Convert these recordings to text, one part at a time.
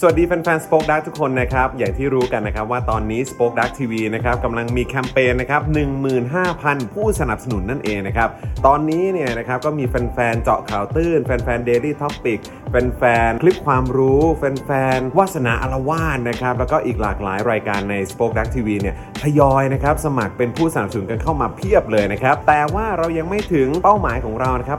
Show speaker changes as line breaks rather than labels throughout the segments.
สวัสดีแฟนๆ Spoke Dark ทุกคนนะครับ อย่างที่รู้กันนะครับว่าตอนนี้ Spoke Dark TV นะครับกำลังมีแคมเปญนะครับ15,000 ผู้สนับสนุนนั่นเองนะครับ ตอนนี้เนี่ยนะครับก็มีแฟนๆ เจาะข่าวตื้น แฟนๆ Daily Topic แฟนๆ คลิปความรู้ แฟนๆ วาสนาอารวาสนะครับ แล้วก็อีกหลากหลายรายการใน Spoke Dark TV เนี่ยทยอยนะครับสมัครเป็นผู้สนับสนุนกันเข้ามาเพียบเลยนะครับ แต่ว่าเรายังไม่ถึงเป้าหมายของเรานะครับ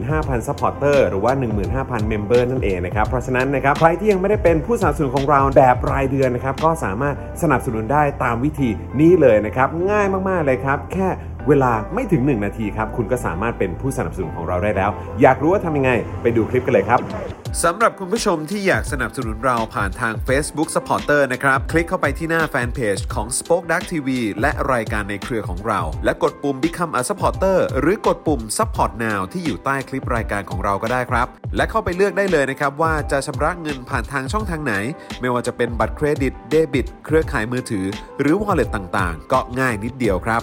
15,000 supporter หรือว่า 15,000 member นั่นเองนะครับ เพราะฉะนั้นนะครับใครที่ยังไม่ได้เป็นผู้สนับสนุนของเราแบบรายเดือนนะครับ ก็สามารถสนับสนุนได้ตามวิธีนี้เลยนะครับ ง่ายมากๆเลยครับ แค่เวลาไม่ถึง 1 นาทีครับ คุณก็สามารถเป็นผู้สนับสนุนของเราได้แล้ว อยากรู้ว่าทำยังไง ไปดูคลิปกันเลยครับ สำหรับคุณผู้ชมที่อยากสนับสนุนเราผ่านทาง Facebook Supporter นะครับ คลิกเข้าไปที่หน้าแฟนเพจของ Spoke Dark TV และรายการในเครือของเรา และกดปุ่ม Become a Supporter หรือกดปุ่ม Support Now ที่อยู่ใต้คลิปรายการของเราก็ได้ครับ และเข้าไปเลือกได้เลยนะครับว่าจะชำระเงินผ่านทางช่องทางไหน ไม่ว่าจะเป็นบัตรเครดิตเดบิต เครือข่ายมือถือ หรือ Wallet ต่างๆ ก็ง่ายนิดเดียวครับ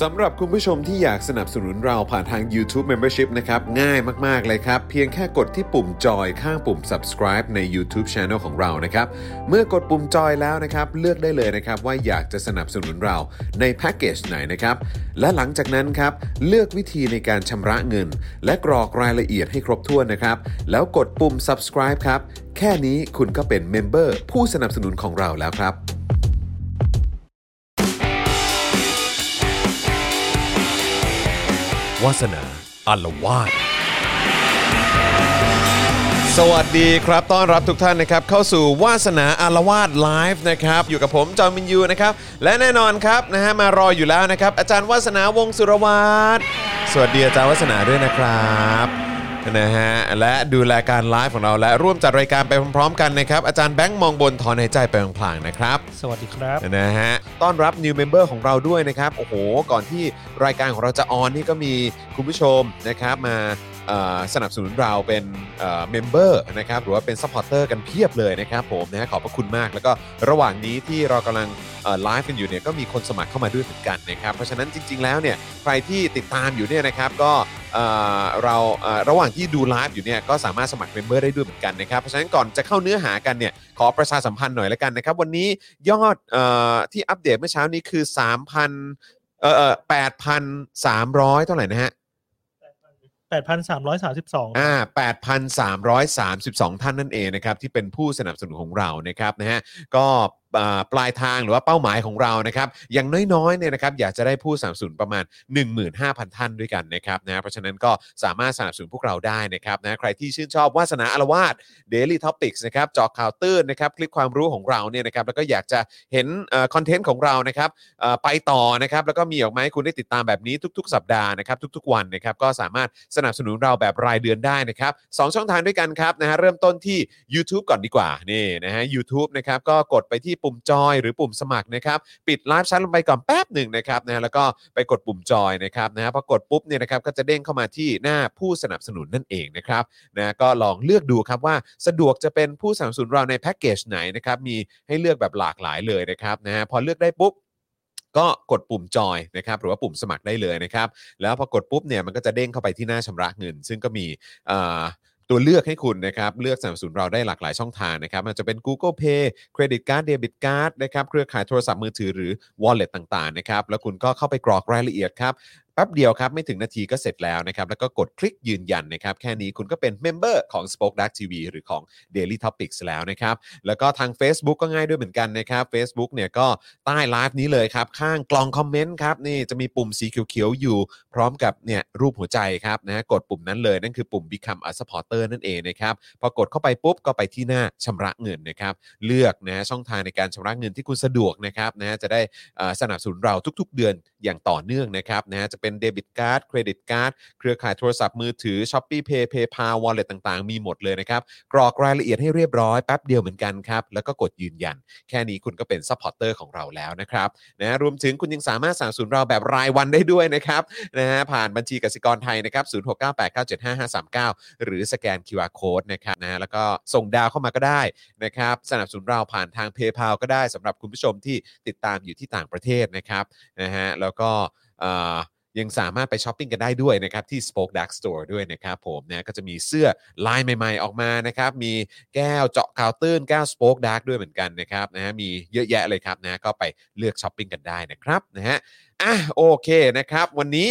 สำหรับคุณผู้ชมที่อยากสนับสนุนเราผ่านทาง YouTube Membership นะครับ ง่ายมาก ๆ เลยครับ เพียงแค่กดที่ปุ่มจอยข้างปุ่ม subscribe ใน YouTube Channel ของเรานะครับ เมื่อกดปุ่มจอยแล้วนะครับ เลือกได้เลยนะครับ ว่าอยากจะสนับสนุนเราในแพ็กเกจไหนนะครับ และหลังจากนั้นครับ เลือกวิธีในการชำระเงิน และกรอกรายละเอียดให้ครบถ้วนนะครับ แล้วกดปุ่ม subscribe ครับ แค่นี้คุณก็เป็นเมมเบอร์ผู้สนับสนุนของเราแล้วครับ
วาสนาอารวาส
สวัสดีครับ ต้อนรับทุกท่านนะครับ เข้าสู่วาสนาอารวาสไลฟ์นะครับ อยู่กับผม จอมินยูนะครับ และแน่นอนครับนะฮะมารออยู่แล้วนะครับ อาจารย์วาสนาวงศ์สุรวัตรสวัสดีอาจารย์วาสนาด้วยนะครับนะฮะและดูแลการไลฟ์ของเราและร่วมจัดรายการไปพร้อมๆ กันนะครับ อาจารย์แบงค์มองบนถอนหายใจไปพลางๆนะครับ
สวัสดีครับ
นะฮะต้อนรับ new member ของเราด้วยนะครับ โอ้โห ก่อนที่รายการของเราจะออนนี่ก็มีคุณผู้ชมนะครับมาเอ่อสนับสนุนเราเป็นเมมเบอร์นะครับหรือว่าเป็นซัพพอร์เตอร์กันเพียบเลยนะครับผมนะฮะขอบพระคุณมาก แล้วก็ระหว่างนี้ที่เรากำลังไลฟ์กันอยู่เนี่ยก็มีคนสมัครเข้ามาด้วยเหมือนกันนะครับ เพราะฉะนั้นจริง ๆ แล้วเนี่ยใครที่ติดตามอยู่เนี่ยนะครับก็เอ่อเราเอ่อระหว่างที่ดูไลฟ์อยู่เนี่ยก็สามารถสมัครเมมเบอร์ได้ด้วยเหมือนกันนะครับเพราะฉะนั้นก่อนจะเข้าเนื้อหากันเนี่ยขอประชาสัมพันธ์หน่อยละกันนะครับวันนี้ ยอดเอ่อที่อัปเดตเมื่อเช้านี้คือ 3,000เอ่อเอ่อ8,300 เท่าไหร่นะฮะ
8,332
อ่า8,332 ท่านนั่นเองนะครับ ที่เป็นผู้สนับสนุนของเรานะครับนะฮะก็อ่าปลายทางหรือว่าเป้าหมายของเรานะครับ อย่างน้อยๆเนี่ยนะครับ อยากจะได้ผู้สนับสนุนประมาณ 15,000 ท่านด้วยกันนะครับนะเพราะฉะนั้นก็สามารถสนับสนุนพวกเราได้นะครับนะใครที่ชื่นชอบวาสนาอารวาส Daily Topics นะครับเจอกข่าวตื้นนะครับคลิปความรู้ของเราเนี่ยนะครับแล้วก็อยากจะเห็นคอนเทนต์ของเรานะครับ เอ่อไปต่อนะครับแล้วก็มีออกมาให้คุณได้ติดตามแบบนี้ทุก ๆ สัปดาห์นะครับทุก ๆ วันนะครับก็สามารถสนับสนุนเราแบบรายเดือนได้นะครับสองช่องทางด้วยกันครับนะฮะเริ่มต้นที่ YouTube ก่อนดีกว่านี่นะฮะยูทูบนะครับก็กดไปที่ปุ่มจอยหรือปุ่มสมัครนะครับปิดไลฟ์ชัดลงไปก่อนแป๊บหนึ่งนะครับนะฮะแล้วก็ไปกดปุ่มจอยนะครับนะฮะพอกดปุ๊บเนี่ยนะครับก็จะเด้งเข้ามาที่หน้าผู้สนับสนุนนั่นเองนะครับ นะก็ลองเลือกดูครับว่าสะดวกจะเป็นผู้สนับสนุนเราในแพ็กเกจไหนนะครับมีให้เลือกแบบหลากหลายเลยนะครับนะฮะพอเลือกได้ปุ๊บ ก็กดปุ่มจอยนะครับหรือว่าปุ่มสมัครได้เลยนะครับ แล้วพอกดปุ๊บเนี่ยมันก็จะเด้งเข้าไปที่หน้าชำระเงิน ซึ่งก็มีเอ่อตัวเลือกให้คุณนะครับ เลือกสนับสนุนเราได้หลากหลายช่องทางนะครับมันจะเป็น Google Pay เครดิตการ์ดเดบิตการ์ดนะครับเครือข่ายโทรศัพท์มือถือหรือ Wallet ต่างๆนะครับแล้วคุณก็เข้าไปกรอกรายละเอียดครับ แป๊บเดียวครับ ไม่ถึงนาทีก็เสร็จแล้วนะครับ แล้วก็กดคลิกยืนยันนะครับ แค่นี้คุณก็เป็นเมมเบอร์ของ Spoke Dark TV หรือของ Daily Topics แล้วนะครับ แล้วก็ทาง Facebook ก็ง่ายด้วยเหมือนกันนะครับ Facebook เนี่ยก็ใต้ไลฟ์นี้เลยครับ ข้างกล่องคอมเมนต์ครับ นี่จะมีปุ่มสีเขียวๆอยู่ พร้อมกับเนี่ยรูปหัวใจครับนะฮะกดปุ่มนั้นเลย นั่นคือปุ่ม Become a Supporter นั่นเองนะครับ พอกดเข้าไปปุ๊บก็ไปที่หน้าชำระเงินนะครับ เลือกนะฮะช่องทางในการชำระเงินที่คุณสะดวกนะครับนะฮะจะได้ เอ่อสนับสนุนเราทุกๆเดือน อย่างต่อเนื่องนะครับนะฮะจะเป็นเดบิตการ์ดเครดิตการ์ดเครือข่ายโทรศัพท์มือถือ s h อ p e e Pay PayPal Wallet ต่างๆ มีหมดเลยนะครับ กรอกรายละเอียดให้เรียบร้อยแป๊บเดียวเหมือนกันครับ แล้วก็กดยืนยัน แค่นี้คุณก็เป็นซัพพอร์เตอร์ของเราแล้วนะครับนะรวมถึงคุณยังสามารถสนับสนุนเราแบบรายวันได้ด้วยนะครับนะฮะผ่านบัญชีกสิกรไทยนะครับ0698975539 หรือสแกน QR Code นะครับนะฮะแล้วก็ส่งดาวเข้ามาก็ได้นะครับ สนับสนุนเราผ่านทาง PayPal ก็ได้สำหรับคุณผู้ชมที่ติดตามอยู่ที่ต่างประเทศนะครับนะฮะแล้วก็เอ่อยังสามารถไปช้อปปิ้งกันได้ด้วยนะครับ ที่ Spoke Dark Store ด้วยนะครับผมนะก็จะมีเสื้อลายใหม่ๆออกมานะครับ มีแก้วเจาะข่าวตื้นแก้ว Spoke Dark ด้วยเหมือนกันนะครับนะฮะมีเยอะแยะเลยครับนะก็ไปเลือกช้อปปิ้งกันได้นะครับนะฮะอ่ะโอเคนะครับ วันนี้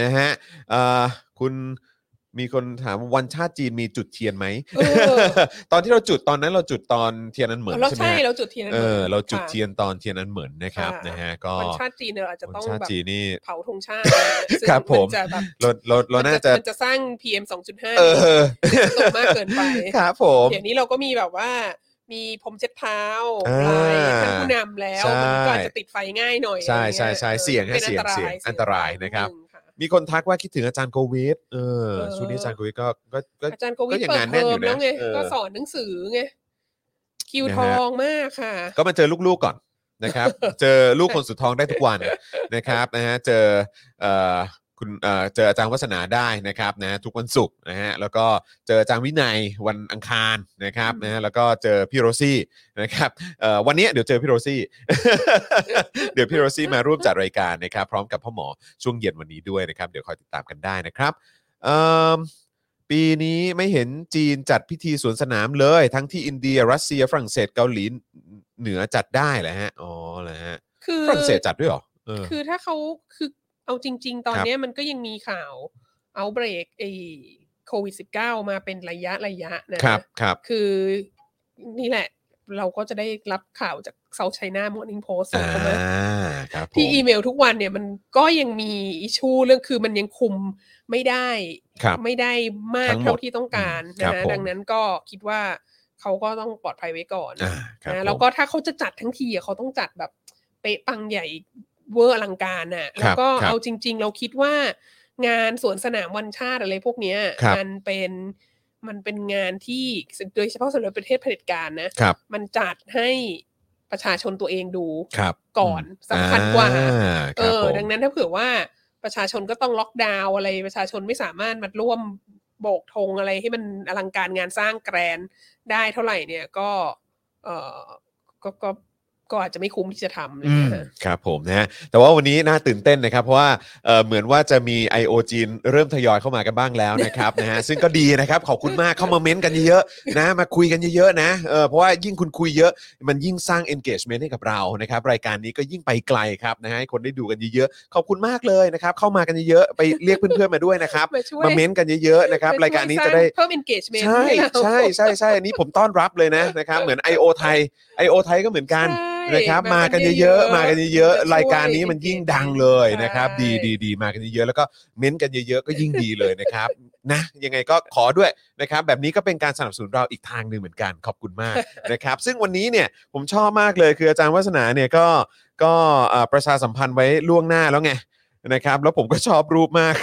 นะฮะเอ่อคุณมีคนถามว่าวันชาติจีนมีจุดเทียนไหม
เออ
ตอนที่เราจุดตอนนั้นเราจุดตอนเทียนอันเหมือน
เรา
ใช่ไหม
ใช่
ฮะ
เราจุดเทียน
เออเราจุด
ค่ะ
เทียนตอนเทียนอันเหมือนนะครับ
ค่ะ
นะฮะก็
วันชาติจีนเนี่ยเราอาจจะ
วัน
ต้อง
ชาติ
แบบ
จีนนี่
เผาธงชาติซึ่ง
ครับผม
นจะแบบ
เราเราเราน่าจะ
มันจะสร้าง PM 2.5
เออ
ตกมากเกินไป
ครับผม
เดี๋ยวนี้เราก็มีแบบว่า มีผมเช็ดเท้า
อ่า
ลายท่านผู้นำแล้ว
ใช่
มันก็อาจจะติดไฟง่ายหน่อย
ใช่
อะไรเงี้ย
ใช่ใช่
ออ
เสี่ยงฮะ
ป็นอันตรา
เสี่ยงเสี่ยงอันตรายนะครับ
เสี่ยงอัตาย
มีคนทักว่าคิดถึงอาจารย์โควิดเออ
เออ
ช่วงนี้อาจารย์โควิดก็ก็ก็
อาจารย์โควิด
ก็ยัง
เปิด
งานแน่น
เทอ
อยู่
ม
นะ
แล้วไง
เออ
ก็สอนหนังสือไง คิว
นะ
ท
ฮะ
องมากค่ะ
ก็มาเจอลูกๆก่อน นะครับ เจอลูกคนสุดท้องได้ทุกวันนะครับนะฮะเจอเอ่อคุณเอ่อเจออาจารย์วัฒนาได้นะครับนะฮะทุกวันศุกร์นะฮะแล้วก็เจออาจารย์วินัยวันอังคารนะครับนะฮะแล้วก็เจอพี่โรซี่นะครับเอ่อวันเนี้ยเดี๋ยวเจอพี่โรซี่ เดี๋ยวพี่โรซี่มาร่วมจัดรายการนะครับ พร้อมกับพ่อหมอช่วงเย็นวันนี้ด้วยนะครับ เดี๋ยวคอยติดตามกันได้นะครับ เอิ่มปีนี้ไม่เห็นจีนจัดพิธีสวนสนามเลย ทั้งที่อินเดียรัสเซียฝรั่งเศสเกาหลีเหนือจัดได้แหละฮะอ๋อเหรอฮะ
คือ
ฝรั่งเศสจัดด้วยเหรอเออ
คือถ้าเขาคือเอาจริง ๆ ตอน
ครับ
เนี้ยมันก็ยังมีข่าวเอาเบรกไอโควิด -19 มาเป็นระยะระยะนะ
ครับครับ
คือนี่แหละ เราก็จะได้รับข่าวจาก South China Morning Post ส่ง
อ่า
เข้ามา
ครับผม
ที่อีเมลทุกวันเนี่ยมันก็ยังมีอิชูเรื่องคือมันยังคุมไม่ได้
ครับ
ไม่ได้มาก
ทั้งหมด
เท่าที่ต้องการ
ครั
นะ
บ
ฮะ
ผม
ดังนั้นก็คิดว่าเขาก็ต้องปลอดภัยไว้ก่อน
อ่าครับ
นะแล้ว
ผม
ก็ถ้าเขาจะจัดทั้งทีอะเขาต้องจัดแบบเป๊ะปังใหญ่เวอร์อลังการน่ะ
ค
แล้
รั
ว
บ
ก็
ครับ
เอาจริง ๆ เราคิดว่า งานสวนสนามวันชาติอะไรพวกเนี้ย
ครับ
มันเป็นมันเป็นงานที่โดยเฉพาะสำหรับประเทศเผด็จการนะ
ครับ
มันจัดให้ประชาชนตัวเองดู
ครับ
ก่อนสำคัญกว่า
อ่
เอ
ครับ
อ
ผม
ดังนั้นถ้าเผื่อว่าประชาชนก็ต้องล็อกดาวน์อะไรประชาชนไม่สามารถมาร่วมโบกธงอะไรให้มันอลังการงานสร้างแกรนได้เท่าไหร่เนี่ยก็เออก็ก็ก็อาจจะไม่คุ้มที่จะทำอะไร
อืม
เงี้ย
ครับผมนะฮะแต่ว่าวันนี้น่าตื่นเต้นนะครับ เพราะว่าเอ่อเหมือนว่าจะมี I.O. จีนเริ่มทยอยเข้ามากันบ้างแล้วนะครับ นะฮะซึ่งก็ดีนะครับ ขอบคุณมากเข้ามาเม้นต์กันเยอะๆนะมาคุยกันเยอะๆนะเออเพราะว่ายิ่งคุณคุยเยอะ มันยิ่งสร้าง engagement ให้กับเรานะครับ รายการนี้ก็ยิ่งไปไกลครับนะฮะให้คนได้ดูกันเยอะๆขอบคุณมากเลยนะครับ เข้ามากันเยอะๆไปเรียกเพื่อนๆมาด้วยนะครับ
มาช่วย
มาเม้นต์กันเยอะๆนะครับ
มช่วย
รายการนี้จะได้
สร้างเพิ่ม engagement
ใช่
ห้เรา
ใช่ใช่ใช่อันนี้ผมต้อนรับเลยนะนะครับเหมือน I.O. ไทย I.O. ไทยก็เหมือนกัน
ใช่
นะครับมากันเยอะๆมากันเยอะๆรายการนี้มันยิ่งดังเลยนะครับ ดีดีดีมากันเยอะๆแล้วก็เม้นต์กันเยอะๆก็ยิ่งดีเลย นะครับ นะยังไงก็ขอด้วยนะครับ แบบนี้ก็เป็นการสนับสนุนเราอีกทางหนึ่งเหมือนกันขอบคุณ มาก นะครับ ซึ่งวันนี้เนี่ยผมชอบมากเลยคืออาจารย์วัฒนาเนี่ยก็ก็เอ่อประชาสัมพันธ์ไว้ล่วงหน้าแล้วไงนะครับ แล้วผมก็ชอบรูปมาก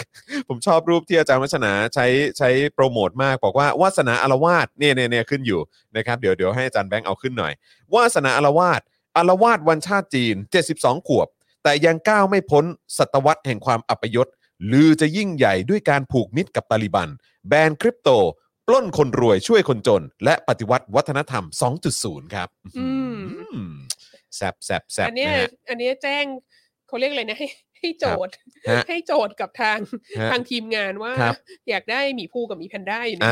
ผมชอบรูปที่อาจารย์วัฒนาใช้ใช้โปรโมทมากบอกว่าวาสนาอารวาสเนี่ยเนี่ยเนี่ยขึ้นอยู่นะครับเดี๋ยวเดี๋ยวให้อาจารย์แบงค์เอาขึ้นหน่อย วาสนาอารวาสอารวาสวันชาติจีน 72 ขวบ แต่ยังก้าวไม่พ้นศตวรรษแห่งความอัปยศลือจะยิ่งใหญ่ด้วยการผูกมิตรกับตาลิบัน แบนคริปโต ปล้นคนรวยช่วยคนจน และปฏิวัติวัฒนธรรม 2.0 ครับ
อืม
อืมแซบแซบแซบ
อันเนี้ย
นะฮะ
อันเนี้ยแจ้งเขาเรียกอะไรนะให้ให้โจทย์
ฮะ
ให้โจทย์กับทาง
ฮะ
ทางทีมงานว่า
ครับ
อยากได้หมีภูกับหมีแพนด้าอยู่ใน
อ่า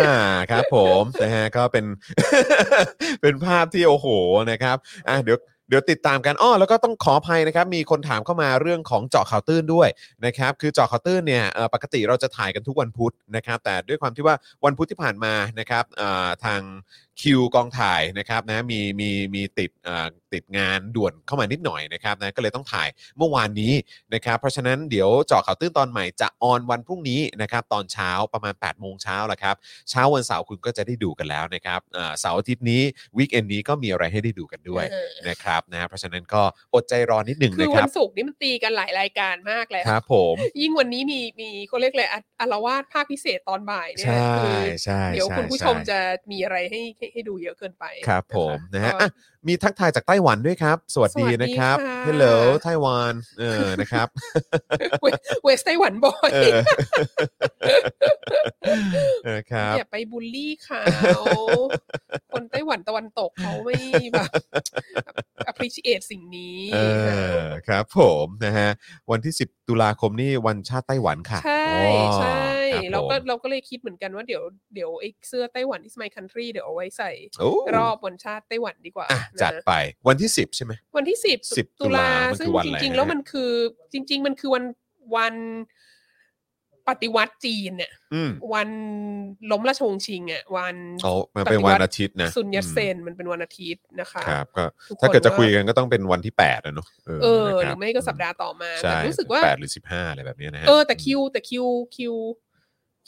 นั้น
ครับผมนะฮะก็เป็น เป็นภาพที่โอ้โหนะครับอ่ะเดี๋ยวเดี๋ยวติดตามกันอ้อแล้วก็ต้องขออภัยนะครับ มีคนถามเข้ามาเรื่องของเจาะข่าวตื้นด้วยนะครับ คือเจาะข่าวตื้นเนี่ยเอ่อปกติเราจะถ่ายกันทุกวันพุธนะครับ แต่ด้วยความที่ว่าวันพุธที่ผ่านมานะครับอ่าทาง คิวกองถ่ายนะครับนะมีมีมีติดอ่าติดงานด่วนเข้ามานิดหน่อยนะครับนะก็เลยต้องถ่ายเมื่อวานนี้นะครับเพราะฉะนั้นเดี๋ยวเจาะข่าวตื้นตอนใหม่จะออนวันพรุ่งนี้นะครับตอนเช้าประมาณ8ปดโมงเช้าละครับ เช้าวันเสาร์คุณก็จะได้ดูกันแล้วนะครับอ่าเสาร์อาทิตย์นี้วีคเอนนี้ก็มีอะไรให้ได้ดูกันด้วย
เออ
นะครับนะเพราะฉะนั้นก็อดใจรอนิดหนึ่ง
คื
นะ
อ
ค
วั
รั
น
บ
ศุกร์นี่มันตีกันหลายรายการมากแล้ว
ครับผม
ยิ่งวันนี้มีมีเขาเรียกเลยอารวาสภาคพิเศษตอนบ่ายเนี่ย
ใช่
คือ
ใช่
เดี๋ยว
ใช่
คุณผู้ชม
ใช่
จะมีอะไรให้ให้ให้ดูเยอะเกินไป
ครับผมนะฮะ
ก็
อ่ะมีทักทายจากไต้หวันด้วยครับ สวัสดี
สวัสดี
นะครับ
ค่ะ
Hello ไต้หวัน เออ นะครับ
เวเวสไต้หวันบ่อย
เออ เออครับ
อย่าไปบูลลี่เขาคนไต้หวันตะวันตกเขาไม่แบบ appreciate สิ่งนี้
เออ ครับผม นะฮะ วันที่ 10 ตุลาคมนี่วันชาติไต้หวันค่ะ
ใช่
อ๋อ
ใช่
ครับผม
เราก็เราก็เลยคิดเหมือนกันว่าเดี๋ยวเดี๋ยวไอ้เสื้อไต้หวัน is my country เดี๋ยวเอาไว้ใส่
โอ้
รอบวันชาติไต้หวันดีกว่า
อ่ะ
นะ
จัดไป วันที่ 10 ใช่ไหม
วันที่สิบ
10ตุลามัน
ซึ่
คื
ง
อวัน
จ
อะไร
ริง
นะ
ๆ แล้วมันคือ จริง ๆ มันคือวันวันปฏิวัติจีนเนี่ย
อืม
วันล้มราชวงศ์ชิงอ่ะวัน
เขามันเป็นวันอาทิตย์นะ
ซุนยัตเซ
อื
นมันเป็นวันอาทิตย์นะ
ม
คะ
ครับ ก็
ทุ
ถ้าเกิดจะ
นว่
คุยกันก็ต้องเป็นวันที่8นะเนอะ
เออ
นะ
ห
ค
รื
บ
อไม่ก็สัปดาห์ต่อมา
ใช่
แต่รู้สึกว่า
แปดหรือ 15อะไรแบบเนี้ยนะฮะ
เออแต่คิวแต่คิวคิว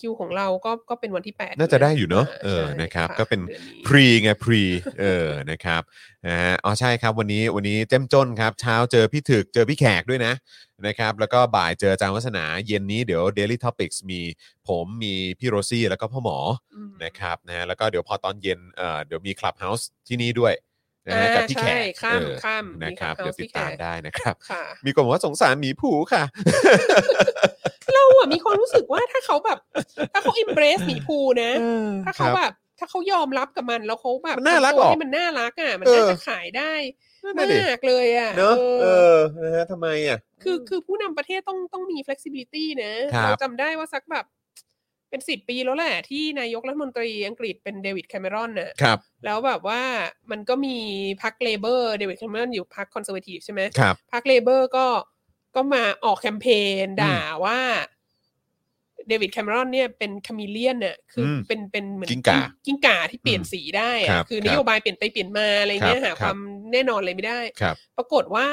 คิวของเราก็ก็เป็นวันที่แปด
น่าจะได้อยู่เนอะเออ
ใช่
นะครับก็เป็น
ดือ
พรีไงพรีเออนะครับนะฮะอ๋อใช่ครับวันนี้วันนี้เจ้มจนครับ เช้าเจอพี่ถึกเจอพี่แขกด้วยนะนะครับ แล้วก็บ่ายเจออาจารย์วัฒนาเย็นนี้เดี๋ยว Daily Topics มีผมมีพี่โรซี่แล้วก็พ่อหมอ
อืม
นะครับนะฮะแล้วก็เดี๋ยวพอตอนเย็นเอ่อเดี๋ยวมี Clubhouse ที่นี่ด้วยนะฮะ
อ่า
กับพี่แข
ใช่
ก
ข้าม
เออ
ข้าม
นะครับ
มี
เดี๋ยวติด
พี่แข
ตาม
ก
ได้นะครับ
ค่ะ
มีคนบอกว่าสงสารหมีผูค่ะ
เราอ่ะมีความรู้สึกว่าถ้าเขาแบบ ถ้าเขา embrace หมีภูนะ ถ้าเขาแบบ ถ้าเขายอมรับกับมันแล้วเขาแบบ
มันน่ารัก
ทำ
ห
ตัว
รอ
ให้มันน่ารักอ่ะมัน
เออ
น่าจะขายได้
นั่น
ม
น่ะดิ
ากเลยอ่ะ
เนอะ
เอ
เอ
อ
อนะฮะทำไมอ่ะ
คือคือผู้นำประเทศต้องต้องมี flexibility นะครับ เราจำได้ว่าสักแบบเป็นสิบปีแล้วแหละ ที่นายกรัฐมนตรีอังกฤษเป็นเดวิดแคมเมรอนน่ะ
ครับ
แล้วแบบว่ามันก็มีพรรคเลเบอร์เดวิดแคมเมรอนอยู่พรรคคอนเซอร์เวทีฟใช่ไหม
ครับ
พรรคเลเบอร์ก็ก็มาออกแคมเปญด่าว่าเดวิดแคมเมรอนเนี่ยเป็นคามิเลียนน่ะคืออ
ม
เป็นเป็นเหมือน
กิ้งก่า
กิ้งก่าที่เปลี่ยนสีได้
ครั
อะ
บ
คื
ค
อ
รับ
นโยบายเปลี่ยนไปเปลี่ยนมาอะไรเงี้ย
ครั
หา
บ
ค
ครับ
วามแน่นอนเลยไม่ได้
ครับ
ปรากฏว่า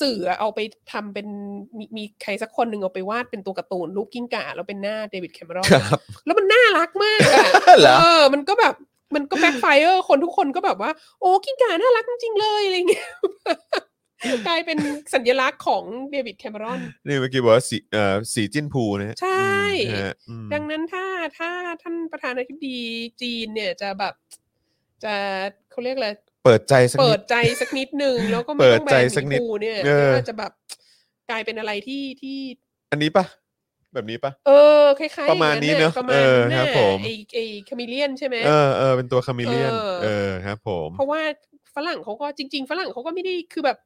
สื่อเอาไปทำเป็นมีมีใครสักคนหนึ่งเอาไปวาดเป็นตัวการ์ตูนรูปกิ้งก่าแล้วเป็นหน้าเดวิดแคมเมรอน
ครับ
แล้วมันน่ารักมากอะ
เหรอ
เออมันก็แบบมันก็แบ็คไฟเออร์คนทุกคนก็แบบว่า โอ้กิ้งก่าน่ารักจริงๆเลยอะไรเงี้ย กลายเป็นสัญลักษณ์ของเดวิดแคมเมรอน
นี่เมื่อกี้บอกว่าสีเอ่อสีจิ้นผูนะฮะ
ใช่
อืมนะฮะอืม
ดังนั้นถ้าถ้าท่านประธานาธิบดีจีนเนี่ยจะแบบ จะเขาเรียกอะไร
เปิดใจสักนิด
เปิดใจสักนิดหนึ่งแล้วก็ไม่
เปิ
ต้
ด
อง
ใจ
แบน
สักนิด
สีฟูเนี่ย
เออ
ก็จะแบบกลายเป็นอะไรที่ที่
อันนี้ปะแบบนี้ปะ
เออคล้ายๆ
ประมาณนี้เนอะ
ประมาณนั้น
เออครั
น่ะ
บผม
ไอไอคามิเลียนใช่ไหม
เออเออเป็นตัวคาเมเลียน
เออ
เออครับผม
เพราะว่าฝรั่งเขาก็จริง ๆ ฝรั่งเขาก็ไม่ได้คือแบบ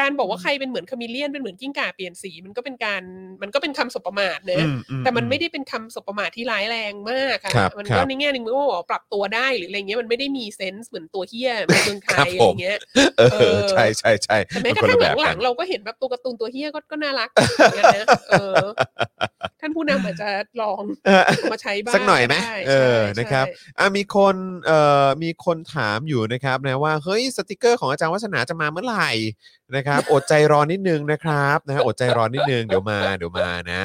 การบอกว่าใครเป็นเหมือนคามิเลียนเป็นเหมือนกิ้งก่าเปลี่ยนสีมันก็เป็นการมันก็เป็นคำสบประมาทนะ
อือื
แต่มันไม่ได้เป็นคำสบประมาทที่ร้ายแรงมากค่ะ
ครับ
มัน
ครั
ก็
บ
ในแง่หนึ่งมันก็บอกว่าปรับตัวได้หรืออะไรเงี้ยมันไม่ได้มีเซนส์เหมือนตัวเฮียในเมืองไท
ครับ
ยอะ
ผ
ไร
ม
เงี้ย
เอ
เอ
อ
อ
ใช่ใช่ใช่
แต่แม้กระ
มัน
ทั่
ค
ง
นล
หลั
น
งๆเราก็เห็นแบบตัวการ์ตูนตัวเฮี้ยก็ก็น่ารักเหมือนกันนะเออ ท่านผู้นำอาจจะลอง
เออ
เอามาใช้บ้าง
สักหน่อยไหม
ใช่
เออ
ใช่
นะครับ
ใช่
อ่ะมีคนเอ่อมีคนถามอยู่นะครับนะว่าเฮ้ยสติกเกอร์ของอาจารย์วัฒนาจะมาเมื่อไหร่นะครับ อดใจรอนิดนึงนะครับนะอดใจรอนิดนึงเดี๋ยวมาเดี๋ยวมานะ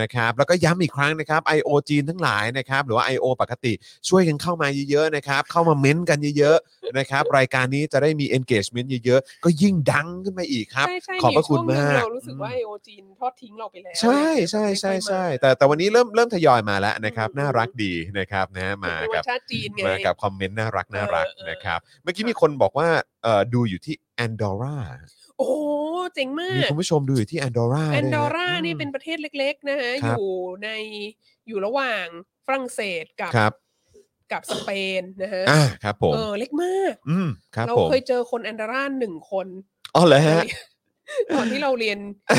นะครับ แล้วก็ย้ำอีกครั้งนะครับ IO จีนทั้งหลายนะครับ หรือว่า IO ปกติช่วยกันเข้ามาเยอะๆนะครับ เข้ามาเม้นต์กันเยอะๆนะครับ รายการนี้จะได้มี engagement เยอะๆ ก็ยิ่งดังขึ้นมาอีกครับ
ใช่ใช่
ขอบพระคุณ
ช่วงหนึ่ง
มาก
เรารู้สึกว่า
อืม
ไอโอจีนทอดทิ้งเราไปแล้ว
ใช่
เนี่ย
ใช่ใช่
ไม่ค่อยมา
ใช่แต่แต่วันนี้เริ่มเริ่มทยอยมาแล้วนะครับ น่ารักดีนะครับนะมา
เป็น
กั
วั
บ
นชาติจีนไง
มากับคอมเมนต์น่ารักน่ารัก
เออเออ
นะครับ เมื่อกี้มีคนบอกว่าเอ่อดูอยู่ที่แอนดอร่า
โอ้โหเจ๋งมา
มี
ก
คุณผู้ชมดูอยู่ที่แอนดอร่า
แอนดอร่านี่เป็นประเทศเล็ก ๆ นะฮะ
ครั
อ
บ
ยู่ในอยู่ระหว่างฝรั่งเศสกับ
ครับ
กับสเปนนะฮะ
อ่าครับผม
เออเล็กมาก
อืมครับ
เรา
ผม
เคยเจอคนแอนดอร่าหนึ่งคน
อ๋อเหรอฮะ
ตอนที่ เราเรียน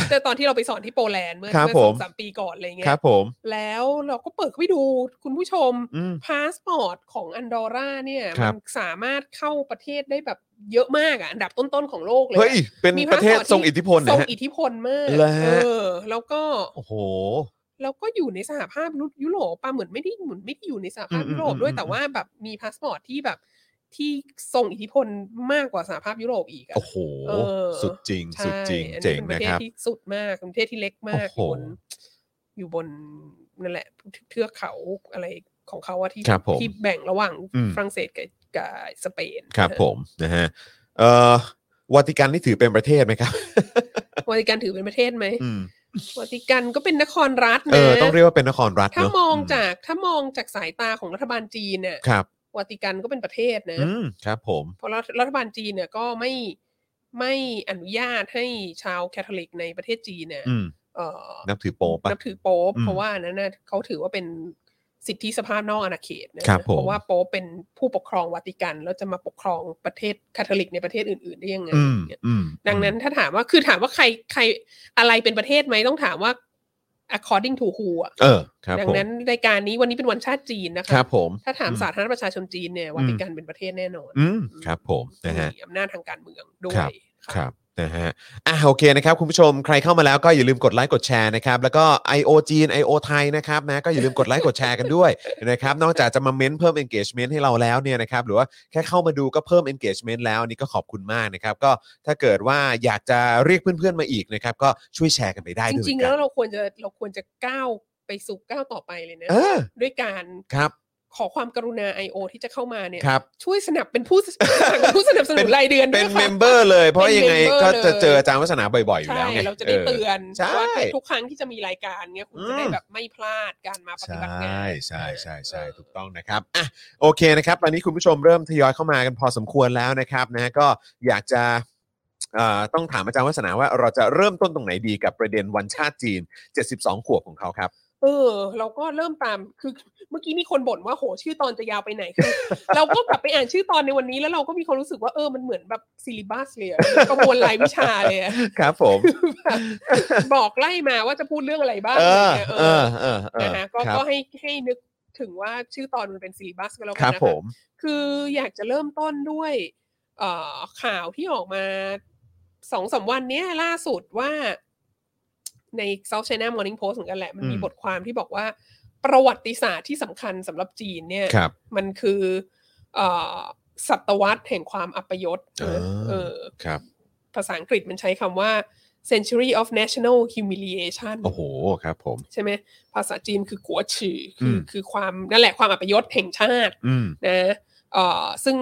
แต่ตอนที่เราไปสอนที่โปแลนด์เมื่อ
ครับ
เมื่อส
ผ
อ
ม
งสามปีก่อนอะไรเงี้
ค
ย
รับผม
แล้วเราก็เปิดเข้าไปดูคุณผู้ชม
อืม
พาสปอร์ตของอันดอร่าเนี่ย
ครั
มั
บ
นสามารถเข้าประเทศได้แบบเยอะมากอ่ะอันดับต้นๆของโลกเลย
เฮ้ย
อะ
เป็น
มี
ประเทศ
พาสปอร์ตที่
ทรงอิทธิพล
ทร
นะ
ง
ฮะ
อิทธิพลมาก
เหรอฮะ
เออ แล้วก็
โอ้โห
แล้วก็อยู่ในสหภาพยุโรปปะเหมือนไม่ได้เหมือนไม่ได้อยู่ในสหภาพ
อืม
ยุโรป
อืม
ด้วย
อืม
แต่ว่าแบบมีพาสปอร์ตที่แบบที่ส่งอิทธิพลมากกว่าสหภาพยุโรปอีกอะ
โอ้โห
เออ
สุดจริง
ใช่
สุดจริง
อัน
เจ๋
นี้
ง
เป็นประ
นะครับ
เทศที่สุดมากเป็นประเทศที่เล็กมาก
โอ้
อยู่
โห
บนอยู่บนนั่นแหละเทือกเขาอะไรของเขาอะที่
ครับผม
ที่แบ่งระหว่าง
อืม
ฝรั่งเศสกับกับสเปน
ครับผมนะฮะเอ่อวัติกันนี่ถือเป็นประเทศไหมครับ
วาติกันถือเป็นประเทศไหม
อืม
วาติกันก็เป็นนครรัฐ
เอ
นะ
อต้องเรียกว่าเป็นนครรัฐ
ถ้า
เนอะ
มองจากถ้ามองจากสายตาของรัฐบาลจีนเนี่ย
ครับ
วาติกันก็เป็นประเทศนะ
อืมครับผม
เพราะรัฐรัฐบาลจีนเนี่ยก็ไม่ไม่อนุญาตให้ชาวแคทอลิกในประเทศจีนเนี่ย
อืม
เอ่อ
นับถือโป๊ปะ
นับถือโป๊ป
อืม
เพราะว่าอันนั้นนะเขาถือว่าเป็นสิทธิสภาพนอกอาณาเขตนะครับ
ผม
เพราะว่าโป๊ปเป็นผู้ปกครองวัติกัน แล้วจะมาปกครองประเทศคาทอลิกในประเทศอื่น ๆ ได้ยังไง
อืม
เนี่ย
อืม
ดังนั้นถ้าถามว่าคือถามว่าใครใครอะไรเป็นประเทศไหมต้องถามว่า according to who อะ
เออครับ
ดั
ผม
นั้นรายการนี้วันนี้เป็นวันชาติจีนนะ
ค
คะ
รับผม
ถ้าถาม
อืม
สาธารณประชาชนจีนเนี่ยวัติกันเป็นประเทศแน่นอน
อืมครับผมนะฮะ
มีอำนาจทางการเมืองด้ว
ครับ
ยะ
ครับนะฮะอ่ะโอเคนะครับ คุณผู้ชมใครเข้ามาแล้วก็อย่าลืมกดไลค์กดแชร์นะครับ แล้วก็ IO จีน IO ไทยนะครับนะก็อย่าลืมกดไลค์กดแชร์กันด้วย นะครับนอกจากจะมาเม้นเพิ่ม engagement ให้เราแล้วเนี่ยนะครับหรือว่าแค่เข้ามาดูก็เพิ่ม engagement แล้วอันนี่ก็ขอบคุณมากนะครับ ก็ถ้าเกิดว่าอยากจะเรียกเพื่อนๆมาอีกนะครับ ก็ช่วยแชร์กันไปได้
จ
ด้วยเหมื
ริง
อน
ๆ
กั
แล้ว
น
เราควรจะเราควรจะก้าวไปสู่ก้าวต่อไปเลยนะ
เออ
ด้วยการ
ครับ
ขอความกรุณา I.O. ที่จะเข้ามาเนี่ย
ครับ
ช่วยสนับเป็นผู้ เป็นผู้สนับสนุ
เป็น น
รายเดือนด้
เป็
วน ย
เม
ค่ะ
มเบอร์เลย เพราะ
เป็น
ยังไง
member
ก็จะ
เลย
เจออาจารย์วัฒนาบ่อยๆอยู่
ใช่
แล้วไง
เราจะได้เตือน
ใช่
ว่าทุกครั้งที่จะมีรายการเนี่ยคุณจะได้
อืม
แบบไม่พลาดการมาปฏิบัติงา
ใช่
น
ใช่ใช่ใช่
เออ
ถูกต้องนะครับอ่ะโอเคนะครับตอนนี้คุณผู้ชมเริ่มทยอยเข้ามากันพอสมควรแล้วนะครับนะฮะก็อยากจะเอ่อต้องถามอาจารย์วัฒนาว่าเราจะเริ่มต้นตรงไหนดีกับประเด็นวันชาติจีน 72 ขวบของเขาครับ
เออเราก็เริ่มตามคือเมื่อกี้มีคนบ่นว่าโหชื่อตอนจะยาวไปไหนคือ เราก็กลับไปอ่านชื่อตอนในวันนี้แล้วเราก็มีความรู้สึกว่าเออมันเหมือนแบบซิลิบัสเลยอะเหมือนประมวลรายวิชาเลย อะ
ครับผม
แบบบอกไล่มาว่าจะพูดเรื่องอะไรบ้าง
เอ
อะไร
อ
งี้ย
เออเออเออ
นะคะก็
ครั
ก็
บ
ให้ให้นึกถึงว่าชื่อตอนมันเป็นซีรีบัสก็แล้ว
ค
กั
รั
น
บ
นะ
ผ
คะ
ม
คืออยากจะเริ่มต้นด้วยเอ่อข่าวที่ออกมาสองสามวันเนี้ยล่าสุดว่า ใน South China Morning Post เหมือนกันแหละ มันมี
อืม
บทความที่บอกว่า ประวัติศาสตร์ที่สำคัญสำหรับจีนเนี่ย
ครับ
มันคือเอ่อศตวรรษแห่งความอัปยศเออ
อ่า
เออ
ครับ
ภาษาอังกฤษมันใช้คำว่า century of national humiliation
โอ้โหครับผม
ใช่ไหมภาษาจีนคือกัวฉืออ
ม
คือคือความนั่นแหละความอัปยศแห่งชาติ
อืม
นะเอ่อซึ่ง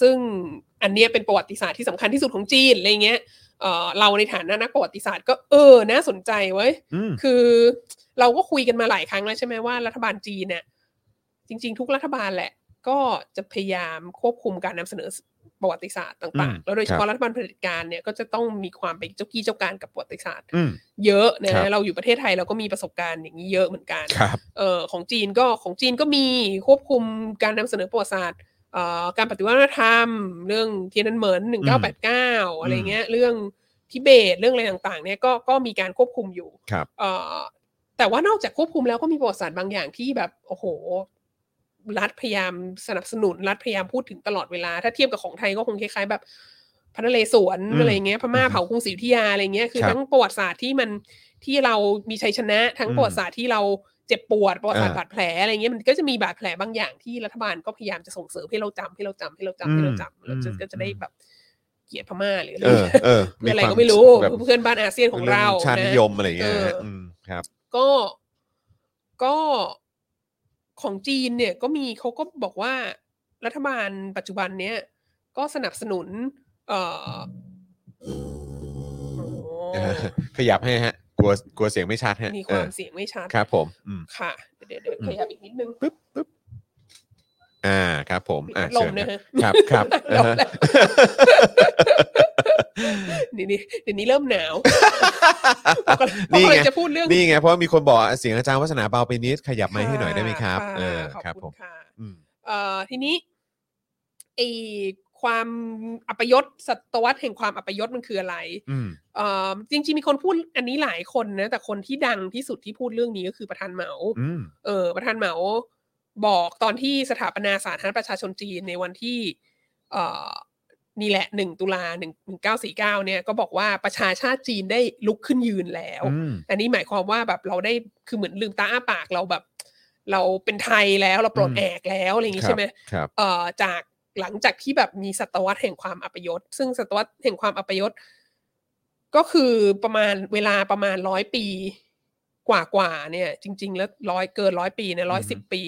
ซึ่งอันเนี้ยเป็นประวัติศาสตร์ที่สำคัญที่สุดของจีนอะไรเงี้ยเอ่อเราในฐานะนักประวัติศาสตร์ก็เออน่าสนใจเว้ย
อืม
คือเราก็คุยกันมาหลายครั้งแล้วใช่ไหมว่ารัฐบาลจีนเนี่ยจริง ๆ ทุกรัฐบาลแหละ ก็จะพยายามควบคุมการนำเสนอประวัติศาสตร์ต่าง
อืม
ๆ แล้วโดยเฉ
ครั
พาะ
บ
รัฐบาลเผด็จการเนี่ยก็จะต้องมีความเป็นเจ้ากี้เจ้าการกับประวัติศาสตร์
อืม
เยอะนะครับ เราอยู่ประเทศไทยเราก็มีประสบการณ์อย่างนี้เยอะเหมือนกัน
ครับ
เออของจีนก็ของจีนก็มีควบคุมการนำเสนอประวัติศาสตร์เอ่อการปฏิวัติวัฒนธรรม เรื่องเทียนอันเหมินหนึ่งเก้าแปดเก้าอะไรเงี้ยเรื่องทิเบตเรื่องอะไรต่างๆเนี่ยก็ก็มีการควบคุมอยู่
ครับ
เอ่อแต่ว่านอกจากควบคุมแล้วก็มีประวัติศาสตร์บางอย่างที่แบบโอ้โห รัฐพยายามสนับสนุน รัฐพยายามพูดถึงตลอดเวลา ถ้าเทียบกับของไทยก็คงคล้ายๆ แบบพระนเรศวร
อืม
อะไรเงี้ยพม่าเผากรุงศรีอยุธยาอะไรเงี้ยคือ
ครับ
ทั้งประวัติศาสตร์ที่มันที่เรามีชัยชนะ ทั้ง
อืม
ประวัติศาสตร์ที่เราเจ็บปวดประวัติศาสต
อ่า
ร์บาดแผลอะไรเงี้ยมันก็จะมีบาดแผลบางอย่างที่รัฐบาลก็พยายามจะส่งเสริมให้เราจำให้เราจำให้เราจำให้เราจำเราจะ
อืม
ก็จะได้แบบเกลียดพม่าหรืออะไร
เออเออ
เพื่ออะไร
ควา
ก็ไม่รู้
แบบ
เพื่อนบ้านอาเซียนของเรา
ชาตินิ
นะ
ยมอะไรอย่างเงี้ยฮะ
เอออื
มครับ
ก็ก็ของจีนเนี่ยก็มีเขาก็บอกว่ารัฐบาลปัจจุบันเนี้ยก็สนับสนุน เอ่อโอ้
เออ ขยับให้ฮะ กลัวกลัวเสียงไม่ชัดฮะ
มีความ
เอ
เสียงไม่ชัด
อครับผมอืม
ค่ะ เดี๋ยวเดี๋ยวขยับอีกนิดนึง
ปึ๊บปึ๊บอ่าครับผม
ปิด
อ่า
พัดล
เชิ
ม
ญ
นะ
ฮะค
ฮะ
รับครับ
ลม
อ่าฮะ
แล้ว เดี๋ยวนี้เดี๋ยวนี้เริ่มหนาวเพราะ
นี่
กำลั
ไง
งจะพูดเรื่อง
นี่ไงเพราะว่ามีคนบอกเสียงอาจารย์วัฒนาเบาไปนิด ขยับไมค์ให้หน่อยได้ไหมครับ
ะ
เออ
ขอบ
ครับ
คุณ
ผม
ค่ะ
อืม
เอ่อทีนี้ไอความอัปยศศตวรรษแห่งความอัปยศมันคืออะไร
อืม
เอ่อจริงๆมีคนพูดอันนี้หลายคนนะแต่คนที่ดังที่สุดที่พูดเรื่องนี้ก็คือประธานเหมา
อืม
เออประธานเหมาบอกตอนที่สถาปนาสาธารณรัฐประชาชนจีนในวันที่เอ่อ นี่แหละหนึ่งตุลาหนึ่งเก้าสี่เก้าเนี่ยก็บอกว่าประชาชาติจีนได้ลุกขึ้นยืนแล้ว
อืม
อันนี้หมายความว่าแบบเราได้คือเหมือนลืมตาอ้าปากเราแบบ เราเป็นไทยแล้วเราปลด
อืม
แอกแล้วอะไรอย่างงี้ใช่ไหม
ครับ
เอ่อจากหลังจากที่แบบมีศตวรรษแห่งความอัปยศ ซึ่งศตวรรษแห่งความอัปยศ ก็คือประมาณเวลาประมาณร้อยปีกว่ากว่าๆเนี่ย จริง ๆ แล้วร้อยเกินร้อยปีเนี่ยร้อยสิบปี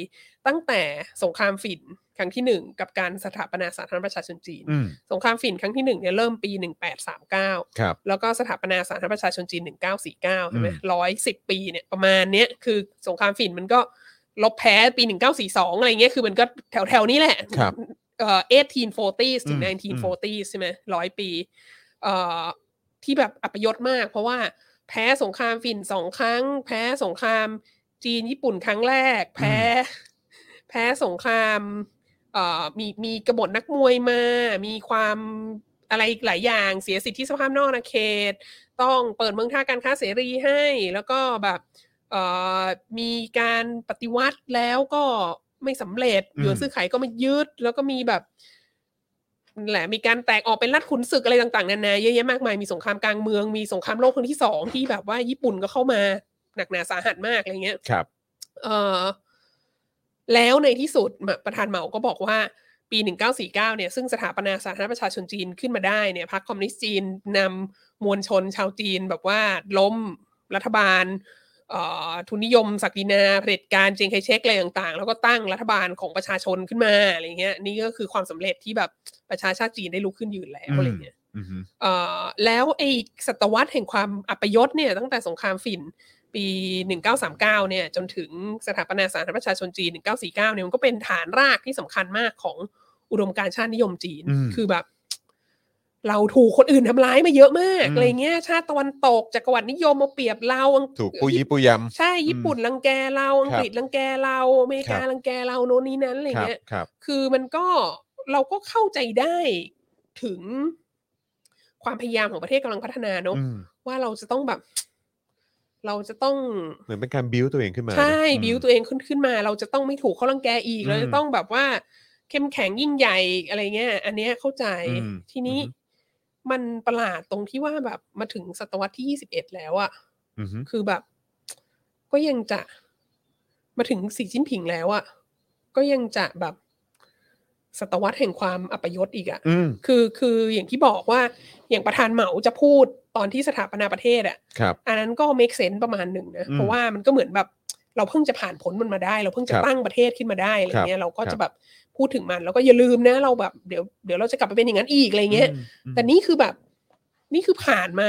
ตั้งแต่สงครามฝิ่นครั้งที่หนึ่งกับการสถาปนาสาธารณรัฐประชาชนจีน
อืม
สงครามฝิ่นครั้งที่หนึ่งเนี่ยเริ่มปีหนึ่งแปดสามเก้า
ครับ
แล้วก็สถาปนาสาธารณรัฐประชาชนจีนหนึ่งเก้าสี่เก้าใช่ไหม
อืม
ร้อยสิบปีเนี่ยประมาณเนี้ยคือสงครามฝิ่นมันก็ลบแพ้ปีหนึ่งเก้าสี่สองอะไรเงี้ยคือมันก็แถวแถวๆนี้แหละ
ครับ
เอ่อ 1840s ถึง
อืม
1940s ใช่ไหมร้อยปี เอ่อ ที่แบบอัปยศมาก เพราะว่าแพ้สงครามฝิ่นสองครั้ง แพ้สงครามจีนญี่ปุ่นครั้งแรก แพ้ แพ้สงคราม เอ่อ มีมีกบฏนักมวยมา มีความอะไรหลายอย่าง เสียสิทธิสภาพนอกอาณาเขต ต้องเปิดเมืองท่าการค้าเสรีให้ แล้วก็แบบ เอ่อมีการปฏิวัติแล้วก็ไม่สำเร็จ
อืม
หยวนซื้อไขก็มายึด แล้วก็มีแบบนั่นแหละมีการแตกออกเป็นรัฐขุนศึกอะไรต่างๆนานาเยอะแยะมากมายมีสงครามกลางเมืองมีสงครามโลกครั้งที่สองที่แบบว่าญี่ปุ่นก็เข้ามาหนักหนาสาหัสมากอะไรเงี้ย
ครับ
เออแล้วในที่สุดมะประธานเหมาก็บอกว่าปี 1949 เนี่ย ซึ่งสถาปนาสาธารณรัฐประชาชนจีนขึ้นมาได้เนี่ยพรรคคอมมิวนิสต์จีนนำมวลชนชาวจีนแบบว่าล้มรัฐบาลเอ่อทุนนิยมศักดินาเผด็จการเจงไคเชกอะไรต่างๆ แล้วก็ตั้งรัฐบาลของประชาชนขึ้นมาอะไรเงี้ยนี่ก็คือความสำเร็จที่แบบประชาชาติจีนได้ลุกขึ้นยืนแล้วอะไรเงี้ย
อืม
เอ่อแล้วไอ้ศตวรรษแห่งความอัปยศเนี่ยตั้งแต่สงครามฝิ่นปี 1939 เนี่ยจนถึงสถาปนาสาธารณรัฐประชาชนจีน 1949 เนี่ยมันก็เป็นฐานรากที่สำคัญมากของอุดมการณ์ชาตินิยมจีน
อืม
คือแบบ เราถูกคนอื่นทำร้ายมาเยอะมาก
อืม
อะไรเงี้ยชาติตะวันตกจักรวรรดินิยมมาเปรียบเราอัง
ถูกปุยยิปุยย
ใช่ญี่ปุ่นรังแกเราอังกฤษรังแกเราอเมริ
ครั
กา
บ
รังแกเราโน่นนี้นั้นอะไร
ครั
เงี้ย
ครับ
คือมันก็เราก็เข้าใจได้ถึงความพยายามของประเทศกำลังพัฒนาเนอะ
อืม
ว่าเราจะต้องแบบ เราจะต้อง
เหมือนเป็นการบิวตัวเองขึ้นมา
ใช่
นะ
บิว
อืม
ตัวเองขึ้นขึ้นมา เราจะต้องไม่ถูกเขาลังแกอีก
อืม
เราจะต้องแบบว่าเข้มแข็งยิ่งใหญ่อะไรเงี้ย อันเนี้ยเข้าใจ
อืม
ทีนี้
อือฮึ
มันประหลาดตรงที่ว่าแบบมาถึงศตวรรษที่ยี่สิบเอ็ดแล้วอะ
อือฮึ
คือแบบ ก็ยังจะมาถึงสีจิ้นผิงแล้วอะก็ยังจะแบบศตวรรษแห่งความอัปยศอีกอะ
อืม
คือคืออย่างที่บอกว่าอย่างประธานเหมาจะพูดตอนที่สถาปนาประเทศอะ
ครับ
อันนั้นก็ make sense ประมาณหนึ่งนะ
อืม
เพราะว่ามันก็เหมือนแบบ เราเพิ่งจะผ่านผลมันมาได้ เราเพิ่งจะ
ครับ
ตั้งประเทศขึ้นมาได้อะไรเงี้ยเราก็
ครั
จะ
บ
แบบพูดถึงมัน แล้วก็อย่าลืมนะเราแบบเดี๋ยวเดี๋ยวเราจะกลับไปเป็นอย่างนั้นอีกอะไรเงี้ย
อืม
แต่นี่คือแบบ นี่คือผ่านมา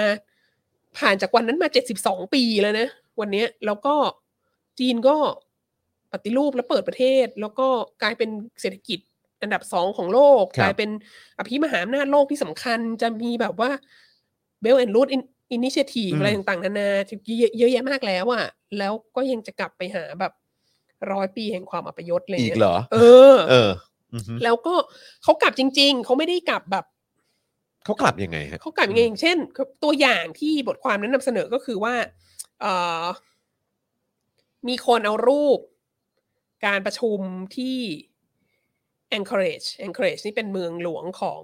ผ่านจากวันนั้นมาเจ็ดสิบสองปีแล้วนะวันเนี้ยแล้วก็จีนก็ปฏิรูปและเปิดประเทศ แล้วก็กลายเป็นเศรษฐกิจอันดับสองของโลก
ครับ
กลายเป็นอภิมหาอำนาจโลกที่สำคัญ จะมีแบบว่าเบลแอนด์รูดอินิเชทีฟ
อืม
อะไรต่างๆ นานาเยอะเยอะแยะมากแล้วอะแล้วก็ยังจะกลับไปหาแบบร้อยปีแห่งความอัปยศอะไร
อีก
เงี้ย
เหรอ
เออ
เอออือฮึ
แล้วก็เขากลับจริง ๆเขาไม่ได้กลับแบบ
เขากลับยังไงฮะ
เขากลับยังไงอย่างเช่น ตัวอย่างที่บทความนั้นนำเสนอก็คือว่าเออมีคนเอารูป การประชุมที่ Anchorage Anchorage นี่เป็นเมืองหลวงของ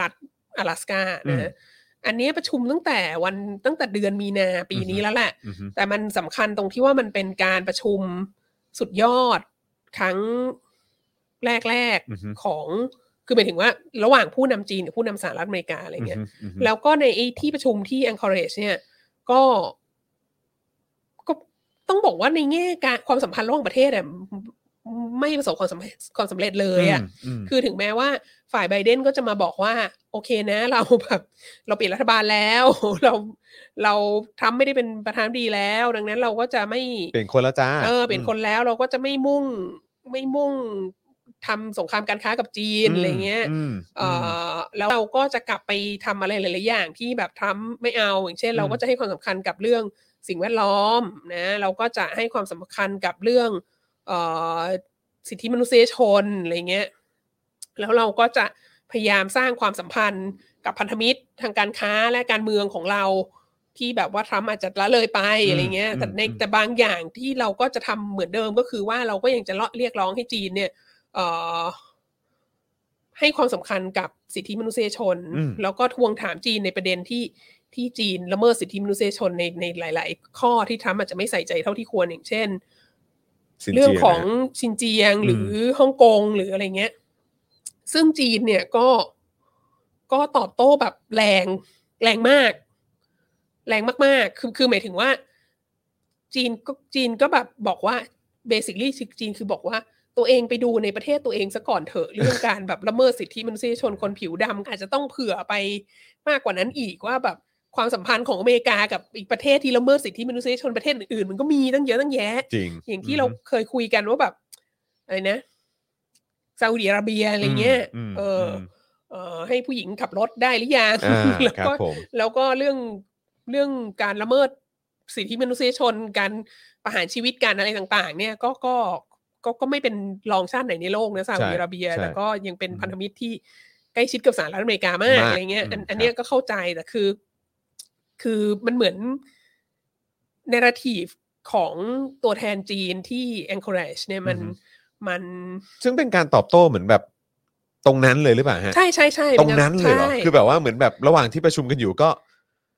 รัฐ阿拉สกา
อืม
นะอันเนี้ยประชุมตั้งแต่วันตั้งแต่เดือนมีนาปีนี้แล้วแหละ
อือฮึ
แต่มันสำคัญตรงที่ว่ามันเป็นการประชุมสุดยอดครั้งแรก
อือฮึ
ๆของคือหมายถึงว่า ระหว่างผู้นำจีนกับผู้นำสหรัฐอเมริกาอะไรเงี้ย
อือฮึ
แล้วก็ในไอ้ที่ประชุมที่ Anchorage เนี่ยก็ก็ต้องบอกว่าในแง่การความสัมพันธ์ระหว่างประเทศอะไม่ประสบความสำเร็จความสำเร็จเลยอะ
ม
คือถึงแม้ว่าฝ่ายไบเดนก็จะมาบอกว่า โอเคนะ เราแบบเราเปลี่ยนรัฐบาลแล้ว เราเราทำไม่ได้เป็นประธานาธิบดีแล้ว ดังนั้นเราก็จะไม่
เปลี่ยนคนละจ้า
เออเปลี่ยนคนแล้วเราก็จะไม่มุ่งไม่มุ่งทำสงครามการค้ากับจีนอะไรเงี้ย
อืม
เอ่
ม
อแล้วเราก็จะกลับไปทำอะไรหลาย ๆ อย่างที่แบบทรัมป์ไม่เอาอย่างเช่น
อืม
เราก็จะให้ความสำคัญกับเรื่องสิ่งแวดล้อมนะเราก็จะให้ความสำคัญกับเรื่องเอ่อสิทธิมนุษยชนอะไรเงี้ยแล้วเราก็จะพยายามสร้างความสัมพันธ์กับพันธมิตรทางการค้าและการเมืองของเรา ที่แบบว่าทรัมป์อาจจะละเลยไป
อืม
อะไรเงี้ยแต่ใน
อืม
แต่บางอย่างที่เราก็จะทำเหมือนเดิมก็คือว่าเราก็ยังจะเรียกร้องให้จีนเนี่ย เอ่อ ให้ความสำคัญกับสิทธิมนุษยชน
อืม
แล้วก็ทวงถามจีนในประเด็นที่ที่จีนละเมิดสิทธิมนุษยชนในในหลาย ๆ ข้อที่ทรัมป์อาจจะไม่ใส่ใจเท่าที่ควรอย่างเช่น
สินจีย
เรื่องของ
นะฮะ
ชินเจียง
อืม
หรือฮ่องกงหรืออะไรเงี้ย ซึ่งจีนเนี่ยก็ก็ตอบโต้แบบแรงแรงมาก แรงมากๆ คือคือหมายถึงว่า จีนก็จีนก็แบบบอกว่าเบสิคลี่จีนคือบอกว่าตัวเองไปดูในประเทศตัวเองซะก่อนเถอะ เรื่องการแบบละเมิดสิทธิมนุษยชนคนผิวดำอาจจะต้องเผื่อไปมากกว่านั้นอีกว่าแบบความสัมพันธ์ของอเมริกากับอีกประเทศที่ละเมิดสิทธิมนุษยชนประเทศอื่นๆมันก็มีตั้งเยอะตั้งแยะ
จริง
อย่างที่เราเคยคุยกันว่าแบบอะไรนะซาอุดิอาระเบียอะไรเงี้ย
ม
เอออ
ม
เออ ให้ผู้หญิงขับรถได้หรือยัง
อ่า
แล้ว
ครับ
ก็
ผม
แล้วก็เรื่องเรื่องการละเมิดสิทธิมนุษยชน การประหารชีวิตการอะไรต่าง ๆ เนี่ยก็ก็ก็ก็ไม่เป็นรองชาติไหนในโลกนะซาอุดิอาระเบีย
ใช่
แต่ก็ยังเป็นพันธมิตรที่ใกล้ชิดกับสหรัฐอเมริกามาก
มาก
อะไรเงี้ย
อืม
อั
ค
น
รับ
อันเนี้ยก็เข้าใจแต่คือ คือมันเหมือน narrative ของตัวแทนจีนที่ encourage เนี่ยมัน
อือฮึ
มัน
ซึ่งเป็นการตอบโต้เหมือนแบบตรงนั้นเลยหรือเปล่าฮะ
ใช่ใช่ใช่
ตรงนั้นเลยเหรอ
ใช่
คือแบบว่าเหมือนแบบระหว่างที่ประชุมกันอยู่ก็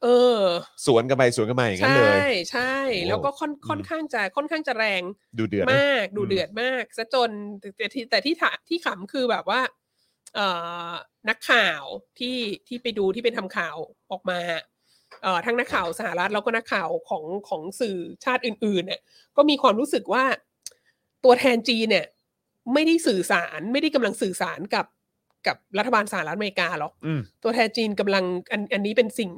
เออ
สวนกันไปสวนกันมาอย่างนั้นเล
ใช่
ย
ใช่
โอ้
แล้วก็ค่อนค่อนข้างจะค่อนข้างจะแรง
ดูเดือดนะ
มากดู
อืม
เดือดมากซะจนแต่ที่แต่ที่ถาที่ขำคือแบบว่าเอ่อนักข่าวที่ที่ไปดูที่ไปทำข่าวออกมาเอ่อทั้งนักข่าวสหรัฐแล้วก็นักข่าวของของสื่อชาติอื่นๆเนี่ย ก็มีความรู้สึกว่าตัวแทนจีนเนี่ย ไม่ได้สื่อสารไม่ได้กำลังสื่อสารกับกับรัฐบาลสหรัฐอเมริกาหรอก
อืม
ตัวแทนจีนกำลังอันอันนี้เป็นสิ่ง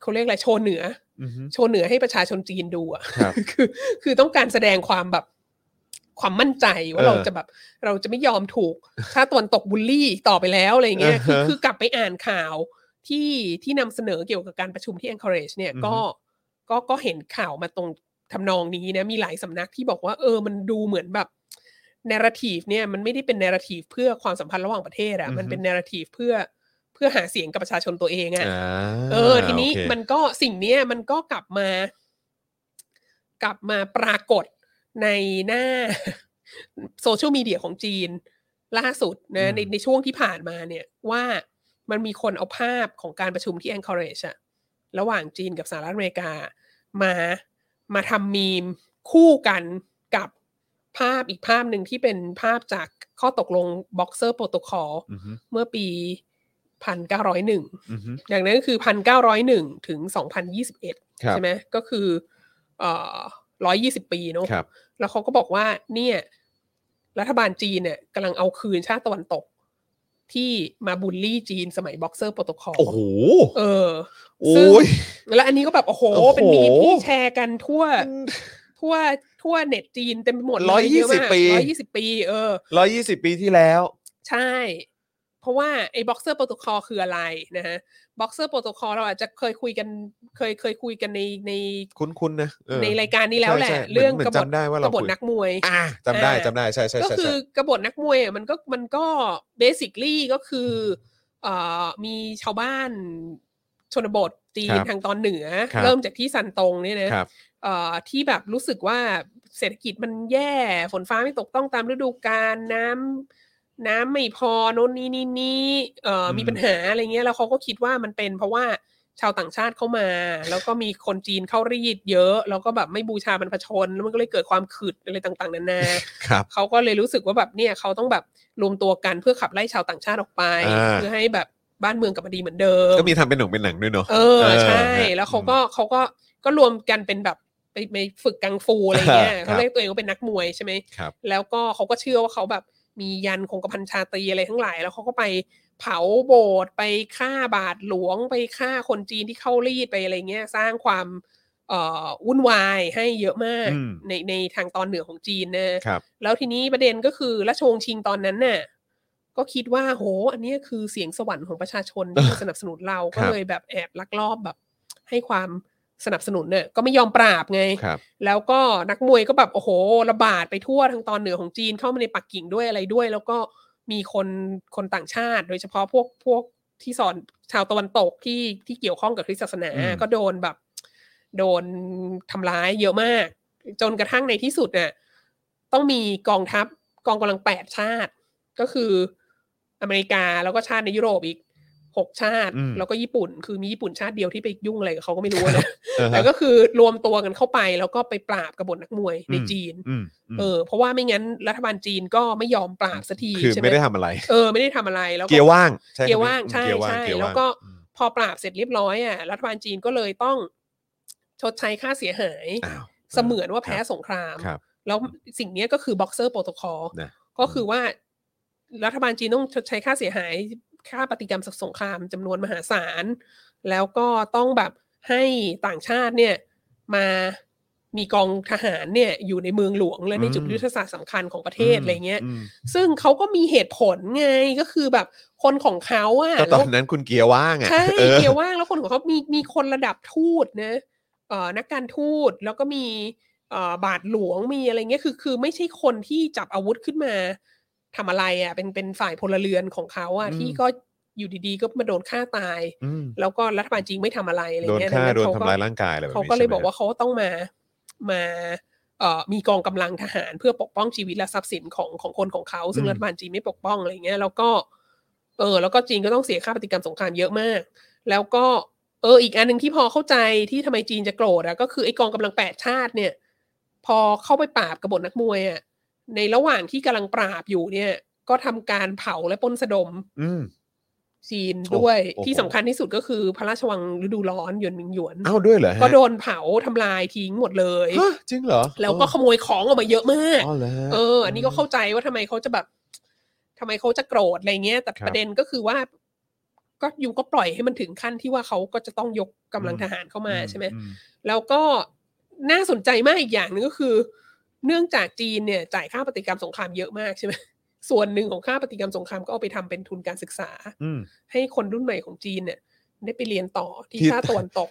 เขาเรียกอะไรโชว์เหนือ
อือฮึ
โชว์เหนือให้ประชาชนจีนดูอะ
ครับ
คือ คือต้องการแสดงความแบบ ความมั่นใจว่า
เออ
เราจะแบบ เราจะไม่ยอมถูก ถ้าติตะวันตกบูลลี่อีกต่อไปแล้วอะไรเงี้ย คือ
อ่าฮะ
คือกลับไปอ่านข่าวที่ที่นำเสนอเกี่ยวกับการประชุมที่ encourage เนี่ย
อือฮึ
ก็ ก็ก็เห็นข่าวมาตรงทำนองนี้นะ มีหลายสำนักที่บอกว่า เออ มันดูเหมือนแบบน r a t i v e เนี่ยมันไม่ได้เป็นน r a t i v e เพื่อความสัมพันธ์ระหว่างประเทศอะมันเป็นน r a t i v e เพื่อเพื่อหาเสียงกับประชาชนตัวเองอะ
อ่า
เออทีนี้
โอเค
มันก็สิ่งเนี้ยมันก็กลับมา กลับมาปรากฏในหน้า โซเชียลมีเดียของจีน ล่าสุดนะในในช่วงที่ผ่านมาเนี่ย ว่ามันมีคนเอาภาพของการประชุมที่ Anchorage อะระหว่างจีนกับสหรัฐอเมริกา มามาทำมีมคู่กันกับภาพอีกภาพหนึ่งที่เป็นภาพจากข้อตกลง Boxer Protocol
อือฮึ
เมื่อปี 1901
อือฮึ
อย่างนั้นก็คือพันเก้าร้อยหนึ่งถึงสองพันยี่สิบเอ็ด
ครับ
ใช่ไหมก็คือเอ่อร้อยยี่สิบปีเนอะ
ครับ
แล้วเขาก็บอกว่าเนี่ย รัฐบาลจีนเนี่ยกำลังเอาคืนชาติตะวันตก ที่มาบูลลี่จีนสมัยบ็อกเซอร์โปรโตคอล
โอ้โห
เออ
โอ้ย
แล้วอันนี้ก็แบบ โอ้โห
โอ้โห
เป็นมีมที่แชร์กันทั่ว ทั่วทั่วเน็ตจีนเต็มไปหมดเล
ร้อยยี่สิบปี
ร้อยยี่สิบปี เออ
ร้อยยี่สิบปีที่แล้ว
ใช่ เพราะว่าไอ้บ็อกเซอร์โปรโตคอลคืออะไรนะฮะบ็อกเซอร์โปรโตคอลเราอาจจะเคยคุยกันเคยเคยคุยกันในใน
คุ้นๆนะเออ
ในรายการนี้แล้วแหละ
ใช่ใช่
เรื่อง
หมืน
กบฏ
จำได้ว่าก เรา
บฏ
คุย
นักมวย
อ่าจำได้
อ่า
จำได้ใช่ใช่
ก็
ใช่
คื
ใช่
อกบฏนักมวยอ่ะมันก็มันก็เบสิคลี่ก็คือเอ่อมีชาวบ้านชนบทจี
คน รับ
ทางตอนเหนือ
ครับ
เริ่มจากที่ซันตงเนี่ยนะครับ เอ่อที่แบบรู้สึกว่าเศรษฐกิจมันแย่ฝนฟ้าไม่ตกต้องตามฤดูกาลน้ำน้ำไม่พอโน่นนี่นี่นี่เอ่ออ
ม
มีปัญหาอะไรเงี้ยแล้วเขาก็คิดว่ามันเป็นเพราะว่าชาวต่างชาติเข้ามา แล้วก็มีคนจีนเข้ารีดเยอะ แล้วก็แบบไม่บูชาบรรพชนแล้วมันก็เลยเกิดความขืดอะไรต่างๆนานา
ครับ
เขาก็เลยรู้สึกว่าแบบเนี่ยเขาต้องแบบรวมตัวกันเพื่อขับไล่ชาวต่างชาติออกไป
อ่า
เพื่อให้แบบบ้านเมืองกลับมาดีเหมือนเดิม
ก็มีทำเป็นหนังเป็นหนังด้วยเนาะ
เออ
เออ
ใช่
ฮะ
แล้วเขาก็เขาก็ก็รวมกันเป็นแบบไปไปฝึกกังฟูอะไรเงี้ย
อ่าครับ
เขาเรียกตัวเองว่าเป็นนักมวยใช่ไหม
ครับ
แล้วก็เขาก็เชื่อว่าเขาแบบมียันคงกระพันชาตรีอะไรทั้งหลาย แล้วเขาก็ไปเผาโบสถ์ไปฆ่าบาทหลวงไปฆ่าคนจีนที่เข้ารีดไปอะไรเงี้ยสร้างความเอ่อวุ่นวายให้เยอะมาก
อืม
ในในทางตอนเหนือของจีนนะ
ครับ
แล้วทีนี้ประเด็นก็คือราชวงศ์ชิงตอนนั้นน่ะก็คิดว่าโห อันเนี้ยคือเสียงสวรรค์ของประชาชนที่มาสนับสนุนเรา
ครั
ก็
บ
เลยแบบแอบลักลอบแบบ ให้ความสนับสนุนเนี่ยก็ไม่ยอมปราบไง
ครับ
แล้วก็นักมวยก็แบบโอ้โหระบาดไปทั่วทางตอนเหนือของจีนเข้ามาในปักกิ่งด้วยอะไรด้วย แล้วก็มีคนคนต่างชาติ โดยเฉพาะพวกพวกที่สอนชาวตะวันตกที่ที่เกี่ยวข้องกับคริสตศาสนา
อืม
ก็โดนแบบ โดนทำร้ายเยอะมาก จนกระทั่งในที่สุดเนี่ยต้องมีกองทัพกองกำลังแปดชาติ ก็คือ อเมริกาแล้วก็ชาติในยุโรปอีกหกชาติ
อืม
แล้วก็ญี่ปุ่น คือมีญี่ปุ่นชาติเดียวที่ไปยุ่งอะไรกับเขาก็ไม่รู้อะนะ
เออ
แต่
ฮะ
ก็คือรวมตัวกันเข้าไปแล้วก็ไปปราบกบฏนักมวยใน
อืม
จีน
อืมอืม
เออเพราะว่าไม่งั้นรัฐบาลจีนก็ไม่ยอมปราบสักที
คือ
ใช่ไหม
ไม่ได้ทำอะไร
เออไม่ได้ทำอะไรแล้ว
เกียร์ว่างใช่
เกียร์ว่าง
คบ
ใช่
เกียร์ว่าง
ใช่
เกียร์
แล้ว
ว่าง
ก็
อืม
พอปราบเสร็จเรียบร้อยอ่ะรัฐบาลจีนก็เลยต้องชดใช้ค่าเสียหาย
อ้าว
เสมือนว่าแพ้สงคราม
ครับ
แล้วสิ่งเนี้ยก็คือบ็อกเซอร์โปรโตคอล
นะ
ก็คือว่ารัฐบาลจีนต้องชดใช้ค่าเสียหาย ค่าปฏิกรรมสงครามจำนวนมหาศาล แล้วก็ต้องแบบให้ต่างชาติเนี่ยมามีกองทหารเนี่ยอยู่ในเมืองหลวงและในจุดยุทธศาสตร์สำคัญของประเทศอะไรเงี้ย
มม
ซึ่งเขาก็มีเหตุผลไงก็คือแบบคนของเขาอะ
ก็ต
แล้
อ
วน
นั้นคุณเกียร์ว่างอ่ะ
ใช่
ออ
เกียวว่างแล้วคนของเขามีมีคนระดับทูตนะเอ่อนักการทูตแล้วก็มีเอ่อบาทหลวงมีอะไรเงี้ยคือคือไม่ใช่คนที่จับอาวุธขึ้นมาทำอะไรอะเป็นเป็นฝ่ายพลเรือนของเขาอะ
อืม
ที่ก็อยู่ดีๆ ก็มาโดนฆ่าตาย
อืม
แล้วก็รัฐบาลจริงไม่ทำอะไรอะไร
โดน
เงี้ย
ฆ่า
ดัง
โดน
เข
ทำร้ายร่างกายอะไรแบบนี้
เขาก็เลย
ใช่ไหม
บอกว่าเขาต้องมามาเอ่อมีกองกำลังทหารเพื่อปกป้องชีวิตและทรัพย์สินของของคนของเขาซึ่งรัฐบาลจีนไม่ปกป้องอะไรเงี้ยแล้วก็ เออ แล้วก็จีนก็ต้องเสียค่าปฏิกรรมสงครามเยอะมาก แล้วก็เอออีกอันหนึ่งที่พอเข้าใจที่ทำไมจีนจะโกรธอะก็คือไอ้กองกำลังแปดชาติเนี่ย พอเข้าไปปราบกบฏนักมวยอะในระหว่างที่กำลังปราบอยู่เนี่ย ก็ทำการเผาและปล้นสะดม
อืม
จีน
โอ้
ด้วย
โอ้โห
ที่สำคัญที่สุดก็คือพระราชวังฤดูร้อนหยวนหมิงหยวน
เอ้าด้วยเหรอฮะ
ก็โดนเผาทำลายทิ้งหมดเลย
ฮะจริงเหรอ
แล้วก็ขโมยของออกมาเยอะมาก
อ๋อเหรฮะ
เออ อันนี้ก็เข้าใจว่าทำไมเขาจะแบบทำไมเขาจะโกรธอะไรเงี้ย แต่
ครับ
ประเด็นก็คือว่า ก็อยู่ก็ปล่อยให้มันถึงขั้นที่ว่าเขาก็จะต้องยกกำลัง
อืม
ทหารเข้ามาใช่ไหม
อื
แล้วก็น่าสนใจมากอีกอย่างหนึ่งก็คือ เนื่องจากจีนเนี่ย จ่ายค่าปฏิกรรมสงครามเยอะมากใช่ไหม ส่วนหนึ่งของค่าปฏิกรรมสงครามก็เอาไปทำเป็นทุนการศึกษา
อืม
ให้คนรุ่นใหม่ของจีนเนี่ย ได้ไปเรียนต่อที่
ที่
ชาติตะวันตก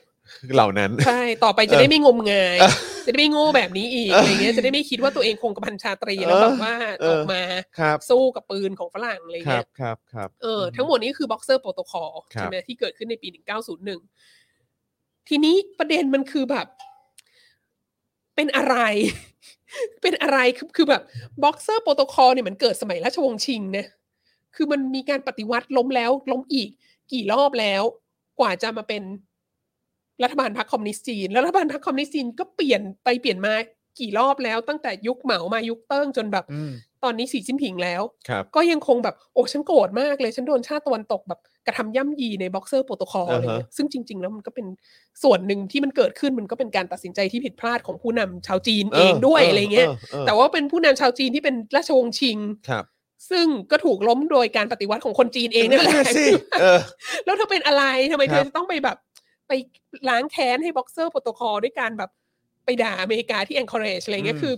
เหล่านั้น
ใช่ ต่อไปจะได้ไม่งมงาย
เออ
จะได้ไม่โง่แบบนี้อีก
เออ
อะไรเงี้ยจะได้ไม่คิดว่าตัวเองคงกระพันชาตรีแล้วแบบว่า
เออ
ออกมา
ครับ
สู้กับปืนของฝรั่งอะไร
ครั
เงี้
บ
ย
ครับครับ
เออทั้งหมดนี้คือบ็อกเซอร์โปรโตคอล
ครับ
ใช่ไหมที่เกิดขึ้นในปี 1901 ทีนี้ประเด็นมันคือแบบ เป็นอะไร เป็นอะไรคือคือแบบบ็อกเซอร์โปรโตคอลเนี่ยมันเกิดสมัยราชวงศ์ชิงนะคือมันมีการปฏิวัติล้มแล้วล้มอีก กี่รอบแล้ว กว่าจะมาเป็นรัฐบาลพรรคคอมมิวนิสต์จีน แล้วรัฐบาลพรรคคอมมิวนิสต์จีนก็เปลี่ยนไปเปลี่ยนมากี่รอบแล้ว ตั้งแต่ยุคเหมามายุคเติ้งจนแบบ
อืม
ตอนนี้สีจิ้นผิงแล้ว
ครับ
ก็ยังคงแบบโอ้ฉันโกรธมากเลย ฉันโดนชาติตะวันตกแบบกระทำย่ำยีในบ็อกเซอร์โปรโตคอลอะไรเงี้ยซึ่งจริง ๆ แล้วมันก็เป็นส่วนหนึ่งที่มันเกิดขึ้นมันก็เป็นการตัดสินใจที่ผิดพลาดของผู้นำชาวจีนเองด้วยอะไรเงี้ย แต่ว่าเป็นผู้นำชาวจีนที่เป็นราชวงศ์ชิง
ครับ
ซึ่งก็ถูกล้มโดยการปฏิวัติของคนจีนเองนั่นแหละ
สิเออ
แล้วเธอเป็นอะไรทำไม
ค
เธ
รับ
อจะต้องไปแบบไปล้างแค้นให้บ็อกเซอร์โปรโตคอลด้วยการแบบไปด่าอเมริกาที่ encourage อะไรเงี้ยคือ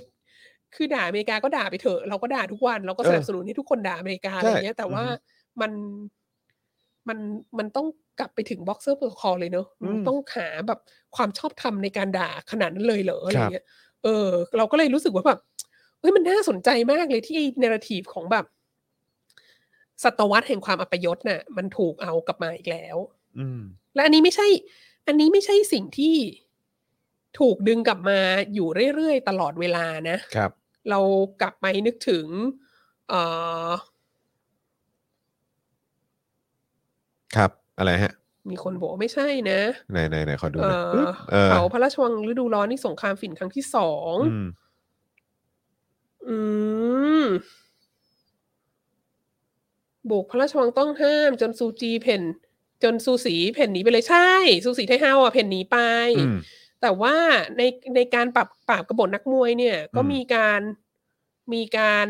คือด่าอเมริกาก็ด่าไปเถอะ เราก็ด่าทุกวัน เราก็สนับสนุนให้ทุกคนด่าอเมริกาอะไรเงี้ย แต่ว่ามันมันมันต้องกลับไปถึงบ็อกเซอร์โปรโตคอลเลยเนอะมันต้องหาแบบความชอบธรรมในการด่าขนาดนั้นเลยเหรออะไรเงี้ยเออ เราก็เลยรู้สึกว่าแบบเอ้ยมันน่าสนใจมากเลยที่เนราทีฟของแบบ ศตวรรษแห่งความอัปยศน่ะ มันถูกเอากลับมาอีกแล้ว
อืม
และอันนี้ไม่ใช่ อันนี้ไม่ใช่สิ่งที่ถูกดึงกลับมาอยู่เรื่อยๆ ตลอดเวลานะ
ครับ
เรากลับไปนึกถึงเอ่อ
ครับอะไรฮะ
มีคนบอกว่าไม่ใช่นะ
ไหนไหนไหนขอดูห
เอ่
น่อย
อ
ปึ๊บเออ
เผาพระราชวังฤดูร้อนนี่สงครามฝิ่นครั้งที่สอง
อืม
อืมบุกพระราชวังต้องห้ามจนซูจีเพ่น จนซูสีเพ่นหนีไปเลยใช่ ซูสีไทเฮาอ่ะเพ่นหนีไป
อืม
แต่ว่าในในการปรับปราบกบฏนักมวยเนี่ย ก็
อืม
มีการมีการ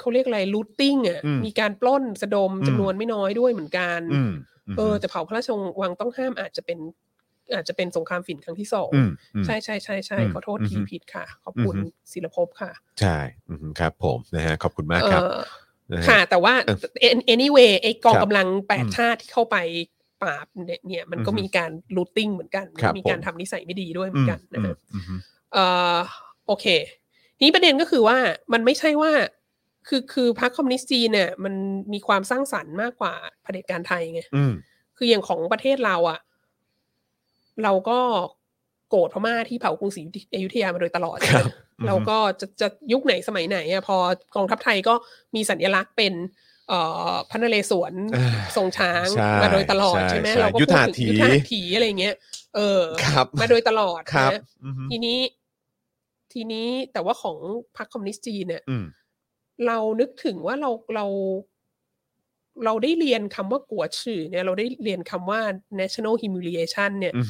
เขาเรียกอะไรลูตติ้งอ่ะ
อืม
มีการปล้นสะดม
อืม
จำนวนไม่น้อยด้วยเหมือนกัน
อืม
เออแต่เผาพระราชวังต้องห้ามอาจจะเป็น อาจจะเป็นสงครามฝิ่นครั้งที่สอง
อืมอืม
ใช่ใช่ใช่ใช่
อืม
ขอโทษที
อืม
ผิดค่ะ ขอบคุณ
อืม
ศิลภพค่ะ
ใช่อืมครับ ผมนะฮะขอบคุณมาก
เอ
ครับ
อ
นะฮะ
ค่ะ แต่ว่า
เออ
an- anyway ไอ้กอง
ครับ
กำลังแปด
อืม
ชาติที่เข้าไปปราบเนี่ยเนี่ยมันก็
อือฮึ
มีการลูตติ้งเหมือนกัน
ครับ
มีการ
ผม
ทำนิสัยไม่ดีด้วยเหมื
อื
อน
ม
กัน
อื
นะ
ม
ฮะ
อืม
เอ่อโอเค นี่ประเด็นก็คือว่ามันไม่ใช่ว่า คือคือพรรคคอมมิวนิสต์จีนเนี่ย มันมีความสร้างสรรค์มากกว่าเผด็จการไทยไง
อืม
คืออย่างของประเทศเราอะ่ะ เราก็โกรธพม่าที่เผากรุงศรีอยุธยามาโดยตลอด
ครับ
เราก็จะจะยุคไหนสมัยไหนอะพอกองทัพไทยก็มีสัญลักษณ์เป็น เอ่อพระนเรศวร
อ่า
ทรงช้าง
ใช่
มาโดยตลอด
ใช่
ใช่ไหม
ใช่
เราก็พูดถึง
ยุทธาถี
ยุทธาถีอะไรเงี้ยเออ
ครับ
มาโดยตลอด
ครับ
นะ
อือฮึ
ทีนี้ทีนี้แต่ว่าของพรรคคอมมิวนิสต์จีนเนี่ย
อืม
เรานึกถึงว่าเราเรา เราได้เรียนคำว่ากัวชื่อเนี่ย เราได้เรียนคำว่า national humiliation เนี่ย
อืม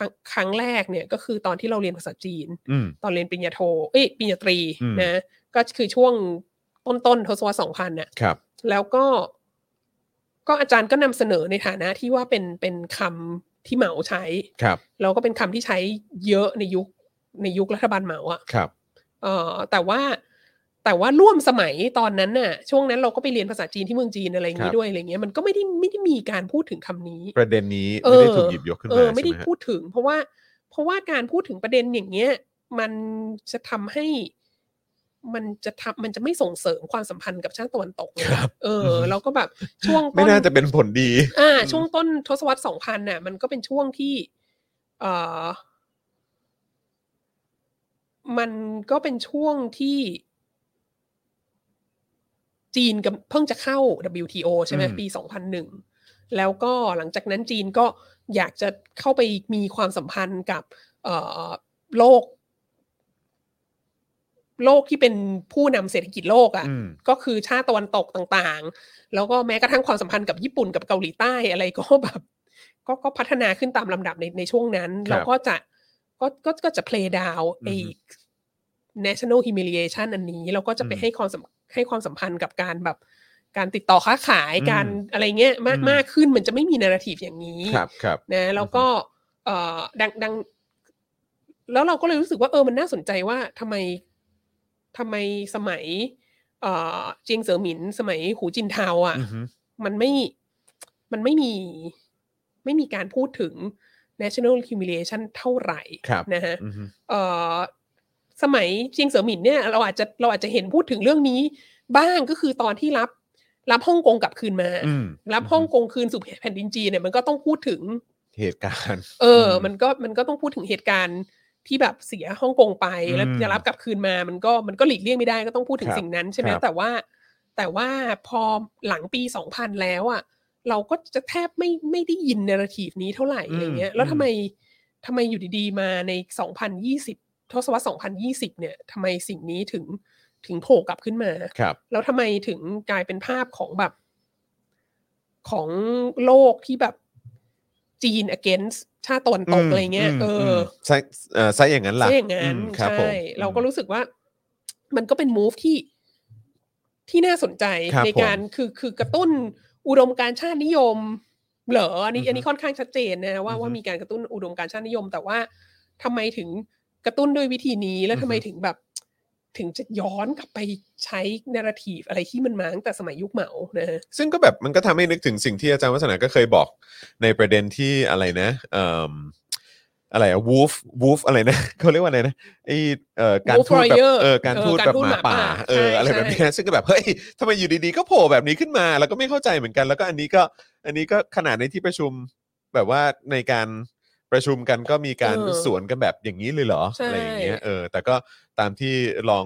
ครั้งครั้งแรกเนี่ยก็คือตอนที่เราเรียนภาษาจีน
อืม
ตอนเรียนปริญญาโทเอ้ยปริญญาตรี
อืม
นะ ก็คือช่วงต้นต้นๆทศวรรษสองพันน่ะ
ครับ
แล้วก็ ก็อาจารย์ก็นำเสนอในฐานะที่ว่าเป็นเป็นคำที่เหมาใช้
ครับ
แล้วก็เป็นคำที่ใช้เยอะในยุคในยุครัฐบาลเหมาอะ
ครับ
เออแต่ว่าแต่ว่าร่วมสมัยตอนนั้นน่ะ ช่วงนั้นเราก็ไปเรียนภาษาจีนที่เมืองจีนอะไรอย่าง
ครั
นี้
บ
ด้วยอะไรเงี้ยมันก็ไม่ได้ไม่ได้มีการพูดถึงคำนี้
ประเด็นนี้
เอ
ไม่
อ
ได้ถูกหยิบยกขึ้น
เอ
มา
อไม่ได้
ใช่หฮะ
พูดถึง เพราะว่าเพราะว่าการพูดถึงประเด็นอย่างเงี้ย มันจะทำให้ มันจะทำมันจะไม่ส่งเสริมความสัมพันธ์กับชาติตะวันตกไง
ครับ
เออเราก็แบบช่วง
ไม่
ต้
น่าจะเป็นผลดี
อ่า
อืม
ช่วงต้นทศวรรษสองพันน่ะ มันก็เป็นช่วงที่เอ่อมันก็เป็นช่วงที่จีนกับเพิ่งจะเข้า WTO ใช่ไหม
อืม
ปีสองพันหนึ่งแล้วก็หลังจากนั้นจีนก็อยากจะเข้าไปมีความสัมพันธ์กับ เอ่อโลก โลกที่เป็นผู้นำเศรษฐกิจโลกอ่ะ
อืม
ก็คือชาติตะวันตกต่างๆ แล้วก็แม้กระทั่งความสัมพันธ์กับญี่ปุ่นกับเกาหลีใต้อะไรก็แบบ ก็ก็พัฒนาขึ้นตามลำดับในในช่วงนั้น
ครับ
แล้วก็จะก็ก็ก็จะ play down ไอ้
อือฮึ
national humiliation อันนี้ แล้วก็จะไป
อืม
ให้ความสำให้ความสัมพันธ์กับการแบบการติดต่อค้าขาย
อืม
การอะไรเงี้ยมาก
อืม
มากขึ้นมันจะไม่มีนาราทีฟอย่างนี้
ครับครับ
นะแล้วก็เอ่อดังดัง แล้วเราก็เลยรู้สึกว่าเออมันน่าสนใจว่าทำไมทำไมสมัย เอ่อเจียงเสือหมิน สมัยหูจินเทาอ่ะ
อือฮึ
มันไม่มันไม่มีไม่มีการพูดถึง national humiliation เท่าไหร่
ครับ
นะฮะ
อือฮึ
เอ่อสมัยเจียงเสือหมินเนี่ยเราอาจจะเราอาจจะเห็นพูดถึงเรื่องนี้ บ้างก็คือตอนที่รับ รับฮ่องกงกลับคืนมา
อืม
รับฮ่องกงคืนสู่แผ่นดินจีนเนี่ยมันก็ต้องพูดถึง
เหตุการณ์
เอออ
ม
มันก็มันก็ต้องพูดถึงเหตุการณ์ที่แบบเสียฮ่องกงไปแล้ว
อืม
จะรับกลับคืนมา มันก็มันก็หลีกเลี่ยงไม่ได้ก็ต้องพูดถึ
ค
ง
รับ
สิ่งนั้นใช่ไหม
ครับ
แต่ว่า แต่ว่าพอหลังปีสองพันแล้วอ่ะเราก็จะแทบไม่ไม่ได้ยินนาราทีฟนี้เท่าไหร่อะไรเงี้ย แล้วทำไมทำไมอยู่ดีๆมาในสองพันยี่สิบทศวรรษสองพันยี่สิบเนี่ยทำไมสิ่งนี้ถึงถึงโผล่กลับขึ้นมา
ครับ
แล้วทำไมถึงกลายเป็นภาพของแบบ ของโลกที่แบบจีน against ชาติตะวันตกอะไรเงี้ยเอออ
ใช่เอ่อใช่อย่างนั้นล่ะ
ใช่อย่างนั้น
อืมครับ
ใช่
ผม
เราก็
อื
รู้สึกว่า มันก็เป็น move ที่ที่น่าสนใจ
ครับ
ในการคือคือกระตุ้นอุดมการณ์ชาตินิยม เหรออันนี้
อือฮึ
อันนี้ค่อนข้างชัดเจนนะว่า
อือฮึ
ว่ามีการกระตุ้นอุดมการณ์ชาตินิยม แต่ว่าทำไมถึงกระตุ้นด้วยวิธีนี้แล้ว
อือฮึ
ทำไมถึงแบบ ถึงจะย้อนกลับไปใช้นาราทีฟอะไรที่มันมาตั้งแต่สมัยยุคเหมานะฮะ
มซึ่งก็แบบมันก็ทำให้นึกถึงสิ่งที่อาจารย์วัฒนาก็เคยบอกในประเด็นที่อะไรนะเอ่มอะไรอะวูฟวูฟอะไรนะ เขาเรียกว่าอะไรนะไอเอ่อการ
Wolf
ทูตแบบ
Warrior
เออการ
เออ
ทูต
การ
แบบ
ทูต
หมา
หมา
ป่า
ป่า
เออ
ใช่
อะไร
ใช่
แบบเนี้ยซึ่งก็แบบเฮ้ยทำไมอยู่ดีๆก็โผล่แบบนี้ขึ้นมา แล้วก็ไม่เข้าใจเหมือนกัน แล้วก็อันนี้ก็ อันนี้ก็ขนาดในที่ประชุมแบบว่าในการประชุมกันก็มีการ
เออ
สวนกันแบบอย่างนี้เลยเหรอ
ใช่
อะไรอย่างเงี้ยเออ แต่ก็ตามที่ลอง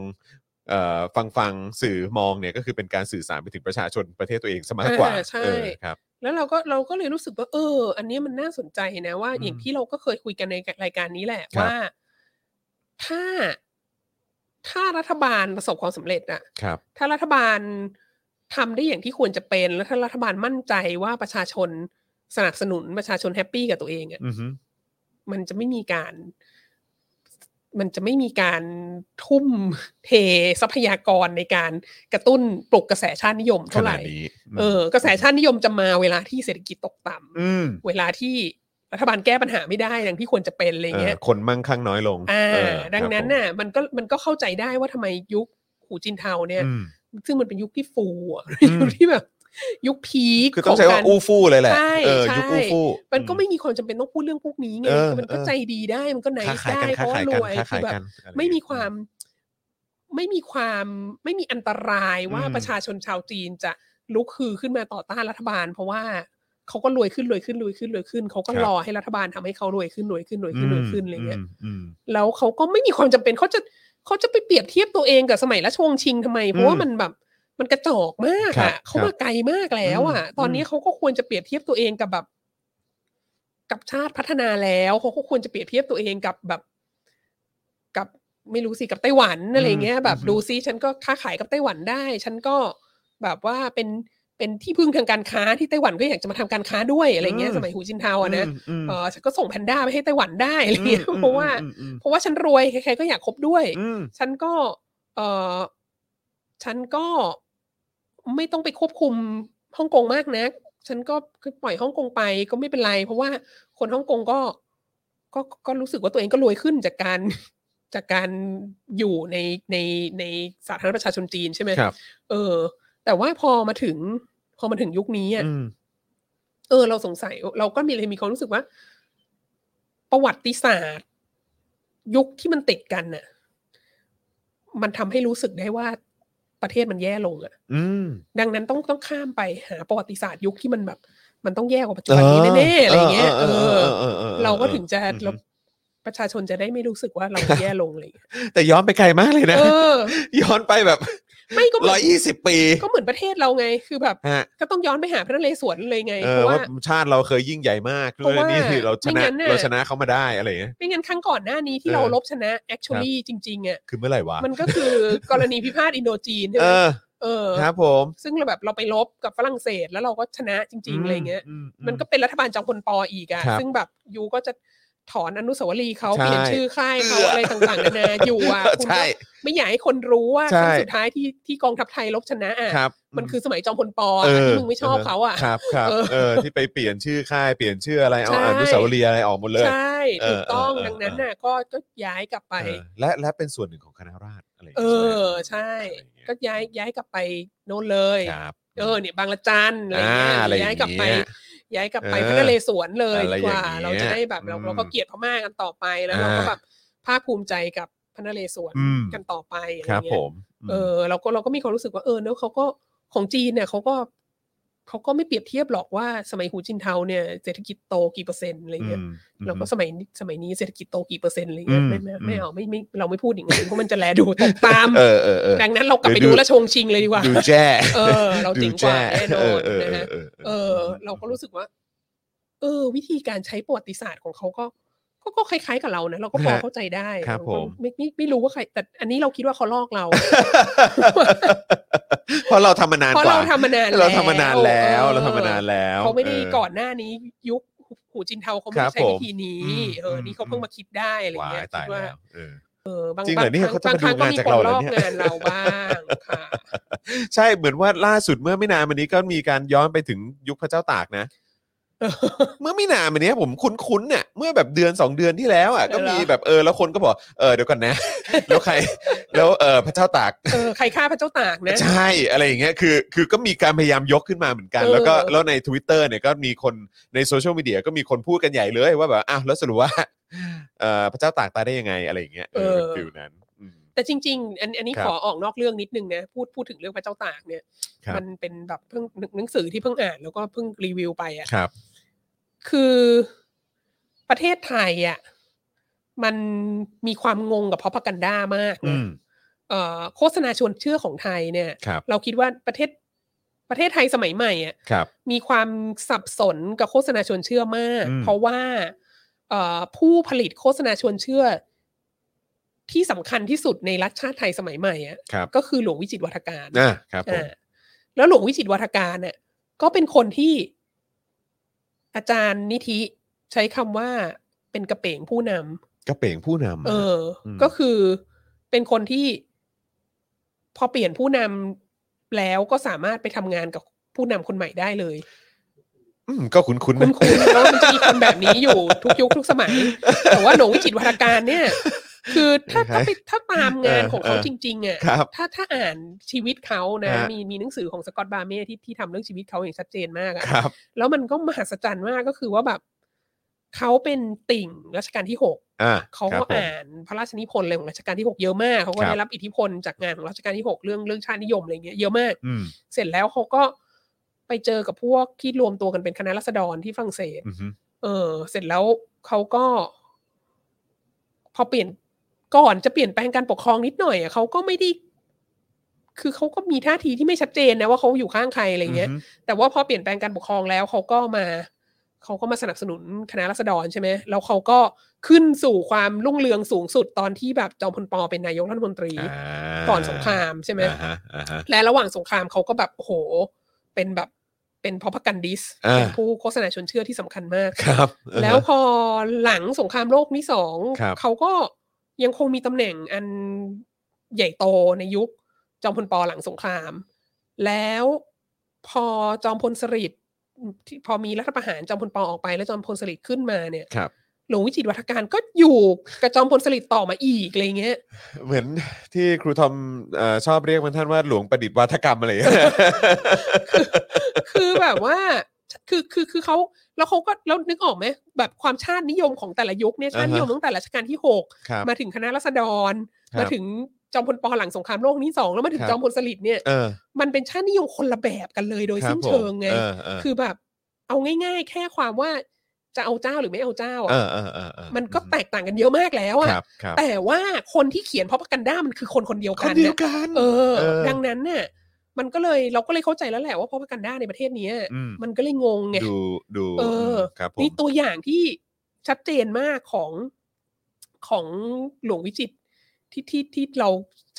เอ่อฟังฟังสื่อมองเนี่ยก็คือเป็นการสื่อสารไปถึงประชาชนประเทศตัวเองซะมากกว่า
อ่าใช่
เออครับ
แล้วเราก็เราก็เลยรู้สึกว่า เออ อันเนี้ยมันน่าสนใจนะว่า
อืม
อย่างที่เราก็เคยคุยกันในรายการนี้แหละ
ครับ
ว่าถ้าถ้ารัฐบาลประสบความสำเร็จอะ
ครับ
ถ้ารัฐบาลทำได้อย่างที่ควรจะเป็น แล้วถ้ารัฐบาลมั่นใจว่าประชาชนสนับสนุนประชาชนแฮปปี้กับตัวเองอะ
อือฮึ
มันจะไม่มีการ มันจะไม่มีการทุ่มเททรัพยากรในการกระตุ้นปลุกกระแสชาตินิยม
ข
เท่าไห
นาด
ร่
นี้ม
เออกระแสชาตินิยมจะมาเวลาที่เศรษฐกิจตกต่ำ
อืม
เวลาที่รัฐบาลแก้ปัญหาไม่ได้ดังที่ควรจะเป็นอะไรเงี้ย
เออคนมั่งคั่งน้อยลง
อ่า
เออ
ดังนั้น
ครับผม
น่ะ มันก็มันก็เข้าใจได้ว่าทำไมยุคหูจินเทาเนี่ย
อืม
ซึ่งมันเป็นยุคที่ฟูอะ
อืม
ยุคที่แบบ ยุคพีค
คือต้องใช้
ข
ว่า
การ
อู้ฟู่เลยแหละ
ใช่
เออ
ใช่
ยุคอู้ฟู่
มันก็ไม่มีความจำเป็นต้องพูดเรื่องพวกนี้ไง
เออ
คือมันก็
เออ
ใจดีได้มันก็ไหน
ค้าขาย
ได้
กัน
เพ
ค้าขา
ราะ
กัน
ว่าย รวย
ค้า
คื
ขาย
อแบบ
กันอะรอย่งเงี้ย
ไม่มีความไม่มีความไม่มีอันตรายว่า
อืม
ประชาชนชาวจีนจะลุกฮือขึ้นมาต่อต้านรัฐบาล เพราะว่าเขาก็รวยขึ้นรวยขึ้นรวยขึ้นรวยขึ้นเขาก็รอให้รัฐบาลทำให้เขารวยขึ้นรวยขึ้นรวยขึ้นรวยขึ้นอะไรเงี้ย
มอืม
แล้วเขาก็ไม่มีความจำเป็นเขาจะเขาจะไปเปรียบเทียบตัวเองกับสมัยราชวงศ์ชิงทำไม เพราะว่ามันแบบ มันกระจอกมาก
ครับ
อ่ะเขามาไกลมากแล้วอ่ะ
อืม
ตอนนี้เขาก็ควรจะเปรียบเทียบตัวเองกับแบบ กับชาติพัฒนาแล้วเขาก็ควรจะเปรียบเทียบตัวเองกับแบบ กับไม่รู้สิกับไต้หวันอะไรเงี้ย
อืม
แบบ
อืม
ดูซิฉันก็ค้าขายกับไต้หวันได้ ฉันก็แบบว่าเป็นเป็นที่พึ่งทางการค้าที่ไต้หวันก็อยากจะมาทำการค้าด้วยอะไรเงี้ย สมัยหูจินเทาอะนะ
ม
เออฉันก็ส่งแพนด้าไปให้ไต้หวันได้อะไรเงี้ย
อืม
เพราะว่า
อืมอืม
เพราะว่าฉันรวยใครๆก็อยากคบด้วย
อืม
ฉันก็เออฉันก็ไม่ต้องไปควบคุมฮ่องกงมากนะักฉันก็คือปล่อยฮ่องกงไปก็ไม่เป็นไร เพราะว่าคนฮ่องกงก็ก็ก็ก็รู้สึกว่าตัวเองก็รวยขึ้นจากการ จากการอยู่ในในในสาธารณรัฐประชาชนจีนใช่ไหม
ครับ
เออ แต่ว่าพอมาถึง พอมาถึงยุคนี้อะ
อืม
เออเราสงสัยเราก็มีเลยมีความรู้สึกว่า ประวัติศาสตร์ ยุคที่มันติดกันน่ะ มันทำให้รู้สึกได้ว่าประเทศมันแย่ลงอะ
อืม
ดังนั้นต้องต้องข้ามไปหาประวัติศาสตร์ยุคที่มันแบบ มันต้องแย่กว่าปัจจุบันนี้แน่ ๆอะไรเงี้ยเออเราก็ถึงจะ
อืม
เราประชาชนจะได้ไม่รู้สึกว่าเราแย่ลงอะไรเลย
แต่ ย้อนไปไกลมากเลยนะ
เออ
ย้อนไปแบบ
ไม่ก็เหมื
ร้อ
อน
ยยี่สิบปี
ก็เหมือนประเทศเราไง คือแบบ
ฮะ
ก็ต้องย้อนไปหาพระนเรศวรเลยไง
เออ
เพราะ
ว่า
ว่า
ชาติเราเคยยิ่งใหญ่มาก
เพ
ด้ว
ราะ
ย
ว่า
นี่คือเราชนะ
ไม่งั้นน่ะ
เราชนะเขามาได้อะไรเงี้ย
ไม่งั้นครั้งก่อนหน้านี้ที่
เออ
เราลบชนะ actually จริงๆอ่ะ
คือเมื่อไหร่วะ
มันก็คือกรณีพิพาทอินโดจีนใช่
เอ
ไหม
อ
เออ
ครับผม
ซึ่งเราแบบเราไปลบกับฝรั่งเศสแล้วเราก็ชนะจริงๆอะไรเงี้ย
ม
มันก็เป็นรัฐบาลจอมพลปออีกอะ
ครับ
ซึ่งแบบยูก็จะถอนอนุสาวรีย์เขา
ใช่
เปลี่ยนชื่อค่ายเขา
เอออ
อะไรต่างๆนานาอยู่อะคุณ
ใช่
ก็ไม่อยากให้คนรู้ว่า
ใช่
ครั้งสุดท้ายที่ที่กองทัพไทยลบชนะอะ
ครับ
มันคือสมัยจอมพลปอ
เอ
อะ
อ
ที่มึงไม่ชอบเขาอะ
ครับครับ
เออ
เออที่ไปเปลี่ยนชื่อค่ายเปลี่ยนชื่ออะไรเอา
ใช่
อนุสาวรีย์อะไรออกหมดเลย
ใช่
เออ
ถูกต้อง
เออเออ
ดังนั้นน่ะก็ก็ย้ายกลับไป
เออและและเป็นส่วนหนึ่งของคณะราษฎรอะไรย่าง
เอ
งี้ยใช่ไหม
อใช่
อะไรองเงี้
ก็ย้ายย้ายกลับไปโน่นเลย
ครับ
เออเนี่ยบางละจันอะไร
อ่า
เงี้ย
อะไรอย่าง
ย้ายกลับไป
เงี้ย
ย้ายกลับไป
เออ
พระนเรศวรเลย
อะไร
ดี
อก ย่าง
ว่า
เงี้ย
เราจะได้แบบเรา
อืม
เราก็เกลียดพม่ากันต่อไปแล้วเราก็
อ่า
แบบภาคภูมิใจกับพระนเรศวร
อืม
กันต่อไปอะไร
ครับ
เงี้
ผ
ย
มม
เออเราก็เราก็มีความรู้สึกว่าเออเนอะเขาก็ของจีนเนี่ยเขาก็เขาก็ไม่เปรียบเทียบหรอกว่าสมัยหูจินเทาเนี่ยเศรษฐกิจโตกี่เปอร์เซ็นต์อะไรเงี้ย
อืม
เราก็สมัยนี้สมัยนี้เศรษฐกิจโตกี่เปอร์เซ็นต์อะไรเงี้ย
อืม
ไม่ไม่ไม่
อืม
เอาไม่ไม่เราไม่พูดอย่างนั้นเพราะมันจะแลดูตกตาม
เออเออเออ
ดังนั้นเรากลับไป
เดี๋ยว
ดู
ดู
และชงชิงเลยดีกว่า
ดูแจ้
เออ เรา
ดู
เจ๋งกว่า
แจ้
แน่น
เออ
อ
น เออ
นะฮะ
เออ
เออ เราก็รู้สึกว่า เออ วิธีการใช้ประวัติศาสตร์ของเขาก็ก็ก็คล้ายๆกับเรานะเราก็พอเข้าใจได้
ครับผม
ไม่ไม่ไม่รู้ว่าใคร แต่อันนี้เราคิดว่าเขาลอก เรา
เพราะเราทำมานาน
เพราะ
กว่า
เราทำมานาน
เราทำมานานแล้ว
ออ
เราทำมานานแล้ว
เขาไม่ได้
ออ
ก่อนหน้านี้ยุคหูจินเทาเขาไม่
ครับ
ได้ใช้
ผม
วิธีนี้
อืม
เอออ
ม
นี่เขาเพิ่งมาคิดได้อะไร
ว้า
เงี้ย
ยตาย
คิดว่า
แล้วเออ
เออบาง
จริงเหรอเนี่ย
บาง
เขาจะ
บางครั้งก็
มาดูงา
มี
นจาก
คน
เราเหรอ
ลอก
เนี่ย
งานเราบ้างค่ะ
ใช่เหมือนว่าล่าสุดเมื่อไม่นานมานี้ก็มีการย้อนไปถึงยุคพระเจ้าตากนะ เมื่อไม่นานมานี้ผมคุ้นๆเนี่ยเมื่อแบบเดือนสองเดือนที่แล้วอ่ะก็มี
เหรอ
แบบเออแล้วคนก็บอกเออเดี๋ยวก่อนนะ แล้วใครแล้วเออพระเจ้าตาก
เออใครฆ่าพระเจ้าตากนะ
ใช่อะไรอย่างเงี้ยคือคือก็มีการพยายามยกขึ้นมาเหมือนกัน
เออ
แล้วก็แล้วใน Twitter เนี่ยก็มีคนในโซเชียลมีเดียก็มีคนพูดกันใหญ่เลยว่าแบบอ้าวแล้วสรุปว่า เอ่อพระเจ้าตากตายได้ยังไงอะไรอย่างเงี้ยเออเป็นฟิลนั้นอืม
แต่จริงๆ อันอันนี้
ครับ
ขอออกนอกเรื่องนิดนึงนะ พูดพูดถึงเรื่องพระเจ้าตากเนี่ย
ครับ
มันเป็นแบบเพิ่งหนังหนังสือที่เพิ่งอ่านแล้วก็เพิ่งรีวิวไปอะ่ะ
ครับ
คือประเทศไทยอะ่ะมันมีความงงกับพ r o พักันด้ามาก
อื
นะ
ม
เอ่อโฆษณาชวนเชื่อของไทยเนี่ย
ครับ
เราคิดว่าประเทศประเทศไทยสมัยใหม่อ่ะ
ครับ
มีความสับสนกับโฆษณาชวนเชื่อมาก
อืม
เพราะว่าเอ่อผู้ผลิตโฆษณาชวนเชื่อ ที่สำคัญที่สุดในรัฐชาติไทยสมัยใหม่อะ
ครับ
ก็คือหลวงวิจิตรวัฒการ
อ่ะครับผม
อ่าแล้วหลวงวิจิตรวัฒการเนี่ยก็เป็นคนที่อาจารย์นิธิใช้คำว่าเป็นกระเป๋งผู้น
กระเป๋งผู้นำ
ำเอ
อ่ะ
ออ
ม
ก็คือเป็นคนที่ พอเปลี่ยนผู้นำแล้วก็สามารถไปทำงานกับผู้นำคนใหม่ได้เลย
มก็คุ้นคุ้นๆ
คุ้น
นะ
ๆแล้วมันจะมีคนแบบนี้อยู่ทุกยุคทุกสมัย แต่ว่าหลวงวิจิตรวรการเนี่ย คือถ้าถ้าไปถ้าตามงานของเขา
เออ
จริงๆอ่ะ
ครับ
ถ้าถ้าอ่านชีวิตเขานะ
ฮะ
มีมีหนังสือของสกอตต์บาร์เม่ที่ที่ทำเรื่องชีวิตเขาอย่างชัดเจนมากอ่ะ
ครับ
แล้วมันก็มหัศจรรย์มากก็คือว่าแบบเขาเป็นติ่งรัชกาลที่หก
อ่ะ
เขา
ครับ
ก็
ผม
อ่านพระราชนิพนธ์อะไรของรัชกาลที่หกเยอะมากเขาก็
ครับ
ได้รับอิทธิพลจากงานของรัชกาลที่หกเรื่องเรื่องชาตินิยมอะไรเงี้ยเยอะมาก
อืม
เสร็จแล้วเขาก็ไปเจอกับพวกที่รวมตัวกันเป็นคณะรัษฎรที่ฝรั่งเศส
อือฮึ
เออ เสร็จแล้วเขาก็ พอเปลี่ยนก่อนจะเปลี่ยนแปลงการปกครองนิดหน่อยอะเขาก็ไม่ได้ คือเขาก็มีท่าทีที่ไม่ชัดเจนนะว่าเขาอยู่ข้างใครอะไรเงี้ย
อืม
แต่ว่าพอเปลี่ยนแปลงการปกครองแล้วเขาก็มาเขาก็มาสนับสนุนคณะรัษฎรใช่ไหมแล้วเขาก็ขึ้นสู่ความรุ่งเรืองสูงสุดตอนที่แบบจอมพลปอเป็นนายกรัฐมนตรี
า
ก่อนสงครามใช่ไหม
อ่าฮะอ่าฮะ
และระหว่างสงครามเขาก็แบบโอ้โห เป็นแบบเป็นพอพักกันดิส
อ่า
เป็นผู้โฆษณาชวนเชื่อที่สำคัญมาก
ครับอ่าฮะ
แล้วพอหลังสงครามโลกที่สอง
ครับ
เขาก็ยังคงมีตำแหน่งอันใหญ่โตในยุคจอมพลปหลังสงคราม แล้วพอจอมพลสฤษดิ์ที่พอมีรัฐประหารจอมพลปออกไป แล้วจอมพลสฤษดิ์ขึ้นมาเนี่ย
ครับ
หลวงวิจิตรวัฒการก็อยู่กับจอมพลสฤษดิ์ต่อมาอีกอะไรเงี้ย
เหมือนที่ครูทอมเอ่อชอบเรียกมันท่านว่าหลวงประดิษฐ์วัฒกรรมอะไรอย่างเงี้ย
คือแบบว่า คือคือคือเขาแล้วเขาก็แล้วนึกออกไหมแบบความชาตินิยมของแต่ละยุคเนี่ยชาตินิยม
อ่าฮะ
ตั้งแต่รัชกาลที่หก
ครับ
มาถึงคณะรัษฎร
ครับ
มาถึงจอมพลปหลังสงครามโลกนี้สองแล้วมาถึง
ครับ
จอมพลสฤษดิ์เนี่ย
เออ
มันเป็นชาตินิยมคนละแบบกันเลยโดย
ครับ
สิ้
ผ
น
ม
เชิงไง
เออเออ
คือแบบเอาง่าย ๆ แค่ความว่าจะเอาเจ้าหรือไม่เอาเจ้าอะ
เออเออเออเออ
มันก็แตกต่างกันเยอะมากแล้ว
ครั
อะ
บครับ
แต่ว่าคนที่เขียนพ r o กันด้ามันคือคนคนเดียว
ค
กัน น
เดีย
เนี่
วย กัน
เออ
เ
ดังนั้นเนี่ยมันก็เลยเราก็เลยเข้าใจแล้วแหละว่าพ r o กันด้าในประเทศเนี้ย
อืม
มันก็เลยงงไง
ดูดู
เออ
มครับผม
นี่ตัวอย่างที่ชัดเจนมากของของหลวงวิจิตรที่ที่ที่เรา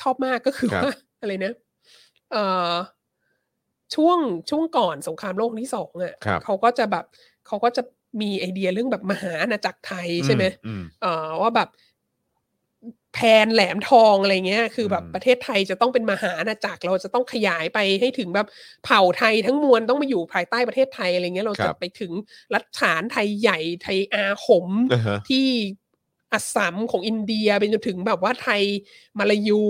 ชอบมากก็คือว่า อะไรนะเอ่อช่วงช่วงก่อนสงครามโลกที่สองอ่ะ
ครับ
เขาก็จะแบบเขาก็จะมีไอเดียเรื่องแบบมหาอาณาจักรไทยใช่ไหม
อืม
เอ่อว่าแบบแผนแหลมทองอะไรเงี้ย คือแบบ
อืม
ประเทศไทยจะต้องเป็นมหาอาณาจักรเราจะต้องขยายไปให้ถึงแบบเผ่าไทยทั้งมวลต้องมาอยู่ภายใต้ประเทศไทยอะไรเงี้ยเรา
ครั
จะ
บ
ไปถึงรัฐฉานไทยใหญ่ไทยอาขม
อืมอ่าฮะ
ที่อัสสัมของอินเดียไปจนถึงแบบว่าไทยมาลายู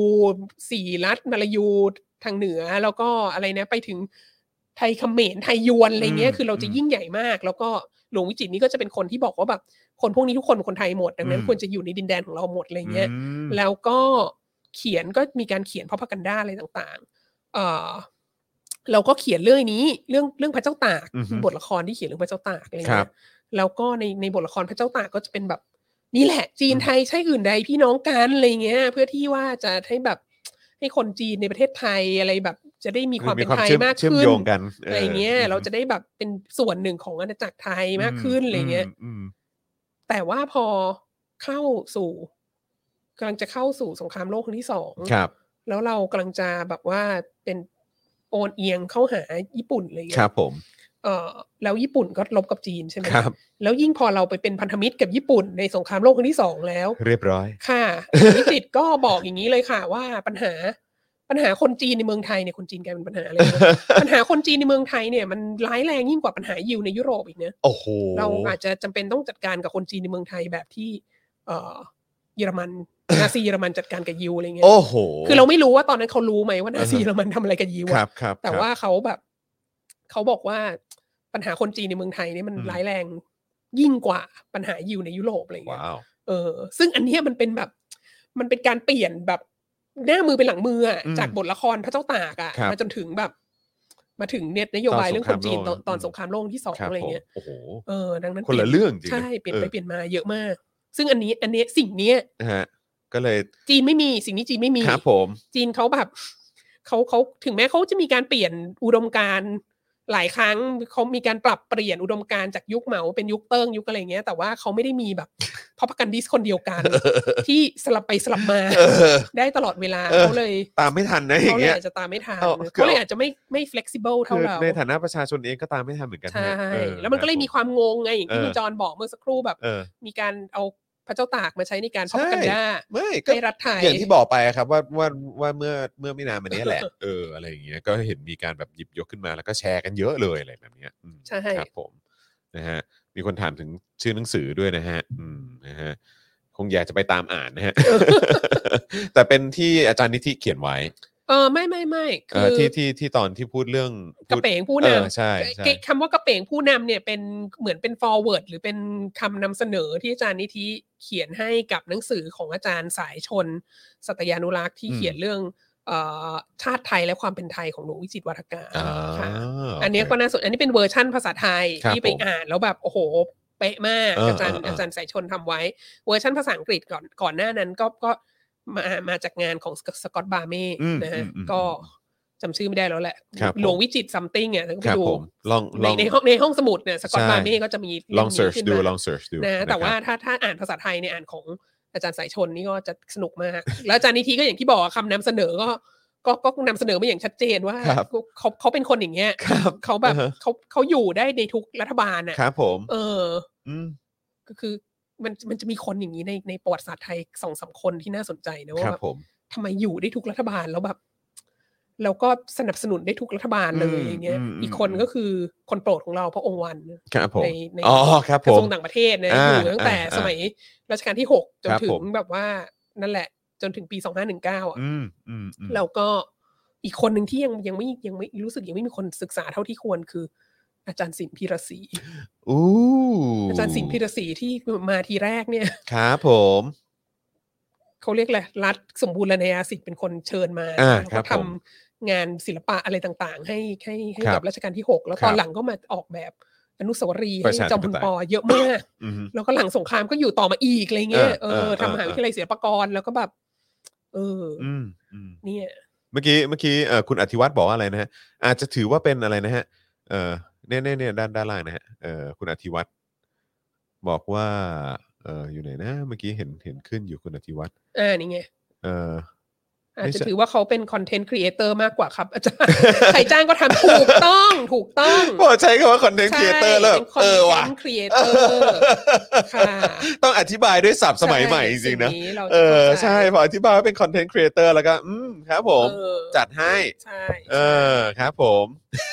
สี่รัฐมาลายูทางเหนือแล้วก็อะไรนะไปถึงไทยเขมรไทยยวนอะไรเงี้ย
อืม
คือเราจะ
อืม
ยิ่งใหญ่มาก แล้วก็หลวงวิจิตรนี่ก็จะเป็นคนที่บอกว่าแบบคนพวกนี้ทุกคนเป็นคนไทยหมดดังนั้
อื
น
ม
ควรจะอยู่ในดินแดนของเราหมดอะไรเงี้ย
อืม
แล้วก็เขียนก็มีการเขียนพ r o กันด้าอะไรต่างๆ เออเราก็เขียนเรื่องนี้เรื่องเรื่องพระเจ้าตาก
อือฮึ
บทละครที่เขียนเรื่องพระเจ้าตากอะไร
ครั
เงี้
บ
ยแล้วก็ในในบทละครพระเจ้าตากก็จะเป็นแบบ นี่แหละ จีนไทยใช่อื่นใดพี่น้องกันอะไรเงี้ย เพื่อที่ว่าจะให้แบบให้คนจีนในประเทศไทยอะไรแบบ จะได้มีความเป็นไทยมาก
เชื่อม
ขึ้น
โยงกันเอออ
อะไรเงี้ย
อือฮึ
เราจะได้แบบเป็นส่วนหนึ่งของอาณาจักรไทยมากขึ้นอะไรเงี้ย
อืม
แต่ว่าพอเข้าสู่กำลังจะเข้าสู่สงครามโลกครั้งที่สอง
อืมครับ
แล้วเรากำลังจะแบบว่าเป็นโอนเอียงเข้าหาญี่ปุ่นอะไร
ครั
เงี้
บ
ย
ผม
เออแล้วญี่ปุ่นก็ลบกับจีนใช่ไหม
ครับ
แล้วยิ่งพอเราไปเป็นพันธมิตรกับญี่ปุ่นในสงครามโลกครั้งที่สองแล้ว
เรียบร้อย
ค่ะวิจิตรก็บอกอย่างนี้เลยค่ะ ว่าปัญหาปัญหาคนจีนในเมืองไทยเนี่ยคนจีนกลายเป็นปัญหาเลย ปัญหาคนจีนในเมืองไทยเนี่ยมันร้ายแรงยิ่งกว่าปัญหายิวในยุโรปอีกนะ
โอ้โห
เราอาจจะจำเป็นต้องจัดการกับคนจีนในเมืองไทยแบบที่ เอ่อเยอร มัน นาซีเยอรมันจัดการกับยิวอะไรเงี้ย
โอ้โห
คือเราไม่รู้ว่าตอนนั้นเขารู้ไหมว่านาซี
อ่าฮะ
เยอรมันทำอะไรกับยิว
ค
อะ
รับครับ
แต่
ครับ
ว่าเขาแบบเขาบอกว่าปัญหาคนจีนในเมืองไทยเนี่ยมัน
อืม
ร้ายแรงยิ่งกว่าปัญหายิวในยุโรปอะไรเงี้ย
ว้าว
เออ ซึ่งอันเนี้ยมันเป็นแบบ มันเป็นการเปลี่ยนแบบหน้ามือเป็นหลังมืออะจากบทละครพระเจ้าตากอะ
ครับ
มาจนถึงแบบ มาถึงเน็ตนโยบายเรื่องคนจีนตอนตอนสงครามโลกที่สอง
ครับ
อะไร
ผม
เงี้ย
โอ้โห
เออดังนั้น
คนละ
ปย
เรื่องจริง
ใช่เปลี่ยนไปเป
เปลี่ยน
ลี่ยนมาเยอะมาก ซึ่งอันนี้อันเนี้ยสิ่งเนี้ย
นะฮะก็เลย
จีนไม่มีสิ่งนี้จีนไม่มี
ครับผม
จีนเขาแบบเขาเขาถึงแม้เขาจะมีการเปลี่ยนอุดมการณ์หลายครั้งเขามีการปรับเปลี่ยนอุดมการณ์จากยุคเหมาเป็นยุคเติ้งยุคอะไรเงี้ย แต่ว่าเขาไม่ได้มี แบบพอพักกันดิสคนเดียวกัน ที่สลับไปสลับมา
เออ
ได้ตลอดเวลา
เออ
เขาเลย
ตามไม่ทันนะอย่า
เขา
ง
เลย
เงี้ย
อาจจะตามไม่ทัน
เอาคือ
เขาเลยอาจจะไม่ไม่ flexible เท่า
คือ
เรา
ในฐานะประชาชนเองก็ตามไม่ทันเหมือนกัน
ใช่
ฮะเออ
แล้วมันก็เลยมีความงงไงอย่างที่
เ
คุณจรบอกเมื่อสักครู่แบบ
เออ
มีการเอาพระเจ้าตากมาใช้ในการ
ใช่
พัฒกันด้า
ไม่ก็
ให้รัฐไทย
อย่างที่บอกไปครับว่าว่าว่าเมื่อเมื่อไม่นานมาเนี้ยแหละ เอออะไรอย่างเงี้ยก็เห็นมีการแบบหยิบยกขึ้นมาแล้วก็แชร์กันเยอะเลยอะไรแบบเนี้ยอืม
ใช่
ครับผมนะฮะมีคนถามถึงชื่อหนังสือด้วยนะฮะ อืมนะฮะคงอยากจะไปตามอ่านนะฮะ แต่เป็นที่อาจารย์นิธิเขียนไว้
เออไม่ไม่ไม่
เอ
คือ
อที่ที่ที่ตอนที่พูดเรื่อง
กระ
พูด
เป๋งผู้
เอน อใช่
ำ
ใช่
เกคำว่ากระเป๋งผู้นำเนี่ยเป็นเหมือนเป็น forward หรือเป็นคำนำเสนอที่อาจารย์นิธิเขียนให้กับหนังสือของอาจารย์สายชน สัตยานุรักษ์ที่เขียนเรื่องเอ่อชาติไทยและความเป็นไทยของหลวงวิจิตรวัฒการ
อ่า
ค่ะ
โเค
อันเนี้ยก็น่าสนอันนี้เป็นเวอร์ชั่นภาษาไทย
ครับ
ที่ไป
ผม
อ่านแล้วแบบโอ้โหเป๊ะมาก
เออ
อาจารย์
เออเอออ
อาจารย์สายชนทำไว้ เวอร์ชันภาษาอังกฤษก่อนก่อนหน้านั้นก็ก็ มามาจากงานของสกอตบาเม่
อืม
นะฮะ
อืมอืม
ก็จำชื่อไม่ได้แล้วแหละ
ครับผม
หลวงวิจิตซัมติงอ่ะก็
ค
ไป
รับ
ดู
ผมลอง
ใน
ลอง
ในห้องในห้องสมุดเนี่ยสกอต
ใช่
บาเม่ก็จะมี
ลอง
มนี้
เสิร์ช
ขึ้น
ดู
มา
ลองเสิร์ชดู
นะแต่ว่า
ครับ
ถ้าถ้าอ่านภาษาไทยเนี่ยอ่านของอาจารย์สายชนนี่ก็จะสนุกมาก แล้วอาจารย์นิธิก็อย่างที่บอกอะคำนำเสนอก็ก็ก็นำเสนอมาอย่างชัดเจนว่า
ครับ
เขาเขาเป็นคนอย่างเงี้ย
ครับ
เขาแบบ
อ่าฮะ
เขาเขาอยู่ได้ในทุกรัฐบาลอ่ะ
ครับผม
เออ
อืม
ก็คือมันมันจะมีคนอย่างนี้ในในประวัติศาสตร์ไทยสองสามคนที่น่าสนใจนะว่า
ครั
แบบ บ
ผม
ทำไมอยู่ได้ทุกรัฐบาลแล้วแบบแล้วก็สนับสนุนได้ทุกรัฐบาลเลย
อืม
อย่างเงี้ย
อืมอืม
อีกคนก็คือคนโปรดของเราพระองค์วันนะครับ
ผม
ในใน
อ๋อครับ
กระ
ผ
ทร
ม
วงต่างประเทศนะ
อ่า
อยู่ตั้งแต่
อ่า
สมัยรัชกาลที่หกจน
ครับ
ถึ
ผ
ง
ม
แบบว่านั่นแหละ จนถึงปีสองห้าหนึ่งเก้าอ่ะ
อืมอืมอืม
แล้วก็อีกคนหนึ่งที่ยังยังไม่ยังไม่รู้สึกยังไม่มีคนศึกษาเท่าที่ควรคือ อาจารย์สินพีระศรี
อู้
อาจารย์สินพีระศรีที่มาทีแรกเนี่ย
ครับผม
เขาเรียกอะไรรัฐสมบูรณาญาสิทธิ์เป็นคนเชิญมา
อ่า
แล้ว
ครั
ก็
บ
ท
ผม
ำงานศิลปะอะไรต่างๆ ให้ให้ให้
ครั
กั
บบ
รัชกาลที่ 6 แล้ว
ครับ
ตอนหลังก็มาออกแบบอนุสาวรีย์
ประชา
ให้
ธิ
จอม
ปไตย
พลปอเยอะมาก
อืม
แล้วก็หลังสงครามก็อยู่ต่อมาอีกอะไรเงี้ย
เอ
เอ
อ
อ
เออ
ทำมหาวิทยาลัยศิลปากรแล้วก็แบบ เอออ
อืมอืม
เนี่ย
เมื่อกี้เมื่อกี้เอ่อคุณอธิวัตรบอกว่าอะไรนะฮะอาจจะถือว่าเป็นอะไรนะฮะเออเนี่ยเนี่ยเนี่ยด้านด้านล่างนะฮะเออคุณอธิวัตรบอกว่าเอออยู่ไหนนะเมื่อกี้เห็นเห็นขึ้นอยู่คุณอธิวัตร
อ่านี่ไง
เออ
อาจ
ไม่ใช่
จะถือว่าเขาเป็นคอนเทนต์ครีเอเตอร์มากกว่าครับ อาจารย์ ใครจ้างก็ทำถูกต้องถูกต้อง
พอใช้คำว่าคอนเทนต์ครีเอเตอร์เลย
ป็นคอน
เออ
เท
ว่ะ
นต์ครีเอเตอร์ค่ะ
ต้องอธิบายด้วยศัพท์สมัยใหม่จริงๆนะ
สิ่เรา
เอ
จ
อ
ะข้าจ
ใช่พออธิบายว่าเป็นคอนเทนต์ครีเอเตอร์แล้วก็ อืม ครับผม
เออ
จัดให้
ใช่
เออ ครับผม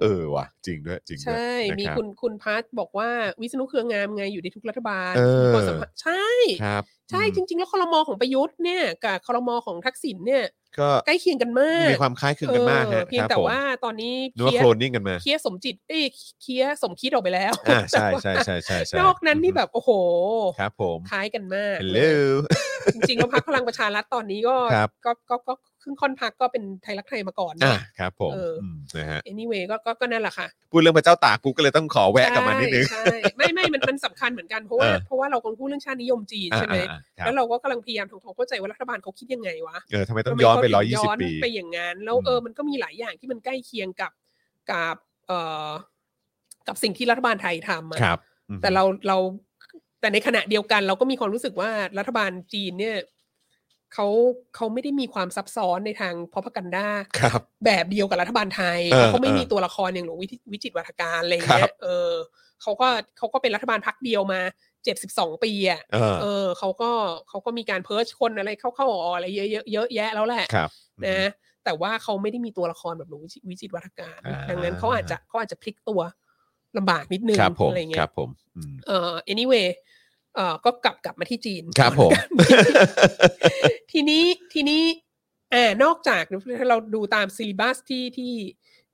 เออว่ะ จริงด้วยจริงด้วย
ใช่
นะ
มี
รับ
คุณคุณพัทบอกว่าวิษณุเครืองามไงอยู่ในทุกรัฐบาล
เออ
มีคนสัมภาษณ์ใช่
ครับ
ใช่จ
อืม
ริง ๆ แล้วคอรมอของประยุทธ์เนี่ยกับคอรมอของทักษิณเนี่ย
ก็
ใกล้เคียงกันมาก
มีความคล้ายคลึงกันมาก
เออ
ฮะ
เพีย
ค
ง
รับ
แต่
ผม
ว่าตอนนี้
นึกว่า
เคีย
โคลนนิ่งกันมา
เคียสมจิตเอ้ยเคียสมคิดออกไปแล้ว
อ่าใช่ใช่ใช่ใช่ใช่
นอกนั้นนี่แบบโอ้โห
ครับผม
คล้ายกันมาก
Hello
จริงๆแล้วพักพลังประชารัฐตอนนี้ก็
ครับ
ก็ก็ก็ก็ครึ่งค่อนพักก็เป็นไทยรักไทยมาก่อน
อ่ะครับผม
เอออื
มนะฮะ
anyway ก็ก็ก็นั่นแหละค่ะ
พูดเรื่องพระเจ้าตากกูก็เลยต้องขอแวะกลับมานิดนึง
ใช่ใช่ไม่ไม่มันมันสำคัญเหมือนกันเพราะว่า
เออ
เพราะว่าเรากำลังพูดเรื่องชาตินิยมจีน
อ่า
ใช่ไหม
อ่าอ่าครับ
แล้วเราก็กำลังพยายามทำความเข้าใจว่ารัฐบาลเขาคิดยังไงวะ
เออทำไมต้องย้อนไป
ทำม
ร้อยยี่
เขาถึง
สิบปี
ไปอย่างนั้นแล้ว
อืม
เออมันก็มีหลายอย่างที่มันใกล้เคียงกับกับเอ่อกับสิ่งที่รัฐบาลไทยทำอะ
ครับอืม
แต่เราเราแต่ในขณะเดียวกัน เราก็มีความรู้สึกว่ารัฐบาลจีนเนี่ยเขาเขาไม่ได้มีความซับซ้อนในทางพอพกันด้า
ครับ
แบบเดียวกับรัฐบาลไทย
เออ
แล้วเขาไม่
เออ
มีตัวละครอย่างหลวงวิธิวิจิตรวัฒการอะไร
ครั
เงี้
บ
ย เออเขาก็เขาก็เป็นรัฐบาลพักเดียวมาเจ็ดสิบสองปีอ่ะ
เออ
เออเขาก็เขาก็มีการเพิร์ชคนอะไรเข้าๆออกๆอะไรเยอะๆเยอะแยะแล้วแหละ
ครับ
นะ แต่ว่าเขาไม่ได้มีตัวละครแบบหลวงวิจิวิจิตรวัฒการ
อ่า
ดังนั้นเขาอาจจะเขาอาจจะพลิกตัวลำบากนิดนึง
ครับผม
อะไร
ค
เงี้
รับ
ย
ผมอืม
เอ่อ anyway เอ่อก็กลับกลับมาที่จีน
ครับผม
ทีนี้ทีนี้เอ่อนอกจากถ้าเราดูตามซีรีบัสที่ที่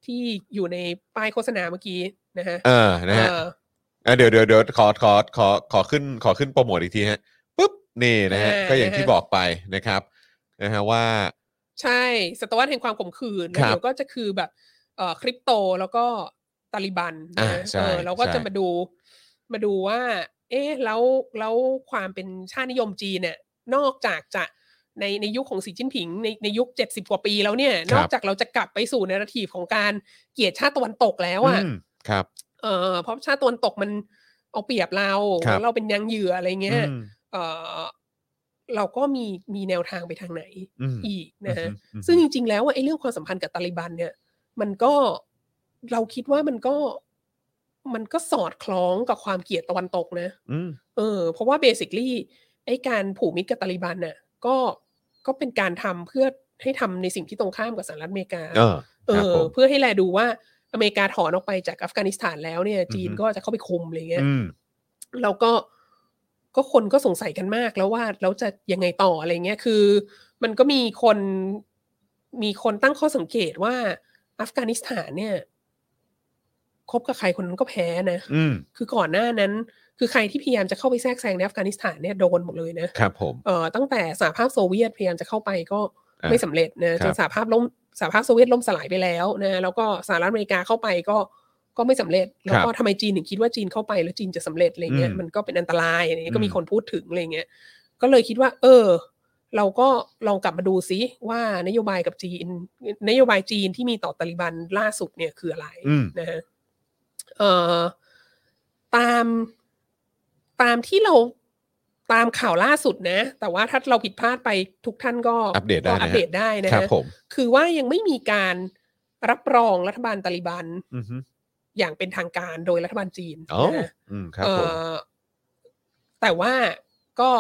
ที่อยู่ในป้ายโฆษณาเมื่อกี้นะฮะ
เออนะฮะ
เอ่อ
เออเดี๋ยวเดี๋ยวเดี๋ยวขอขอขอขอขึ้นขอขึ้นโปรโมทอีกทีฮะปุ๊บนี่นะฮะก็อย่างที่บอกไปนะครับนะฮะว่า
ใช่ศตวรรษแห่งความข่มขืนแล้ว
ครับ
เดี๋ยวก็จะคือแบบเอ่อคริปโตแล้วก็ตาลิบันนะฮะ
อ่าใช่
เออเราก็
ใช่
จะมาดูมาดูว่า เอ๊ะแล้วแล้วความเป็นชาตินิยมจีนเนี่ยนอกจากจะในในยุคของสีจิ้นผิงในในยุคเจ็ดสิบกว่าปีแล้วเนี่ย นอกจากเราจะกลับไปสู่นาราทีฟของการเกลียดชาติตะวันตกแล้วอ่ะ
อืมครับ
เออเพราะชาติตะวันตกมันเอาเปรียบเรา
ครับ
แล้วเราเป็นยังเหยื่ออะไรเงี้ย
อืม
เออเราก็มีมีแนวทางไปทางไหน
อืม
อีกนะฮะ
อืม
ซึ่งจริง ๆ แล้วอะไอ้เรื่องความสัมพันธ์กับตาลิบันเนี่ย มันก็เราคิดว่ามันก็มันก็สอดคล้องกับความเกลียดตะวันตกนะ
อืม
เออเพราะว่าเบสิคลี่ไอ้การผูกมิตรกับตาลิบันน่ะก็ก็เป็นการทำเพื่อให้ทำในสิ่งที่ตรงข้ามกับสหรัฐอเมริกา
เออค
เอ
รับ
อ
ผม
เพื่อให้แลดูว่าอเมริกาถอนออกไปจากอัฟกานิสถานแล้วเนี่ย จีน
อือฮึ
ก็จะเข้าไปคุมอะไรเงี้ย
อืม
แล้วก็ก็คนก็สงสัยกันมากแล้วว่าเราจะยังไงต่ออะไรเงี้ยคือ มันก็มีคนมีคนตั้งข้อสังเกตว่า อัฟกานิสถานเนี่ยคบกับใครคนนั้นก็แพ้นะ
อืม
คือก่อนหน้านั้น คือใครที่พยายามจะเข้าไปแทรกแซงในอัฟกานิสถานเนี่ยโดนหมดเลยนะ
ครับผม
เอ่อตั้งแต่สหภาพโซเวียตพยายามจะเข้าไปก็
อ่ะ
ไม่สำเร็จ
ครับ
นะจนสหภาพล่มสหภาพโซเวียตล่มสลายไปแล้วนะแล้วก็สหรัฐอเมริกาเข้าไปก็ ก็ไม่สำเร็จ แล้ว
ครับ
ก็ทำไมจีนถึงคิดว่าจีนเข้าไปแล้วจีนจะสำเร็จอะไรเงี้ย
อืม
มันก็เป็นอันตรายอะไรเงี้ย
อื
ก็
ม
มีคนพูดถึงอะไรเงี้ยก็เลยคิดว่า เออ เราก็ลองกลับมาดูซิว่านโยบายกับจีน นโยบายจีนที่มีต่อตาลิบันล่าสุดเนี่ยคืออะไร
อืม
นะฮะเอ่อตามตามที่เราตามข่าวล่าสุดนะ แต่ว่าถ้าเราผิดพลาดไปทุกท่านก็
อัปเดตได้นะฮะ
ก็อัปเดตได้นะครับ ฮะ
ผม
คือว่ายังไม่มีการรับรองรัฐบาลตาลิบัน
อือฮึ
อย่างเป็นทางการโดยรัฐบาลจีน
อ๋อ
นะฮะ
อืมครับ
เอ่
ผม
อแต่ว่าก็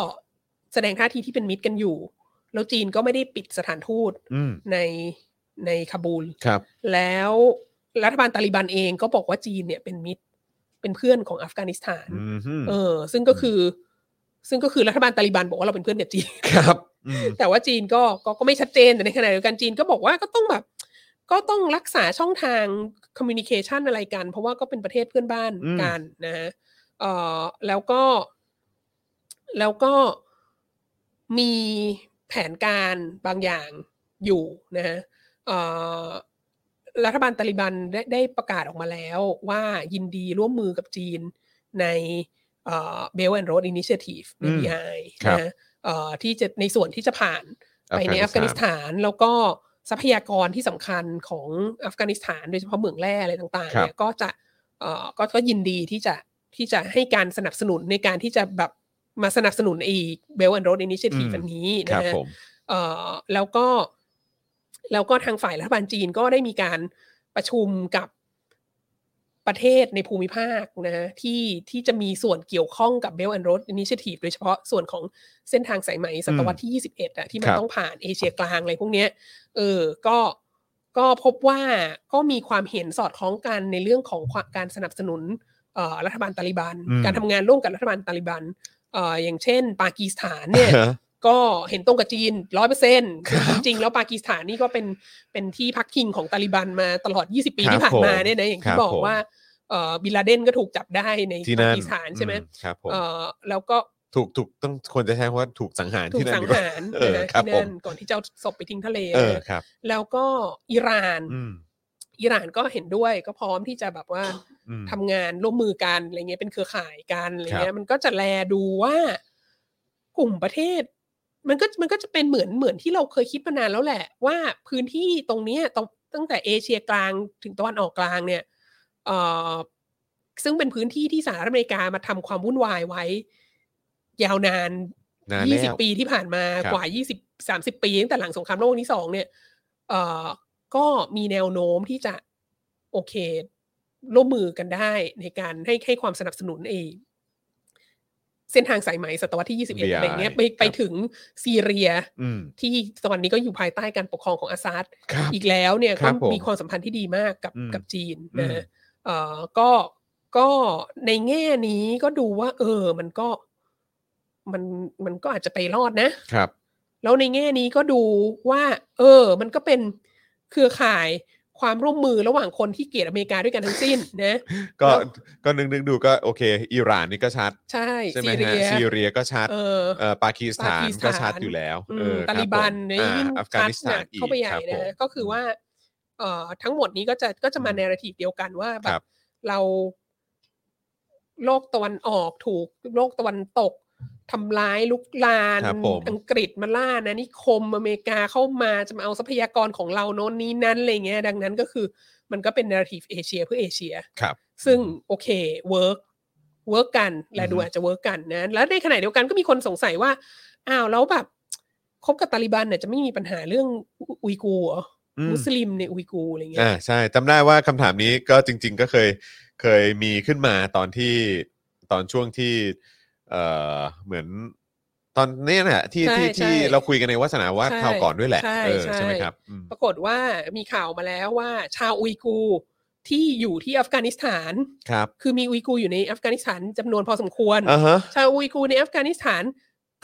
แสดงท่าทีที่เป็นมิตรกันอยู่ แล้วจีนก็ไม่ได้ปิดสถานทูต
อืม
ในในคาบูล
ครับ
แล้วรัฐบาลตาลิบันเองก็บอกว่าจีนเนี่ยเป็นมิตรเป็นเพื่อนของอัฟกานิสถาน
อืมฮึ
เออ ซึ่งก็คือ ซึ่งก็คือรัฐบาลตาลิบันบอกว่าเราเป็นเพื่อนกับจีน
ครับอืม
แต่ว่าจีนก็ก็ก็ไม่ชัดเจนแต่ในขณะเดียวกันจีนก็บอกว่าก็ต้องแบบ ก็ต้องรักษาช่องทางคอมมิวนิเคชันอะไรกัน เพราะว่าก็เป็นประเทศเพื่อนบ้าน
อืม
กันนะฮะเออแล้วก็แล้วก็มีแผนการบางอย่างอยู่นะฮะเอ่อรัฐบาลตาลิบันได้ได้ประกาศออกมาแล้วว่ายินดีร่วมมือกับจีนในเบลแอนด์โรดอินิเชทีฟใน
อืม
BI
ครั
นะ
บ
ฮะ เอ่อที่จะในส่วนที่จะผ่านไปในอัฟกานิส
น
ถานแล้วก็ทรัพยากรที่สำคัญของอัฟกานิสถานโดยเฉพาะเหมืองแร่อะไรต่าง
ค
ๆ
รับ
เนี่ยก็จะเอ่อก็ก็ยินดีที่จะที่จะให้การสนับสนุนในการที่จะแบบมาสนับสนุนไอ้เบลแอนด์โรดอินิเชทีฟ
อืม
อันนี้
ค
นะ
รับ
ฮะ
ผม
เอ่อแล้วก็แล้วก็ทางฝ่ายรัฐบาลจีนก็ได้มีการประชุมกับประเทศในภูมิภาคนะที่ที่จะมีส่วนเกี่ยวข้องกับ Belt and Road Initiative โดยเฉพาะส่วนของเส้นทางสายไหมศตวรรษที่ 21อะที่มั
คน รับ
ต้องผ่านเอเชียกลางอะไรพวกเนี้ยเออก็ก็พบว่าก็มีความเห็นสอดคล้องกันในเรื่องของความการสนับสนุนเอ่อรัฐบาลตาลิบัน
อืม
การทำงานร่วมกับรัฐบาลตาลิบันเอ่ออย่างเช่น ปากีสถานเนี่ย ก็เห็นตรงกับจีนร้อยเปอร์เซ็นต์จริงๆ แล้วปากีสถานนี่ก็เป็นเป็นที่พักพิงของตาลิบันมาตลอด 20 ปี
ครับ
ที่ผ่านมา
ผม
เนี่ยนะอย่าง
ครั
ที่
บ
บอก
ผม
ว่าเอ่อบินลาเดนก็ถูกจับได้ใน
ที่
ปา
นั่น
กีสถานใช่ไหม
อืครับผม
เอ่อแล้วก็
ถูกถูกต้องควรจะใช้คำว่าถูกสังหาร
ถู
ที่
ก
นั่น
สัง
ดีกว่า
หาร
เออ
นะครับ ที่
ผ
นั่
ม
นก่อนที่จะเอาศพไปทิ้งทะเล
เออ
นะครับ แล้วก็อิหร่าน
อืม
อิหร่านก็เห็นด้วยก็พร้อมที่จะแบบว่า
อืม
ทำงานร่วมมือกันอะไรเงี้ยเป็นเครือข่ายกันอะไร
ครับ
เงี้ยมันก็จะแลดูว่ากลุ่มประเทศ มันก็มันก็จะเป็นเหมือนเหมือนที่เราเคยคิดมานานแล้วแหละ ว่าพื้นที่ตรงเนี้ยตรงตั้งแต่เอเชียกลางถึงตะวันออกกลางเนี่ยเอ่อซึ่งเป็นพื้นที่ที่สหรัฐอเมริกามาทำความวุ่นวายไว้ ยาวนาน
นาน
ยี่
แล้
สิบ
ว
ปีที่ผ่านมา
ครับ
กว่ายี่สิบสามสิบปีตั้งแต่หลังสงครามโลกที่สองเนี่ย เอ่อก็มีแนวโน้มที่จะโอเค ร่วมมือกันได้ในการให้ให้ความสนับสนุนเองเส้นทางสายไหมศตวรรษที่ 21
BRI
อะไรเงี้ยไป
ครับ
ไปถึงซีเรีย
อืม
ที่ตอนนี้ก็อยู่ภายใต้การปกครองของอาซาด
ครับ
อีกแล้วเนี่ย
ครั
ก็
บผม
มีความสัมพันธ์ที่ดีมากกับ
อืม
กับจีน
อื
นะ
ม
เอ่อก็ก็ในแง่นี้ก็ดูว่า เออ มันก็ มันมันก็อาจจะไปรอดนะ
ครับ
แล้วในแง่นี้ก็ดูว่า เออ มันก็เป็นเครือข่ายความร่วมมือระหว่างคนที่เกลียดอเมริกาด้วยกันทั้งสิ้นนะ
ก็
แล้ว
ก็นึกนึกดูก็โอเค อิหร่านนี่ก็ชัด
ใช่
ใช่ไหมฮะ
ซีเรีย
ซีเรียก็ชัด
เออ
เอ่อปากีสถาน
ปากีสถาน
ก็ชัดอยู่แล้ว
อืม
เออ
ตาลิบันเนี่ย
ค
ยิ่
รับผมอ่า
ง
อัฟกา
ชัด
นิส
ห
ถาน
นัก
อีก
เข้าไปใหญ่
ครับ
นะ
ผม
ก็คือว่า เอ่อทั้งหมดนี้ก็จะก็จะมา
อืม
ในระทีเดียวกันว่าแบ
ครับ บ
เราโลกตะวันออกถูกโลกตะวันตกทำร้ายลุกลาน
ครับผม
อังกฤษมาล่านะนิคมอเมริกาเข้ามาจะมาเอาทรัพยากรของเราโน้นนี้นั้นอะไรเงี้ย ดังนั้นก็คือมันก็เป็นนาราทีฟเอเชียเพื่อเอเชีย
ครับ
ซึ่งโอเคเวิร์กเวิร์กกันและ
อือฮึ
ดูอาจจะเวิร์กกันนะแล้วในขณะเดียวกันก็มีคนสงสัยว่า อ้าวแล้วแบบคบกับตาลิบันเนี่ยจะไม่มีปัญหาเรื่องอุอุยกูร์เหรอ
อืม
มุสลิมในอุยกูร์อะไรเงี้ย
อ่าใช่จำได้ว่าคำถามนี้ก็จริง ๆ ก็เคยเคยมีขึ้นมาตอนที่ตอนช่วงที่เอ่อเหมือน ตอนเนี้ยน่ะที่
ใช่
ที่
ใช่
ที่เราคุยกันในวัฒนาว่า
ใช่
คราวก่อนด้วยแหละ
ใช่
เออ
ใช่
ใช่ไหมครับอืม
ปรากฏว่ามีข่าวมาแล้วว่า ชาวอุยกูร์ที่อยู่ที่อัฟกานิสถาน
ครับ
คือมีอุยกูร์อยู่ในอัฟกานิสถานจำนวนพอสมควร
อ่าฮะ
ชาวอุยกูร์ในอัฟกานิสถาน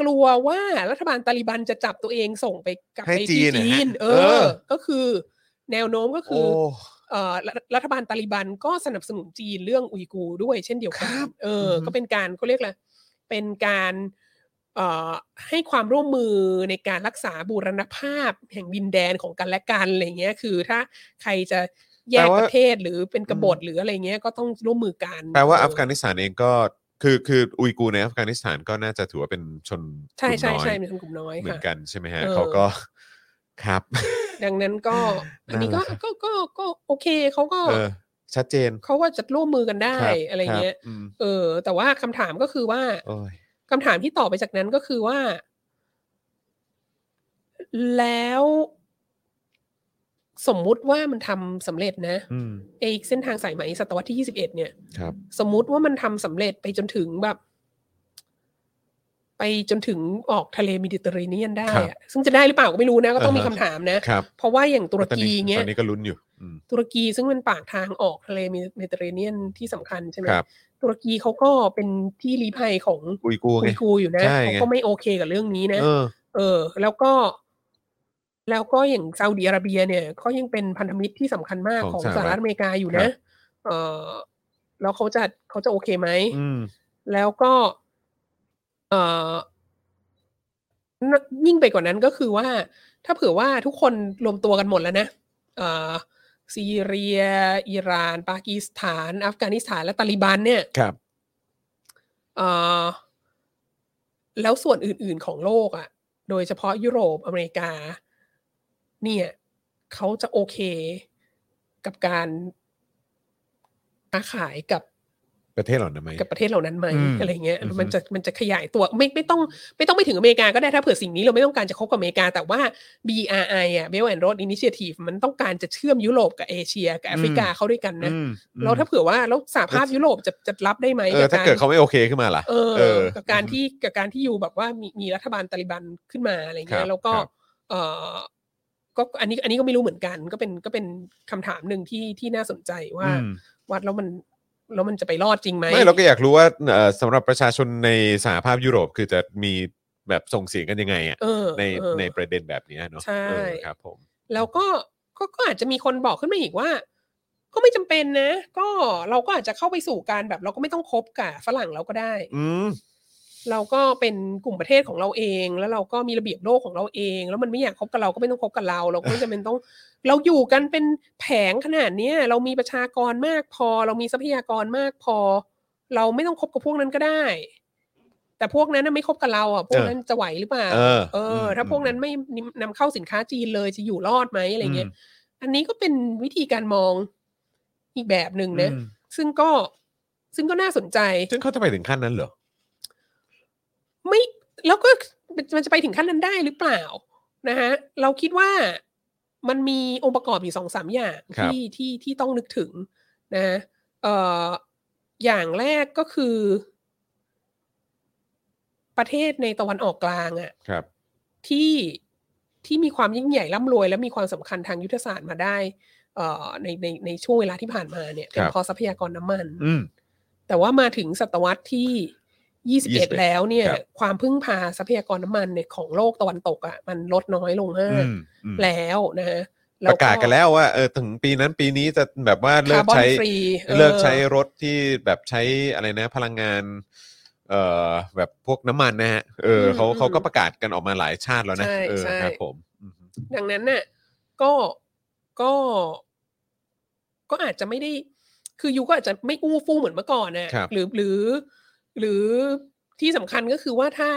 กลัวว่ารัฐบาลตาลิบันจะจับตัวเองส่งไปกลับ
ให้
ไปที่
จีนนะ
จี
ฮะ
น เอ
เอ
อ
อ
ก็คือ แนวโน้มก็คื
โอ้
อ เอ่อรัฐรัฐบาลตาลิบันก็สนับสนุนจีนเรื่องอุยกูร์ด้วยเช่นเดียว
คน
กั
รับ
เอออ
อฮึ
ก็เป็นการเขาเรียกอะไรเป็นการเอ่อให้ความร่วมมือในการรักษาบูรณภาพแห่งดินแดนของกันและกันอะไรเงี้ย คือถ้าใครจะ แยก
แปลว่า
ประเทศหรือเป็นกบฏหรืออะไรเงี้ยก็ต้องร่วมมือกัน
แปลว่า
เ
อัฟกานิสถานเองก็คือคืออุยกูร์ในอัฟกานิสถานก็น่าจะถือว่าเป็นชน
ใช่ใช่
กลุ่มน้อย
ใช่เป็นกลุ่มน้อย
เหมือ
ค่ะ
นกันใช่ไหมฮะ
เออ
เขาก็ ครับ
ดังนั้นก็ อันนี้ก็
นั่นแหละครับ
ก็ก็ก็โอเคเขาก็
เออ ชัดเจน
เขาว่าจะร่วมมือกันได้
ครับ
อะไรเงี้ย
คบอืม
เออ แต่ว่าคำถามก็คือว่า
โอ้ย
คำถามที่ต่อไปจากนั้นก็คือว่า แล้วสมมุติว่ามันทำสำเร็จนะ
อืม
ไอเส้นทางสายไหมศตวรรษที่ยี่สิบเอ็ดเนี่ย
ครับ
สมมุติว่ามันทำสำเร็จไปจนถึงแบบ ไปจนถึงออกทะเลเมิดิเตอร์เรเนียนได้
ครับ
อะซึ่งจะได้หรือเปล่าก็ไม่รู้นะ ก็ต้องมี
อ่าฮะ
คำถามนะ
ครับ
เพราะว่าอย่างตุร
ตอน
กี
นี้
เงี้
ต
ย
อนนี้ก็ลุ้นอยู่อืม
ตุรกีซึ่งเป็นปากทางออกทะเลเมดิเตอร์เรเนียนที่สำคัญใช่ไหม
ครับ
ตุรกีเขาก็เป็นที่รีภัยของ
อุยกูร์
คุ
ไง
ณครูอยู่นะ
ใช่ไง
เขาก็ไม่โอเคกับเรื่องนี้นะ
เออ
เออ แล้วก็ แล้วก็อย่างซาอุดีอาระเบียเนี่ยเขายังเป็นพันธมิตรที่สำคัญมาก
ของ
ของ
สหรัฐ
สหรัฐอเมริกาอยู่
ครั
นะ
บ
เออแล้วเขาจะเขาจะโอเคไหม
อืม
แล้วก็ เอ่อนยิ่งไปกว่านั้นก็คือว่า ถ้าเผื่อว่าทุกคนรวมตัวกันหมดแล้วนะเอ่อซีเรีย อิหร่าน ปากีสถาน อัฟกานิสถาน และตาลิบันเนี่ย
ครับ
เอ่อแล้วส่วนอื่นๆของโลกอะ่ะ โดยเฉพาะยุโรปอเมริกา เนี่ยเขาจะโอเคกับการค้าขายกับ
ประเทศเหล่านั้นไหม
กับประเทศเหล่านั้นไหม
อืม
อะไรเงี้ย
อือฮึ
มันจะมันจะขยายตัวไม่ไม่ต้องไม่ต้องไปถึงอเมริกาก็ได้ถ้าเผื่อสิ่งนี้เราไม่ต้องการจะคบกับอเมริกา แต่ว่า BRI อ่ะ Belt and Road Initiative มันต้องการจะเชื่อมยุโรปกับเอเชียกับแอฟริกาเข้าด้วยกันนะ
อืม
แล้วถ้าเผื่อว่าแล้วสหภาพยุโรปจะจะรับได้ไหม
เออถ้าเกิดเขาไม่โอเคขึ้นมาล่ะ
เอ
เอ
อ
อ
กับการที่กับการที่อยู่แบบว่ามีมีรัฐบาลตาลิบันขึ้นมาอะไร
ครั
เงี้
บ
ยแล้วก็
ครับ
เออก็อันนี้อันนี้ก็ไม่รู้เหมือนกัน ก็เป็นก็เป็นคำถามหนึ่งที่ที่น่าสนใจว่า
อืม
วัดแล้วมันแล้วมันจะไปรอดจริงไหม
ไม่เราก็อยากรู้ว่าเอ่อสำหรับประชาชนในสหภาพยุโรปคือจะมีแบบส่งเสียงกันยังไงอ่ะ
เออ
ใน
เออ
ในประเด็นแบบเนี้ยเนาะ
ใช่
เออครับผม
แล้วก็ก็ก็อาจจะมีคนบอกขึ้นมาอีกว่า ก็ไม่จำเป็นนะ ก็เราก็อาจจะเข้าไปสู่การแบบ เราก็ไม่ต้องคบกับฝรั่งเราก็ได้
อืม
เราก็เป็นกลุ่มประเทศของเราเอง แล้วเราก็มีระเบียบโลกของเราเอง แล้วมันไม่อยากคบกับเราก็ไม่ต้องคบกับเรา เราก็ไม่จำเป็นต้อง เราอยู่กันเป็นแผงขนาดเนี้ยเรามีประชากรมากพอ เรามีทรัพยากรมากพอ เราไม่ต้องคบกับพวกนั้นก็ได้ แต่พวกนั้นน่ะไม่คบกับเราอ่ะพวกนั้นจะไหวหรือเปล่า
เออ
เออ ถ้าพวกนั้นไม่นำเข้าสินค้าจีนเลยจะอยู่รอดไหมอะไรเงี้ย อันนี้ก็เป็นวิธีการมองอีกแบบหนึ่งนะ
อืม
ซึ่งก็ซึ่งก็น่าสนใจ
ซึ่งเขาจะไปถึงขั้นนั้นเหรอ
ไม่แล้วก็มันจะไปถึงขั้นนั้นได้หรือเปล่านะฮะเราคิดว่ามันมีองค์ประกอบอยู่สองสามอย่าง
ครับ
ที่ที่ที่ต้องนึกถึงนะฮะเอ่ออย่างแรกก็คือ ประเทศในตะวันออกกลางอะ
ครับ
ที่ที่มีความยิ่งใหญ่ร่ำรวย และมีความสำคัญทางยุทธศาสตร์มาได้เอ่อในในในช่วงเวลาที่ผ่านมาเนี่ยเป็น
ครับ
เพราะทรัพยากรน้ำมัน
อืม
แต่ว่ามาถึงศตวรรษที่ 21
21
แล้วเนี่ย
ครับ
ความพึ่งพาทรัพยากรน้ำมันเนี่ยของโลกตะวันตกอะ่ะมันลดน้อยลงมาก
อืมอืม
แล้วนะฮะ
ประกาศกันแล้วว่าเออถึงปีนั้นปีนี้จะแบบว่าเลิ
คาก ร์บอน
ใช้
ฟรีออ
เลิกใช้รถที่แบบใช้อะไรนะพลังงาน เอ่อแบบพวกน้ำมันนะฮะเอออ
ม
เขา
อืม
เขาก็ประกาศกันออกมาหลายชาติแล้วนะ
ใช่
เออ
ใช่
ครับผมอืม
ดังนั้นน่ะก็ก็ก็อาจจะไม่ได้ คือยูก็อาจจะไม่อู้ฟู่เหมือนเมื่อก่อนนะครับ หรือหรือ หรือที่สำคัญก็คือว่าถ้า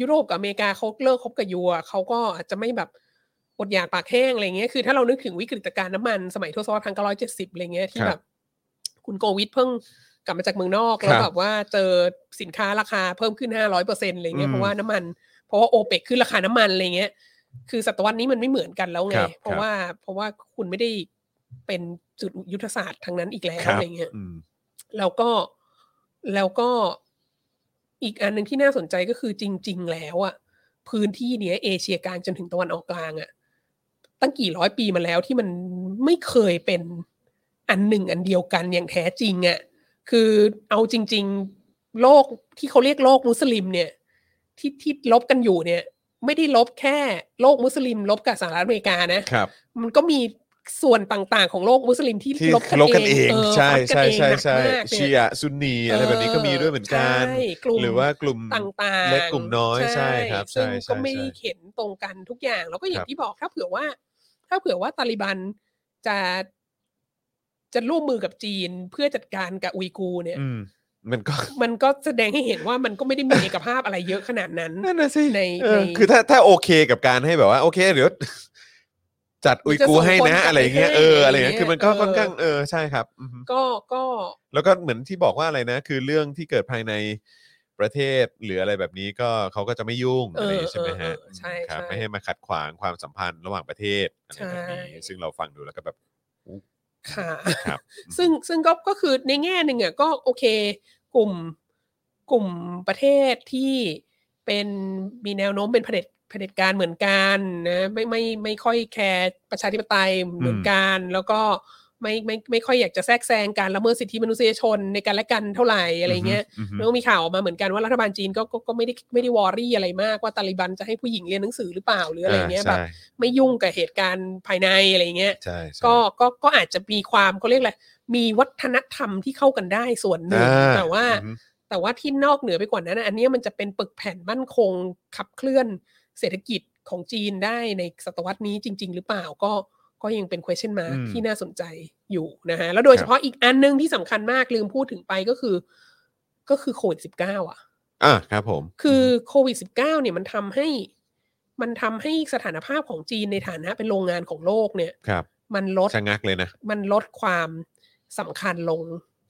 ยุโรปกับอเมริกาเขาเลิกคบกับยูอะเขาก็อาจจะไม่แบบอดอยากปากแห้งอะไรเงี้ยคือถ้าเรานึกถึงวิกฤตการณ์น้ำมันสมัยทศวรรษพันเก้าร้อยเจ็ดสิบอะไรเงี้ยที่
ครับ
แบบ คุณโกวิดเพิ่งกลับมาจากเมืองนอก
ครับ
แล้วแบบว่าเจอสินค้าราคาเพิ่มขึ้นห้าร้อยเปอร์เซ็นต์อะไรเงี้ย
อืม
เพราะว่าน้ำมัน เพราะว่าโอเปกขึ้นราคาน้ำมันอะไรเงี้ย คือศตวรรษนี้มันไม่เหมือนกันแล้วไง
ครับ
เพราะ
ครับ
ว่าเพราะว่าคุณไม่ได้เป็นจุดยุทธศาสตร์ทางนั้นอีกแล้ว
ครับ
อะไรเงี้ย
อืม
แล้วก็แล้วก็อีกอันหนึ่งที่น่าสนใจก็คือจริง ๆ แล้วอะพื้นที่เนี้ยเอเชียกลางจนถึงตะวันออกกลางอะตั้งกี่ร้อยปีมาแล้วที่มันไม่เคยเป็นอันหนึ่งอันเดียวกันอย่างแท้จริงอะคือเอาจริง ๆ โลกที่เขาเรียกโลกมุสลิมเนี่ย ที่ที่ลบกันอยู่เนี่ย ไม่ได้ลบแค่โลกมุสลิมลบกับสหรัฐอเมริกานะ
ครับ
มันก็มีส่วนต่างๆ ของโลกมุสลิมที่
ที่
ลบกัน
ล
เอบ ง
กันเองใช่ใช่ใช่ใช่
เชี
เชียซุนนีอะไรแบบนี้ก็มีด้วยเหมือนกัน
กลุ่ม
หรือว่ากลุ่ม
ต่างๆ
เล็กกลุ่มน้อยใช่ครับใช่
ซึ่ง
ใช่
ก็ไม่
ใช่
เห็นตรงกันทุกอย่าง แล้วก็อย่า
ค
ง
รับ
ที่บอกถ้าเผื่อว่า ถ้าเผื่อว่าตาลิบันจะ จะร่วมมือกับจีนเพื่อจัดการกับอุยกูร์เนี่ย
อืมมันก็
มันก็แสดงให้เห็นว่ามันก็ไม่ได้มีเอกภาพอะไรเยอะขนาดนั้น
นั่นน่ะสิ
ใน
เออ
ใน
คือถ้าถ้าโอเคกับการให้แบบว่า โอเคเดี๋ยว จัดอุยกูให้
จะส่งคน
นะ
จัด
อะไรอย่างเงี้ยเออ
ให้
อะไรอย่างเงี้ย
อะไรอย่างเงี้ย
คือมันก็
เออ
ค่อนข้างเออใช่ครับอือฮึ
ก็ก็
แล้วก็เหมือนที่บอกว่าอะไรนะ คือเรื่องที่เกิดภายในประเทศหรืออะไรแบบนี้ก็เขาก็จะไม่ยุ่ง
เอ
อะไร
อ
ใช่ไหม
เอ
ฮะ
อเออใช่
ครับ
ใช่
ไม่ให้มาขัดขวางความสัมพันธ์ระหว่างประเทศอะไรแบบ
ใช่
นี้ซึ่งเราฟังดูแล้วก็แบบ
ค่ะ
ครับ
ซึ่งซึ่งก็ก็คือในแง่หนึ่งอ่ะก็โอเค กลุ่มกลุ่มประเทศที่เป็นมีแนวโน้มเป็นเผด็จเผด็จการเหมือนกันนะไม่ไม่ไม่ค่อยแคร์ประชาธิปไตยเหมือนกัน แล้วก็ไม่ไม่ไม่ค่อยอยากจะแทรกแซงการละเมิดสิทธิมนุษยชนในการและกันเท่าไหร่อะไรเงี้ย
อือฮึ
แล้วก็มีข่าวออกมาเหมือนกันว่ารัฐบาลจีนก็ก็ก็ไม่ได้ไม่ได้วอรี่อะไรมากว่าตาลิบันจะให้ผู้หญิงเรียนหนังสือหรือเปล่าหรืออะไรเงี้ยแบบไม่ยุ่งกับเหตุการณ์ภายในอะไรเงี้ย
ใช่ใช่
ก็ก็ก็อาจจะมีความเขาเรียกอะไรมีวัฒนธรรมที่เข้ากันได้ส่วนหนึ่ง
อ่า
แต่ว่า
อือฮึ
แต่ว่าที่นอกเหนือไปกว่านั้นนะอันเนี้ยมันจะเป็นปึกแผ่นมั่นคงขับเคลื่อนเศรษฐกิจของจีนได้ในศตวรรษนี้จริง ๆ หรือเปล่าก็ก็ยังเป็น question mark ที่น่าสนใจอยู่นะฮะแล้วโดยเฉพาะอีกอันหนึงที่สำคัญมากลืมพูดถึงไปก็คือ ก็คือโควิดสิบเก้าอ่ะ
อ่ะครับผม
คือโควิด1 9เนี่ยมันทำให้ มันทำให้สถานภาพของจีนในฐานะเป็นโรงงานของโลกเนี่ย
ครับ
มันลด
ชะงักเลยนะ
มันลดความสำคัญลง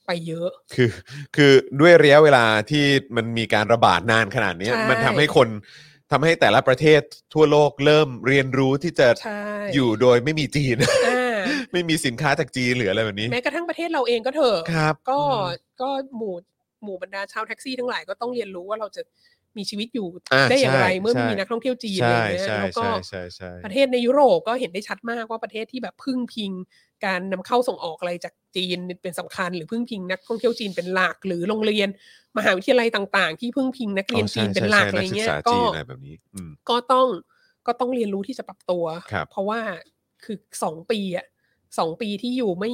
ไปเยอะ
คือคือด้วยระยะเวลาที่มันมีการระบาดนานขนาดเนี้ย
ใช่
มันทำให้คนทำให้แต่ละประเทศทั่วโลกเริ่มเรียนรู้ที่จะ
ใช่
อยู่โดยไม่มีจีน
อ่า
ไม่มีสินค้าจากจีนหรืออะไรแบบนี้
แม้กระทั่งประเทศเราเองก็เถอะ
ครับ
ก็
อืม
ก็หมู่หมู่บรรดาชาวแท็กซี่ทั้งหลายก็ต้องเรียนรู้ว่าเราจะมีชีวิตอยู่
อ่า
ได้อย่างไร
ใช่
เมื่อมี
ใช่
นักท่องเที่ยวจีนอะไร
ใช่
อย่างเงี้ย
ใช่
แล้วก็
ใช่ใช่ใช่
ประเทศในยุโรปก็เห็นได้ชัดมากว่าประเทศที่แบบพึ่งพิง การนำเข้าส่งออกอะไรจากจีนเป็นสำคัญ หรือพึ่งพิงนักท่องเที่ยวจีนเป็นหลักหรือโรงเรียน มหาวิทยาลัยต่าง ๆ ที่พึ่งพิงนักเรียนจีนเป็นหลักอะไรเงี้ย
ใช่ใช่ใช่นักศึกษา
ก็
จีนอะไรแบบนี้อืม
ก็ต้องก็ต้องเรียนรู้ที่จะปรับตัว
ครับ
เพราะว่าคือสองปีอะสองปีที่อยู่ไม่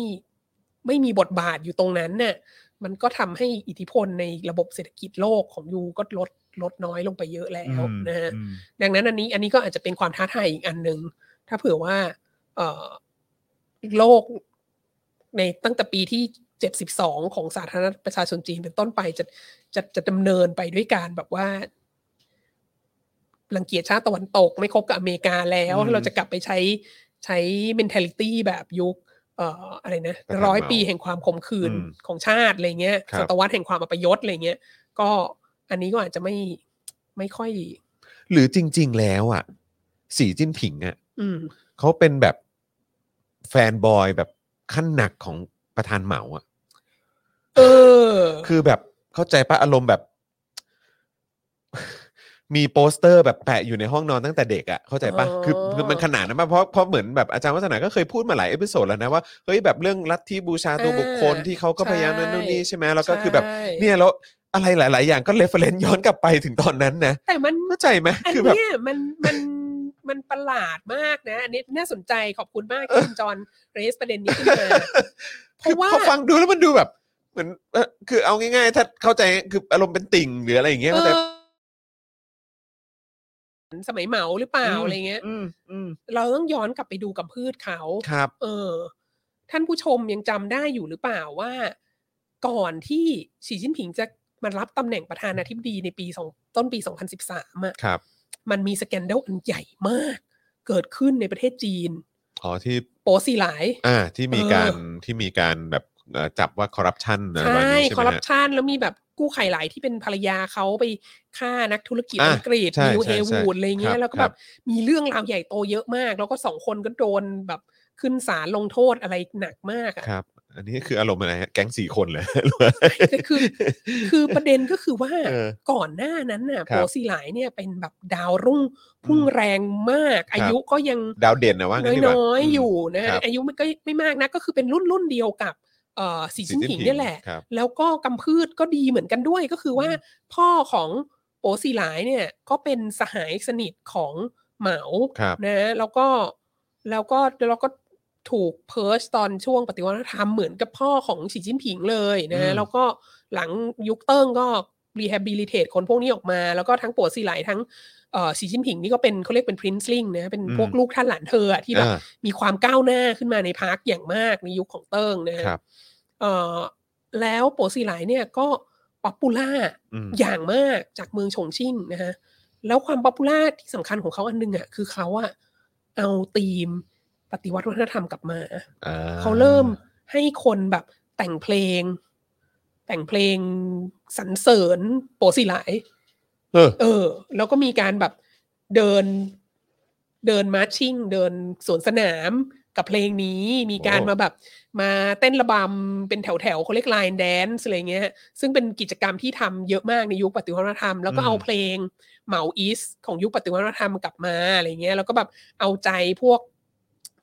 ไม่มีบทบาทอยู่ตรงนั้นน่ะมันก็ทำให้อิทธิพลในระบบเศรษฐกิจโลกของยูก็ลดลดน้อยลงไปเยอะแล้ว
อืม
นะฮะ
อืม
ดังนั้นอันนี้อันนี้ก็อาจจะเป็นความท้าทายอีกอันหนึ่งถ้าเผื่อว่า เออโลกในตั้งแต่ปีที่ 72 ของสาธารณรัฐประชาชนจีนเป็นต้นไปจะจะจะดำเนินไปด้วยการแบบว่ารังเกียจชาติตะวันตก ไม่คบกับอเมริกาแล้ว เราจะกลับไปใช้ใช้ mentality แบบยุค เอ่ออะไรนะร้อยปีแห่งความขมขื่น
อืม
ของชาติอะไรเงี้ย
ครับ
ศตวรรษแห่งความอัปยศอะไรเงี้ยก็อันนี้ก็อาจจะไม่ไม่ค่อย
หรือจริง ๆ แล้วอ่ะ สีจิ้นผิงอ่ะ
อืม
เขาเป็นแบบแฟนบอยแบบขั้นหนักของประธานเหมาอ่ะ
เออ
คือแบบเข้าใจปะอารมณ์แบบ มีโปสเตอร์แบบแปะอยู่ในห้องนอนตั้งแต่เด็กอะ่ะเข้าใจปะ
อ๋อ
คือคือมันขนาดนั้นปะเพราะเพราะเหมือนแบบอาจารย์วัฒนาก็เคยพูดมาหลายเอพิโซดแล้วนะว่าเฮ้ยแบบเรื่องลัทธิบูชาตัวบุคคลที่เขาก็พยายามนั่นนู่นนี่ใช่ไหมแล้วก็คือแบบ
ใช่
เนี่ยแล้วอะไรหลาย ๆ อย่างก็เลฟเฟรนย้อนกลับไปถึงตอนนั้นนะ
แต่มัน
เข้าใจไหม
อัน
คือแบบ
เนี้ยมันมันมันประหลาดมากนะ อันนี้น่าสนใจขอบคุณมากที่คุณจอห์นเรสประเด็นนี้ขึ้นมา เพ
คือ
ราะว่า
พอฟังดูแล้วมันดูแบบ เหมือนเอ่อคือเอาง่าย ๆ ถ้าเข้าใจคืออารมณ์เป็นติ่งหรืออะไรอย่างเงี้ยเข้าใจปะ
เออสมัยเหมาหรือเปล่า
อืม
อะไรเงี้ย
อืมอืม
เราต้องย้อนกลับไปดูกับพืชเขา
ครับ
เออ ท่านผู้ชมยังจำได้อยู่หรือเปล่าว่า ก่อนที่ฉีจิ้นผิงจะมารับตำแหน่งประธานาธิบดีในปีสองต้นปี 2013อ่ะ
ครับ
มันมีสแกนเดลอันใหญ่มาก เกิดขึ้นในประเทศจีน
อ๋อที่
โปสีหลาย
อ่าที่มีการ
เออ
ที่มีการแบบเอ่อจับว่าคอร์รัปชันอะไรประมาณ
ใช่
นี้ใช่
คอร์
ไหม
รัป
ฮะ
ชันแล้วมีแบบกู้ไข่หลายที่เป็นภรรยาเขาไปฆ่านักธุรกิจ
อ่ะ
อังกฤษ
ใช่
มียู
ใช่
เฮ
ใช่
วูดอะไรเงี้
ครั
ย
บ
แล้วก็
ครั
แบบ บมีเรื่องราวใหญ่โตเยอะมาก แล้วก็สองคนก็โดนแบบขึ้นศาลลงโทษอะไรหนักมากอ่ะ
ครับ อันนี้คืออารมณ์อะไรฮะแก๊งสี่คนเลย
แต่คือ คือประเด็นก็คือว่า
เออ
ก่อนหน้านั้นน่ะ
ครั
โป
บ
สีหลายเนี่ยเป็นแบบดาวรุ่งพุ่งแรงมาก
ครับ
อายุก็ยัง
ดาวเด่นนะว่า
น้
งั้
อน ย
ดีกว่า
ๆ
ม
อยู่นะครับ อายุมันก็ไม่มากนะ ก็คือเป็นรุ่นรุ่นเดียวกับเอ่อสี
สี
ชิ้น
จิ้
ผิงเนี่ยแหละ
ครับ
แล้วก็กำพืชก็ดีเหมือนกันด้วยก็คือว่าพ่อของโปสีหลายเนี่ยก็เป็นสหายสนิทของเหมา
ครับ
นะแล้วก็แล้วก็แล้วก็ถูกเพิร์ชตอนช่วงปฏิวัติธรรมเหมือนกับพ่อของสีจิ้นผิงเลย
อื
นะ
ม
แล้วก็หลังยุคเติ้งก็ rehabilitate คนพวกนี้ออกมา แล้วก็ทั้งปัวซีไหลทั้งเอ่อสีชิ้นผิงนี่ก็เป็นเขาเรียกเป็น princeling นะเป็นพวก
อืม
ลูกท่านหลานเธออะที่แบบ
อ่า
มีความก้าวหน้าขึ้นมาในพาร์คอย่างมากในยุคของเติ้งนะฮะ
ครับ
เอ่อแล้วโปสีไหลเนี่ยก็ป๊อปปูล่า
อืม
อย่างมากจากเมืองฉงชิ่นนะฮะแล้วความป๊อปปูล่าที่สำคัญของเขาอันหนึงอ่ะคือเขาอะเอาธีมปฏิวัติวัฒนธรรมกลับมา
อ่
เขาเริ่มให้คนแบบแต่งเพลง แต่งเพลงสรรเสริญโปสีไหล
เออ
เออ แล้วก็มีการแบบเดินเดินมาร์ชชิ่ง เดินสวนสนามกับเพลงนี้ มีการ
โอ้
มาแบบมาเต้นระบำเป็นแถวแถวๆเขาเรียกไลน์แดนซ์อะไรเงี้ย ซึ่งเป็นกิจกรรมที่ทำเยอะมากในยุคปฏิวัติวัฒนธรรม แล้วก็เอาเพลงเหมาอีสของยุคปฏิวัติวัฒนธรรมกลับมาอะไรเงี้ย แล้วก็แบบเอาใจพวก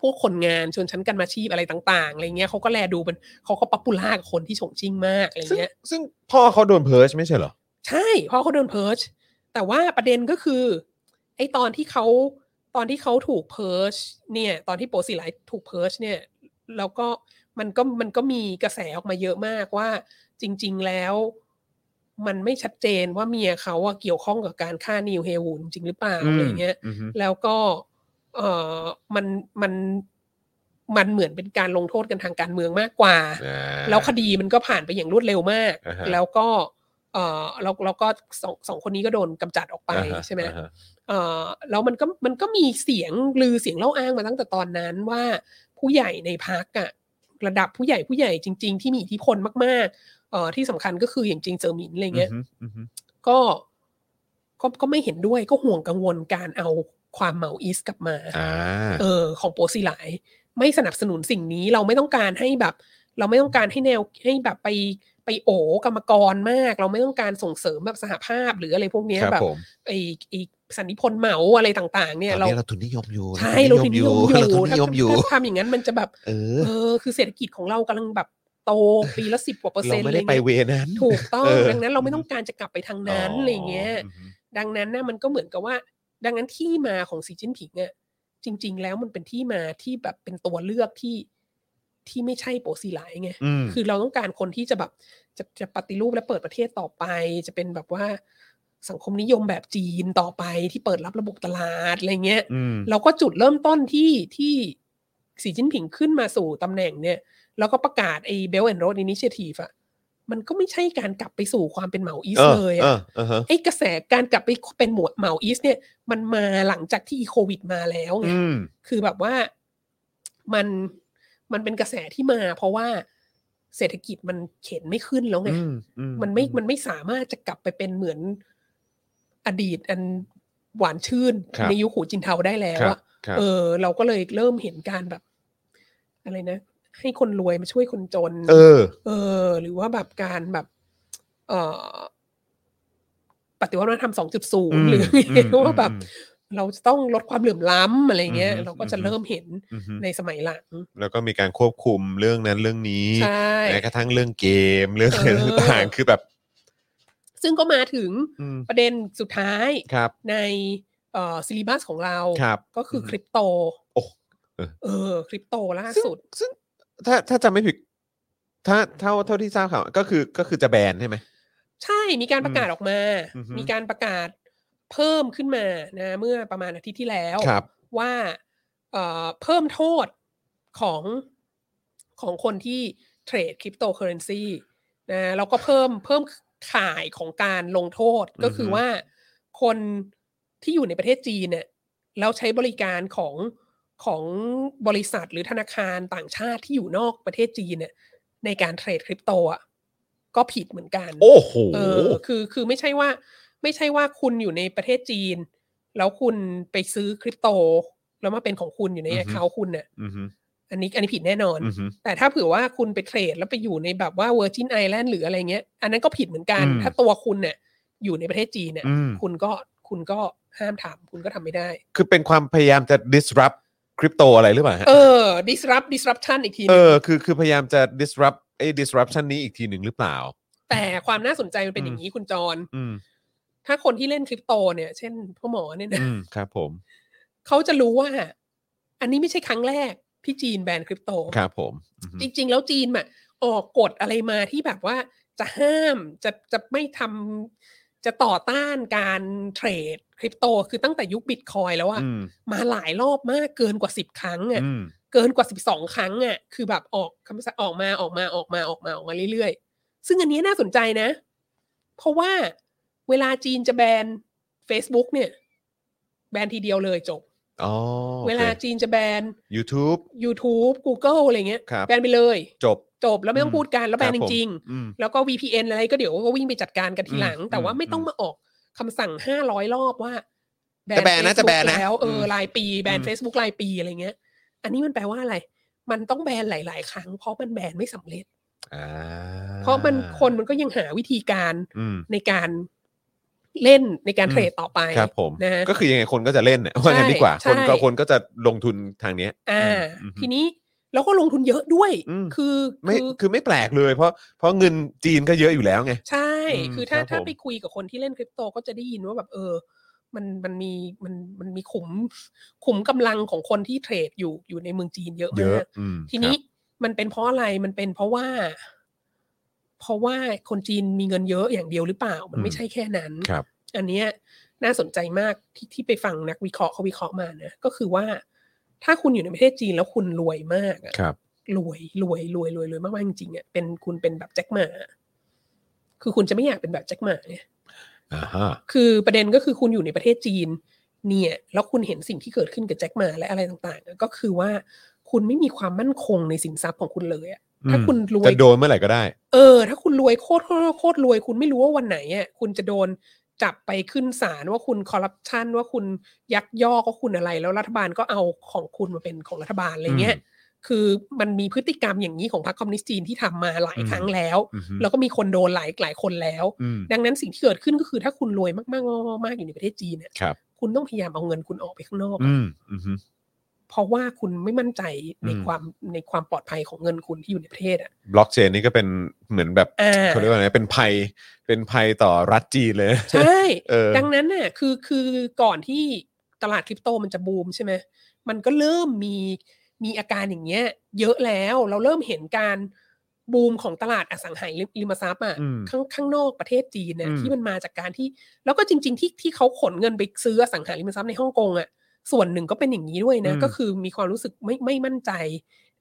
พวกคนงานชนชั้นกันมาชีพอะไรต่างๆอะไรเงี้ยเขาก็แลดูเป็นเขาก็ป๊อปปูล่ากับคนที่ฉงชิ่งมากอะไร
ซึ่ง
เงี้ย
ซึ่งพ่อเขาโดนเพิร์ชไม่ใช่เหรอ
ใช่เพราะเขาโดนเพิร์ชแต่ว่าประเด็นก็คือไอ้ตอนที่เขาตอนที่เขาถูกเพิร์ชเนี่ย ตอนที่โปรสีไหลถูกเพิร์ชเนี่ย แล้วก็มันก็มันก็มีกระแสออกมาเยอะมากว่าจริง ๆแล้ว มันไม่ชัดเจนว่าเมียเขาอะเกี่ยวข้องกับการฆ่านิวเฮวูนจริงหรือเปล่า
อืม
อะไรเงี้ย
อือฮึ
แล้วก็เออมันมันมันเหมือนเป็นการลงโทษกันทางการเมืองมากกว่า
อ่า
แล้วคดีมันก็ผ่านไปอย่างรวดเร็วมาก
อ่าฮะ
แล้วก็เออแล้วแล้วก็สองสองคนนี้ก็โดนกำจัดออกไป
อ่าฮะ
ใช่ไหม
อ่าฮะ
เออแล้วมันก็มันก็มีเสียงลือเสียงเล่าอ้างมาตั้งแต่ตอนนั้นว่าผู้ใหญ่ในพักอะระดับผู้ใหญ่ผู้ใหญ่จริง ๆ ที่มีอิทธิพลมากๆเออที่สำคัญก็คืออย่างจริงเจอหมินอะไรเงี้ย
อือฮึอือฮึ
ก็ก็ก็ไม่เห็นด้วยก็ห่วงกังวลการเอาความเหมาอีสกลับมา
อ่า
เออของโปรซีหลาย ไม่สนับสนุนสิ่งนี้เราไม่ต้องการให้แบบ เราไม่ต้องการให้แนวให้แบบไปไปโอกรรมกรมาก เราไม่ต้องการส่งเสริมแบบสหภาพหรืออะไรพวกเนี้ย
ครับ
แบบ
ผม
ไอไอสันนิพนธ์เหมาอะไรต่าง ๆ เนี่ย
ตอน
เรา
นี้เราทุนนิยมอยู่
ใช่เราถึงนิยมอยู่
เราทุนนิยมอยู่
ถ้าถ้าทำอย่างนั้นมันจะแบบ
เออ
เออคือเศรษฐกิจของเรากำลังแบบโตปีละสิบกว่าเปอร์
เรา
เซ็นต์
ไม่
อะไร
ได้ไป
เงี้ย
เวนั้น
ถูกต้อง
เออ
ดังนั้นเราไม่ต้องการจะกลับไปทางนั้นอะไรเงี้ย
อืม
ดังนั้นนะมันก็เหมือนกับว่า ดังนั้นที่มาของสีจิ้นผิงเนี่ยจริง ๆ แล้วมันเป็นที่มาที่แบบเป็นตัวเลือกที่ที่ไม่ใช่โปรซีหลายไง
อืม
คือเราต้องการคนที่จะแบบจะจะปฏิรูปและเปิดประเทศต่อไป จะเป็นแบบว่าสังคมนิยมแบบจีนต่อไปที่เปิดรับระบบตลาดอะไรเงี้ย
อืม
แล้วก็จุดเริ่มต้นที่ที่สีจิ้นผิงขึ้นมาสู่ตำแหน่งเนี่ย แล้วก็ประกาศไอ้ Belt and Road Initiative อะมันก็ไม่ใช่การกลับไปสู่ความเป็นเหมาอีส
เออ
เลย
เอ
อะ
อเออฮะ
ไอ้กระแสการกลับไปเป็นหมวดเหมาอีสเนี่ยมันมาหลังจากที่โควิดมาแล้วไง
อืม
คือแบบว่ามันมันเป็นกระแสที่มา เพราะว่าเศรษฐกิจมันเข็นไม่ขึ้นแล้วไง
อืมอื
มันไม่มันไม่สามารถจะกลับไปเป็นเหมือนอดีตอันหวานชื่น
ครับ
ในยุคหูจินเทาได้แล้ว
ครับ
อะ
ครับ
เออ เราก็เลยเริ่มเห็นการแบบ อะไรนะ ให้คนรวยมาช่วยคนจน
เออ
เออหรือว่าแบบการแบบ เอ่อปฏิวัติวัฒนธรรมสองจุดศูน
อื
ย์
ม
หรือ
อืม
ว่าแบบ
อืม
เราจะต้องลดความเหลื่อมล้ำอะไรเงี้ย
อืม
เราก็จะ
อืม
เริ่มเห็น
อือฮึ
ในสมัยหลัง
แล้วก็มีการควบคุมเรื่องนั้นเรื่องนี้
ใช่
แม้กระทั่งเรื่องเกมเรื่องอะไร
เออ
ต่างๆคือแบบ
ซึ่งก็มาถึง
อืม
ประเด็นสุดท้าย
ครับ
ในเอ่อซิลิบัสของเรา
ครับ
ก็คืออ
ม
คริปโต
โอ้เออ
เออ คริปโตล่าสุด
ซึ่งซึ่งถ้าถ้าจำไม่ผิด ถ้าเท่าเท่าที่ทราบข่าวก็คือก็คือจะแบนใช่ไหม
ใช่มีการประกาศออกมา
อือฮึ
มีการประกาศเพิ่มขึ้นมานะ เมื่อประมาณอาทิตย์ที่แล้ว
ครับ
ว่าเอ่อเพิ่มโทษของของคนที่เทรดคริปโตเคอเรนซีนะแล้วก็เพิ่มเพิ่มข่ายของการลงโทษ
อือฮึ
ก็คือว่าคนที่อยู่ในประเทศจีนเนี่ยแล้วใช้บริการของของบริษัทหรือธนาคารต่างชาติที่อยู่นอกประเทศจีนเนี่ยในการเทรดคริปโตอ่ะก็ผิดเหมือนกัน
โอ้โห
เออคือคือไม่ใช่ว่าไม่ใช่ว่าคุณอยู่ในประเทศจีน แล้วคุณไปซื้อคริปโต แล้วมาเป็นของคุณอยู่ใน
อือฮึ
แอคเคาท์คุณเนี่ย
อือฮึ
อันนี้อันนี้ผิดแน่นอน
อือฮึ
แต่ถ้าเผื่อว่าคุณไปเทรดแล้วไปอยู่ในแบบว่าเวอร์จินไอแลนด์หรืออะไรเงี้ย อันนั้นก็ผิดเหมือนกัน
อืม
ถ้าตัวคุณเนี่ยอยู่ในประเทศจีนเนี่ย
อืม
คุณก็คุณก็ห้ามทำคุณก็ทำไม่ได้
คือเป็นความพยายามจะ disrupt คริปโตอะไรหรือเปล่าฮะ
เออ disrupt disruption อีกทีห
เอ
นึง
อคือคือพยายามจะ disrupt ไอ้ disruption นี้อีกทีหนึ่งหรือเปล่า
แต่ความน่าสนใจมันเป็นอย่างนี้คุณจร
อื ม
ถ้าคนที่เล่นคริปโตเนี่ยเช่นพ่อหมอเนี่ยนะ
อืมครับผม
เขาจะรู้ว่า อันนี้ไม่ใช่ครั้งแรกที่จีนแบนคริปโต
ครับผมอือฮึ
จริง ๆ แล้วจีนอ่ะออกกฎอะไรมาที่แบบว่า จะห้ามจะจะไม่ทำจะต่อต้านการเทรดคริปโตคือตั้งแต่ยุคบิตคอยแล้วอะ
อืม
มาหลายรอบมากเกินกว่าสิบครั้งอะ
อืม
เกินกว่า 12 ครั้งอะ่ะ คือแบบออกคำสั่งออกมาออกมาออกมาออกมาออกมาเรื่อยๆ ซึ่งอันนี้น่าสนใจนะ เพราะว่าเวลาจีนจะแบน Facebook เนี่ย แบนทีเดียวเลยจบ
อ๋อโอค
เวลาจีนจะแบน
YouTube
YouTube Google อะไรเงี้ย
ครับ
แบนไปเลย
จบ
จบแล้วไม่ต้อง
อืม
พูดกันแล้วแบนจริง
อืม
ๆ แล้วก็ VPN อะไรก็เดี๋ยวก็วิ่งไปจัดการกันทีหลัง
อืม
แต่ว่า
อืม
ไม่ต้องมาออกคำสั่ง 500 รอบว่า
จะแบนนะ
Facebook
จะแบนนะ
แล้วเอออ
ม
รายปีแบน
อืม
Facebook รายปีอะไรเงี้ย อันนี้มันแปลว่าอะไร มันต้องแบนหลาย ๆ ครั้ง เพราะมันแบนไม่สำเร็จ
อ่า
เพราะมันคนมันก็ยังหาวิธีการ
อืม
ในการเล่นในการเทรดต่อไป
ครับผม
นะฮะ
ก็คือยังไงคนก็จะเล่นเนี่ย ว่างั้นดีกว่า
ใช่
คนก็คนก็จะลงทุนทางเนี้ย
อ่า
อืม
ทีนี้แล้วก็ลงทุนเยอะด้วย
อืม
คือ
ไม่
คือ
คือไม่แปลกเลย เพราะเพราะเงินจีนก็เยอะอยู่แล้วไง
ใช่
อืม
คือถ้า
ครับ
ถ้า
ผม
ไปคุยกับคนที่เล่นคริปโตก็จะได้ยินว่าแบบเออ มันมันมีมันมันมีขุม ขุมกำลังของคนที่เทรดอยู่อยู่ในเมืองจีนเยอะ
เย
มา
อะ
ก
อืม
ทีนี้มันเป็นเพราะอะไรมันเป็นเพราะว่า เพราะว่าคนจีนมีเงินเยอะอย่างเดียวหรือเปล่า มัน
อื
ไม่
ม
ใช่แค่นั้น
ครับ
อันเนี้ยน่าสนใจมากที่ที่ไปฟังนักวิเคราะห์เขาวิเคราะห์มานะก็คือว่า ถ้าคุณอยู่ในประเทศจีนแล้วคุณรวยมากอะ
ครับ
รวยรวยรวยรวยรวยมากๆจริงๆอ่ะเป็นคุณเป็นแบบแจ็คหมา คือคุณจะไม่อยากเป็นแบบแจ็คหมาเนี่ย
อ่าฮะ
คือประเด็นก็คือคุณอยู่ในประเทศจีน เนี่ย แล้วคุณเห็นสิ่งที่เกิดขึ้นกับแจ็คหมาและอะไรต่างๆอะก็คือว่าคุณไม่มีความมั่นคงในสินทรัพย์ของคุณเลยอะถ้า
อืม
คุณรว
จะ
ย
โดนเมื่อไหร่ก็ได้
เออ ถ้าคุณรวยโคตรโคตรโคตรรวย คุณไม่รู้ว่าวันไหนอ่ะคุณจะโดนจับไปขึ้นศาลว่าคุณคอร์รัปชันว่าคุณยักยอกว่าคุณอะไร แล้วรัฐบาลก็เอาของคุณมาเป็นของรัฐบาลอะไรเงี้ย คือมันมีพฤติกรรมอย่างนี้ของพรรคคอมมิวนิสต์จีนที่ทำมาหลาย
อืม
ครั้งแล้ว
อือฮึ
แล้วก็มีคนโดนหลายหลายคนแล้ว
อืม
ดังนั้นสิ่งที่เกิดขึ้นก็คือถ้าคุณรวยมากๆมากๆอยู่ในประเทศจีนเนี่ย
ครับ
คุณต้องพยายามเอาเงินคุณออกไปข้างนอกอะ
อืมอืม
เพราะว่าคุณไม่มั่นใจใน
อืม
ความในความปลอดภัยของเงินคุณที่อยู่ในประเทศอ่ะ
บล็อกเชนนี่ก็เป็นเหมือนแบบ
อ่า
เขาเรียกว่าไงเป็นภัยเป็นภัยต่อรัฐจีนเลย
ใช่
เออ
ดังนั้นน่ะคือคือก่อนที่ตลาดคริปโตมันจะบูมใช่ไหมมันก็เริ่มมีมีอาการอย่างเงี้ย เยอะแล้วเราเริ่มเห็นการบูมของตลาดอสังหาริมทรัพย์อ่ะ
อืม
ข้างข้างนอกประเทศจีนเนี่ย
อืม
ที่มันมาจากการที่ แล้วก็จริง ๆ ที่ที่เขาขนเงินไปซื้ออสังหาริมทรัพย์ในฮ่องกงอ่ะส่วนหนึ่งก็เป็นอย่างนี้ด้วยนะ ก็คือมีความรู้สึกไม่ไม่มั่นใจ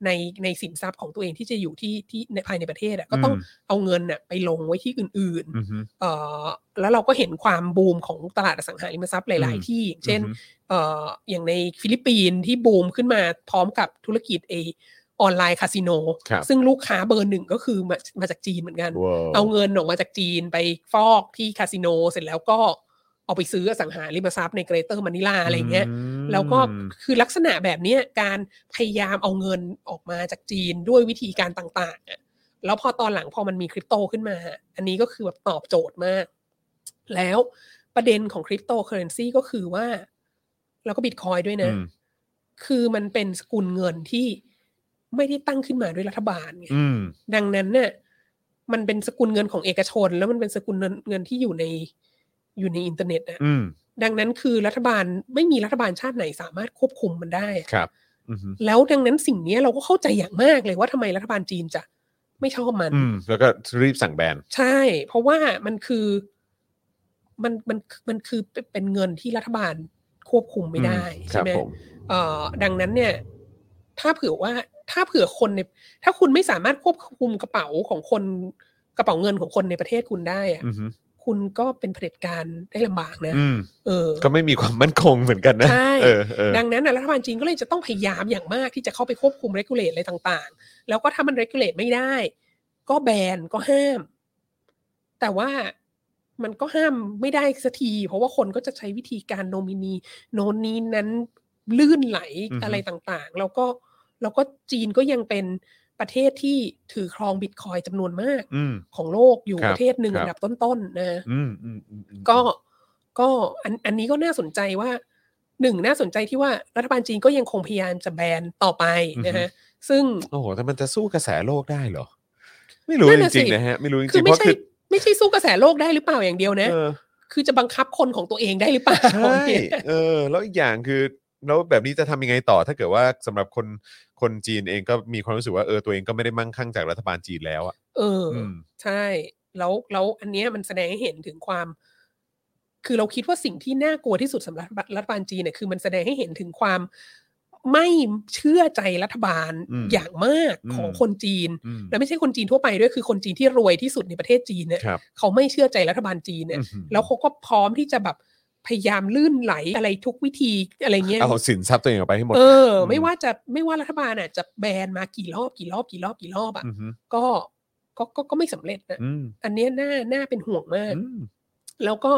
ในในสินทรัพย์ของตัวเองที่จะอยู่ที่ที่ในภายในประเทศอ่ะก็ต้องเอาเงินน่ะไปลงไว้ที่อื่น ๆ
อืมอืม
เอ่อแล้วเราก็เห็นความบูมของตลาดอสังหาริมทรัพย์หลาย
อืม
ๆ ที่อย่างเช่นเอ่ออย่างในฟิลิปปินส์ที่บูมขึ้นมาพร้อมกับธุรกิจเอออนไลน์คาสิโน
ครับ
ซึ่งลูกค้าเบอร์หนึ่งก็คือมามาจากจีนเหมือนกัน
ว้ว
เอาเงินออกมาจากจีนไปฟอกที่คาสิโน เสร็จแล้วก็เอาไปซื้ออสังหาริมทรัพย์ในเกรเตอร์มะนิลาอะไรเงี้ย แล้วก็คือลักษณะแบบเนี้ยการพยายามเอาเงินออกมาจากจีนด้วยวิธีการต่างๆอะแล้วพอตอนหลังพอมันมีคริปโตขึ้นมา อันนี้ก็คือแบบตอบโจทย์มาก แล้วประเด็นของคริปโตเคอเรนซีก็คือว่า แล้วก็บิตคอยด้วยนะ
อืม
คือมันเป็นสกุลเงินที่ไม่ได้ตั้งขึ้นมาด้วยรัฐบาลไง
อืม
ดังนั้นเนี่ยมันเป็นสกุลเงินของเอกชน แล้วมันเป็นสกุลเงินเงินที่อยู่ในอยู่ในอินเทอร์เน็ตอะ
อืม
ดังนั้นคือรัฐบาลไม่มีรัฐบาลชาติไหนสามารถควบคุมมันได้อะ
ครับ อืม
แล้วดังนั้นสิ่งเนี้ยเราก็เข้าใจอย่างมากเลยว่าทำไมรัฐบาลจีนจะไม่ชอบมัน
อืม แล้วก็รีบสั่งแบน
ใช่ เพราะว่ามันคือมันมันมันคือเป็นเงินที่รัฐบาลควบคุมไม่ได้
อืม
ใช่ไหม
ครับผม
เอ่อดังนั้นเนี่ย ถ้าเผื่อว่าถ้าเผื่อคนในถ้าคุณไม่สามารถควบคุมกระเป๋าของคนกระเป๋าเงินของคนในประเทศคุณได้อะ
อืม
คุณก็เป็นเผด็จการได้ลำบากนะ
อืม
เออ
ก็ไม่มีความมั่นคงเหมือนกันนะ
ใช่
เออเออ
ดังนั้นนะรัฐบาลจีนก็เลยจะต้องพยายามอย่างมากที่จะเข้าไปควบคุมเรกูเลตอะไรต่างๆ แล้วก็ถ้ามันเรกูเลตไม่ได้ ก็แบนก็ห้าม แต่ว่ามันก็ห้ามไม่ได้สักที เพราะว่าคนก็จะใช้วิธีการโนมินีโนนนี้นั้นลื่นไหลอะไรต่างๆ แล้วก็แล้วก็จีนก็ยังเป็นประเทศที่ถือครองบิตคอยน์จำนวนมาก
อืม
ของโลกอยู่
ครับ
ประเทศหนึ่ง
ครับ
อันดับต้นๆนะ
อืมอืมอืมอืม
ก็ก็อันอันนี้ก็น่าสนใจว่าหนึ่งน่าสนใจที่ว่ารัฐบาลจีนก็ยังคงพยายามจะแบนต่อไปนะฮะซึ่ง
โอ้โหแต่มันจะสู้กระแสโลกได้เหรอ ไม่รู้
นั่น
จ
น่ะ
ริง
สิ
ๆนะฮะ ไม่รู้จริงๆ
คือไม่
เพราะ
ใช่
คือ
ไม่ใช่สู้กระแสโลกได้หรือเปล่าอย่างเดียวนะ
เออ
คือจะบังคับคนของตัวเองได้หรือเปล่า
ใช่
เนี่ย
เออ แล้วอีกอย่างคือแล้วแบบนี้จะทำยังไงต่อ ถ้าเกิดว่าสำหรับคนคนจีนเองก็มีความรู้สึกว่าเออตัวเองก็ไม่ได้มั่งคั่งจากรัฐบาลจีนแล้วอ่ะ
เอออ
อืม
ใช่ แล้วแล้วอันเนี้ยมันแสดงให้เห็นถึงความ คือเราคิดว่าสิ่งที่น่ากลัวที่สุดสำหรับรัฐบาลจีนเนี่ยคือมันแสดงให้เห็นถึงความไม่เชื่อใจรัฐบาล
อืม
อย่างมากของ
อืม
คนจีน
อืม
และไม่ใช่คนจีนทั่วไปด้วยคือคนจีนที่รวยที่สุดในประเทศจีนเนี่ย
ครับ
เขาไม่เชื่อใจรัฐบาลจีนเนี่ย
อื้อหือ
แล้วเขาก็พร้อมที่จะแบบพยายามลื่นไหลอะไรทุกวิธีอะไรเงี้ย
เอาสินทรัพย์ตัวเองออกไปให้หมด
เออ
อืม
ไม่ว่าจะไม่ว่ารัฐบาลน่ะจะแบนมากี่รอบกี่รอบกี่รอบกี่รอบอ่ะ
อหือ
ก็ก็ก็ก็ไม่สำเร็จนะ
อืม
อันเนี้ยน่าน่าเป็นห่วงมาก
อืม
แล้วก็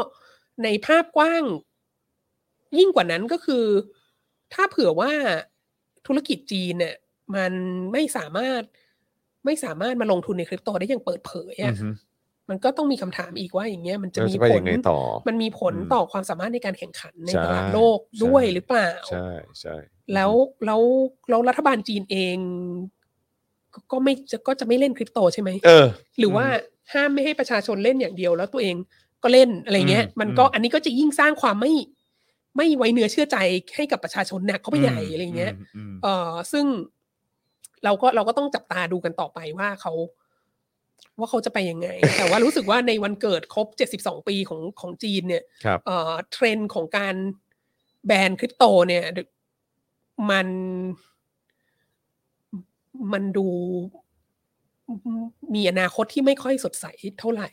ในภาพกว้าง ยิ่งกว่านั้นก็คือ ถ้าเผื่อว่าธุรกิจจีนเนี่ยมันไม่สามารถไม่สามารถมาลงทุนในคริปโตได้อย่างเปิดเผย
อื
อ่ะ
อฮึ
มันก็ต้องมีคำถามอีกว่าอย่างเงี้ยมันจะ
แล้ว
มี
จะไป
ผ
ยั
ล
งไงต่อ
มันมีผล
อืม
ต่อความสามารถในการแข่งขันใน
ใช่
ตลาดโลกด้วย
ใช่
หรือเปล่า
ใช่ใช่
แล้วแล้วแล้วรัฐบาลจีนเองก็ก็ไม่จะก็จะไม่เล่นคริปโตใช่ไหม
เออ
หรือว่าห้ามไม่ให้ประชาชนเล่นอย่างเดียว แล้วตัวเองก็เล่นอะไรเงี้ย
อืม
มันก็
อืม
อันนี้ก็จะยิ่งสร้างความไม่ ไม่ไว้เนื้อเชื่อใจให้กับประชาชนหนักเข้าไปใหญ่อะไรเงี้ย
อืม
เออซึ่งเราก็เราก็ต้องจับตาดูกันต่อไปว่าเขา ว่าเขาจะไปยังไง แต่ว่ารู้สึกว่าในวันเกิดครบ 72 ปีของของจีนเนี่ย
ครับ
เอ่อเทรนด์ของการแบนคริปโต เนี่ย มัน มันดูมีอนาคตที่ไม่ค่อยสดใสเท่าไหร่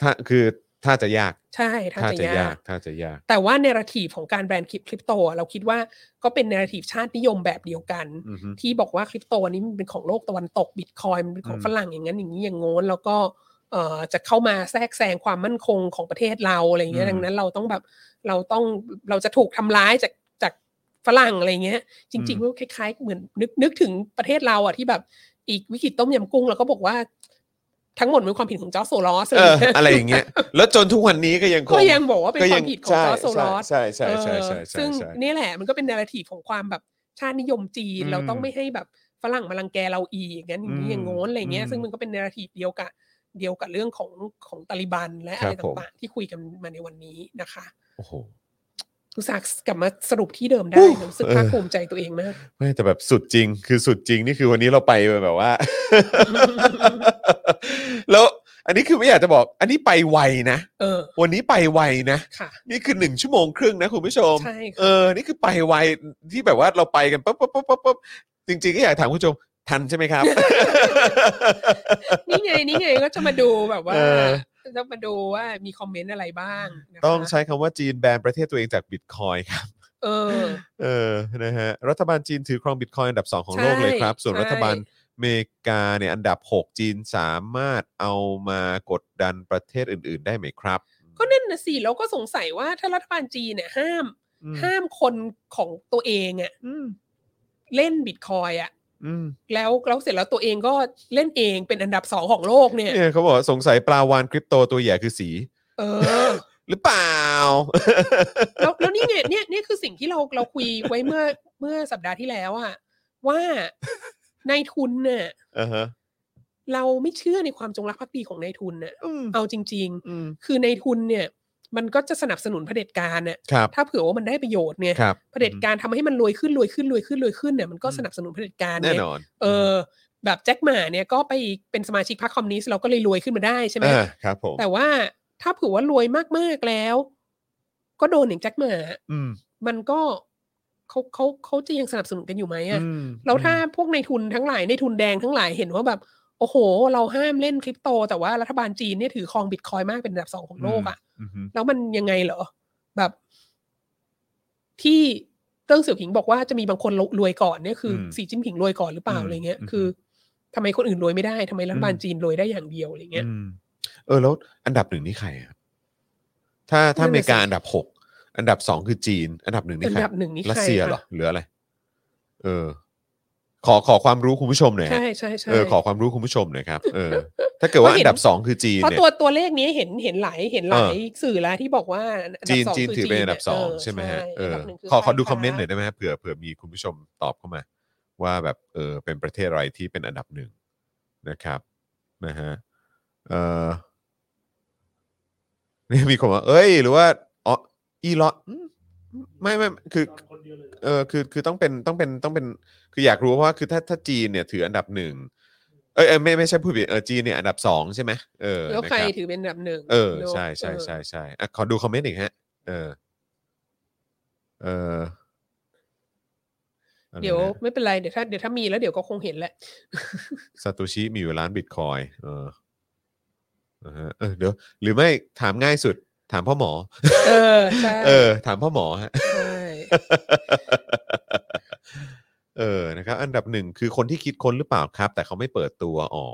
ถ้าคือถ้าจะยาก
ใช่ถ้า
ถ้า
จะ
จะ
ยาย
าก กถ้าจะยาก
แต่ว่าเนราทีฟของการแบนคริปโตอะเราคิดว่าก็เป็นเนราทีฟชาตินิยมแบบเดียวกัน
อือฮึ
ที่บอกว่าคริปโตนี้มันเป็นของโลกตะวันตกบิตคอยมันเป็นของ
อืม
ฝรั่งอย่างนั้นอย่างนี้อย่างโน้นแล้วก็เอ่อจะเข้ามาแทรกแซงความมั่นคงของประเทศเราอะไรอย่างเงี้ยดังนั้นเราต้องแบบเราต้องเราจะถูกทำร้ายจากจากฝรั่งอะไรเงี้ย จริงๆก็คล้ายๆเหมือนนึกนึกถึงประเทศเราอ่ะที่แบบอีกวิกฤตต้มยำกุ้งเราก็บอกว่า ทั้งหมดเป็นความผิดของจอร์จโซลอส
เออ อะไรอย่างเงี้ย แล้วจนทุกวันนี้ก็ยังคง
ก็ยังบอกว่าเป็น
ก็
ค
ยั
วามผิดของจอร์จโซลอส
ใช่ใช่ใช่ใช่
เออ
ใช่
ซึ่ง
ใช่
นี่แหละมันก็เป็นนาราทีฟของความแบบชาตินิยมจีน
อืม
เราต้องไม่ให้แบบฝรั่งมารังแกเราอีกอย่างนั้นอย่างนี้
อืม
อย่างโน้นอะไรเงี้ย
อืม
ซึ่งมันก็เป็นนาราทีฟเดียวกับเดียวกับเรื่องของของตาลิบันและ
ค
อะ
รับ
ไร
ผม
ต่างๆที่คุยกันมาในวันนี้นะคะ
โอ้โห
รู้สึกกลับมาสรุปที่เดิมได้
อู้
รู้สึก
เออ
ภาคภูมิใจตัวเองมาก
ไม่แต่แบบสุดจริง คือสุดจริงนี่คือวันนี้เราไปแบบว่า แล้วอันนี้คือไม่อยากจะบอก อันนี้ไปไวนะ
เออ
วันนี้ไปไวนะ
ค่ะ
นี่คือหนึ่งชั่วโมงครึ่งนะคุณผู้ชม
ใช่
เออ นี่คือไปไวที่แบบว่าเราไปกันปั๊บปั๊บปั๊บปั๊บปั๊บจริงๆก็อยากถามคุณผู้ชมทันใช่ไหมครับ
นี่ไงนี่ไงก็จะมาดูแบบว่า
เออ
จะมาดูว่ามีคอมเมนต์อะไรบ้างนะคะ
ต้องใช้คำว่าจีนแบนประเทศตัวเองจากบิตคอยน์ครับ
เออ
เออ นะฮะ รัฐบาลจีนถือครองบิตคอยน์อันดับ 2 ของโลกเลยครับ
ใช่
ส่วน
ใช่
รัฐบาลอเมริกาเนี่ยอันดับ 6 จีนสามารถเอามากดดันประเทศอื่น ๆ ได้ไหมครับ
ก็นั่นนะสิเราก็สงสัยว่าถ้ารัฐบาลจีนเนี่ยห้าม
อืม
ห้ามคนของตัวเองอะ
อืม
เล่นบิตคอยอะ
อืม
แล้วแล้วเสร็จแล้วตัวเองก็เล่นเองเป็นอันดับสองของโลกเนี่ย
เนี่ยเขาบอกว่าสงสัยปลาวานคริปโตตัวใหญ่คือสี
เออ
หรือเป ล่า
แล้วแล้วนี่ไงเนี่ยเนี่ยคือสิ่งที่เราเราคุยไว้เมื่อเมื่อสัปดาห์ที่แล้วอะว่าในายทุนเนี่ย
อ่าฮะ
เราไม่เชื่อในความจงรักภักดีของนายทุนเนี่ย
อืม
เอาจริง
อืม
ๆ คือนายทุนเนี่ย มันก็จะสนับสนุนเผด็จการเนี่ย
ครับ
ถ้าเผื่อว่ามันได้ประโยชน์เนี่ย
ครับ
เผด็จการทำให้มันรวยขึ้นรวยขึ้นรวยขึ้นรวยขึ้นเนี่ยมันก็สนับสนุนเผด็จการ
แน่
เนี่ย
นอน
เออแบบแจ็คหมาเนี่ยก็ไปเป็นสมาชิกพรรคคอมมิวนิสต์เราก็เลยรวยขึ้นมาได้ใช่ไหม
อ่าครับผม
แต่ว่าถ้าเผื่อว่ารวยมากๆแล้ว ก็โดนอย่างแจ็คหมา
อืม
มันก็เขาเขาเขาจะยังสนับสนุนกันอยู่ไหมอะ
อืม
แล้วถ้าพวกในทุนทั้งหลายในทุนแดงทั้งหลายเห็นว่าแบบ โอ้โห เราห้ามเล่นคริปโต แต่ว่ารัฐบาลจีนเนี่ยถือครองบิตคอยน์มากเป็นอันดับสองของโลกอะ
อืมอืม
แล้วมันยังไงเหรอ แบบ ที่เติ้งเสี่ยวผิงบอกว่าจะมีบางคนรวยก่อนเนี่ยคืออ
ม
สีจิ้นผิงรวยก่อนหรือเปล่า
อืม
อะไรเงี้ย
อืม
คือทำไมคนอื่นรวยไม่ได้ทำไมรัฐบาล
อืม
จีนรวยได้อย่างเดียวอะไรเงี้ย
อืมเออแล้วอันดับหนึ่งนี่ใครอะถ้าถ้า
นั่
อน
น่ะ
เมริกา
สิ
อันดับหกอันดับสองคือจีน อันดับหนึ่งนี่
อัน
ใคร
ดับหนึ่งนี่
รัส
ใคร
เซีย
คะ
เหรอหรืออะไร เออ ขอขอความรู้คุณผู้ชมหน่อยฮะ
ใช่ใช่ใช่
เออขอความรู้คุณผู้ชมหน่อยครับเออ ถ้าเกิดว่าอันดับสองคือจีน
เพราะ
เนี่ย
ตัวตัวเลขนี้เห็นเห็นหลายเห็นหลาย
เออ
สื่อแล้วที่บอกว่าอั
จี
ดับ
น
สง
จีน
คื
ถือเป็นอันดับสอง
เ
ใช่ไหมฮะเออน
ใช่ดับนึ่ง
ขอขอดู
ไต้
คอมเมนต์หน่อย
ฟ้า
ได้ไหมฮะเผื่อเผื่อมีคุณผู้ชมตอบเข้ามา ว่าแบบเออเป็นประเทศอะไรที่เป็นอันดับหนึ่งนะครับนะฮะเออ นี่มีคนว่า เอ้ย หรือว่าอ๋ออีลอนอืมไม่ไม่คือ เออคือคือต้องเป็นต้องเป็นต้องเป็น คืออยากรู้ว่าคือถ้าถ้าจีนเนี่ยถืออันดับหนึ่ง เอยเอยไม่ไม่ใช่ผู้ผิดเออจีนเนี่ยอันดับสองใช่ไหมเออ
แล้ว
นะ
ใคร
รับ
ถือเป็นอันดับหนึ่ง
เออ
โลก
ใช่ใช่
เออ
ใช่ใช่อ่ะขอดูคอมเมนต์อีกฮะ เออ เอออะไรนะ
เดี๋ยวไม่เป็นไรเดี๋ยวถ้าเดี๋ยวถ้ามีแล้วเดี๋ยวก็คงเห็นแหละ
ซาโตชิมีอยู่ล้านบิตคอยน์เออนะฮะเออเดี๋ยว หรือไม่ถามง่ายสุด ถามพ่อหมอ
เออใช่
เออ ถามพ่อหมอฮะ
ใช่
เออ นะครับ อันดับหนึ่งคือคนที่คิดค้นหรือเปล่าครับ แต่เขาไม่เปิดตัว อ๋อ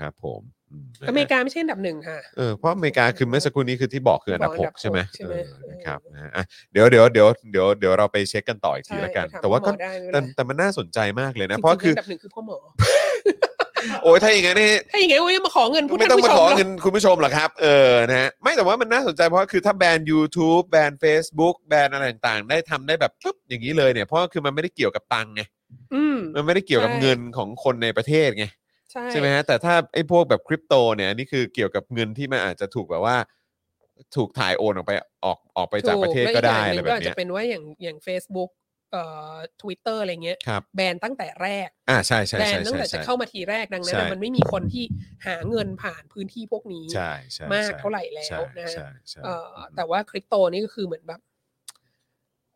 ครับ ผมอืมนะฮะ
อเมริกาไม่ใช่อันดับหนึ่งค่ะ
เออ เพราะอเมริกาคือเมื่อสักครู่นี้คือที่บอกคืออันดับ
บอ
ห
กอันดั
ก
บ
ใช่ไหม
หกใช่ไหม
เออ
เออ
นะครับนะฮะอ่ะเดี๋ยวเดี๋ยวเดี๋ยวเดี๋ยวเดี๋ยวเราไปเช็คกันต่ออีกทีละกัน
ใช่
แต่ว่าก็
ถมพ่อหมอได้ไม่
แต่แต่
เป็นไร
มันน่าสนใจมากเลยนะ
จงๆ
เพราะคือ
นดับหนึ่งคือพ่อหมอ
โอ้ยถ้าอย่างนั้นนี่
ถ้าอย่างงี้โอ้ยมาขอเงินผู้
ไม่ต้อง
ผู้
มา
ช
ขอ
หร
เงินคุณผู้ชมหรอกครับ เออ นะฮะ ไม่แต่ว่ามันน่าสนใจเพราะคือถ้าแบรนด์ YouTube แบรนด์ Facebook แบรนด์อะไรต่างๆ ได้ทำได้แบบปุ๊บอย่างนี้เลยเนี่ย เพราะคือมันไม่ได้เกี่ยวกับตังค์ไง
อืม
มันไม่ได้เกี่ยวกับ
ใช่
เงินของคนในประเทศไง
ใช่
ใช่ไหมฮะแต่ถ้าไอ้พวกแบบคริปโตเนี่ยอันนี่คือเกี่ยวกับเงินที่มันอาจจะถูกแบบว่า ถูกถ่ายโอนออกไปออกออกไปจากประเทศ
ถู
ก็ได้
แล
อะไร
อีกอย่าง
แบบ
หนึ่งก็อาจ
เนี้
จะ
ย
เป็นว่าอย่างอย่าง Facebook เอ่อ Twitter อะไรเงี้ย
ครับ
แบนตั้งแต่แรก
อ่าใช่ใช่
แบน
ใช่
ตั้ง
ใช่
แต่จะ
ใช่
เข้ามาทีแรกดังนั้น
ใช่
น่ะมันไม่มีคนที่หาเงินผ่านพื้นที่พวกนี้
ใช่ใช่
มาก
ใช่
เท่าไหร่แล้ว
ใช่
นะ
ใช่ใช่
เอ่อแต่ว่าคริปโตนี่ก็คือเหมือนแบบ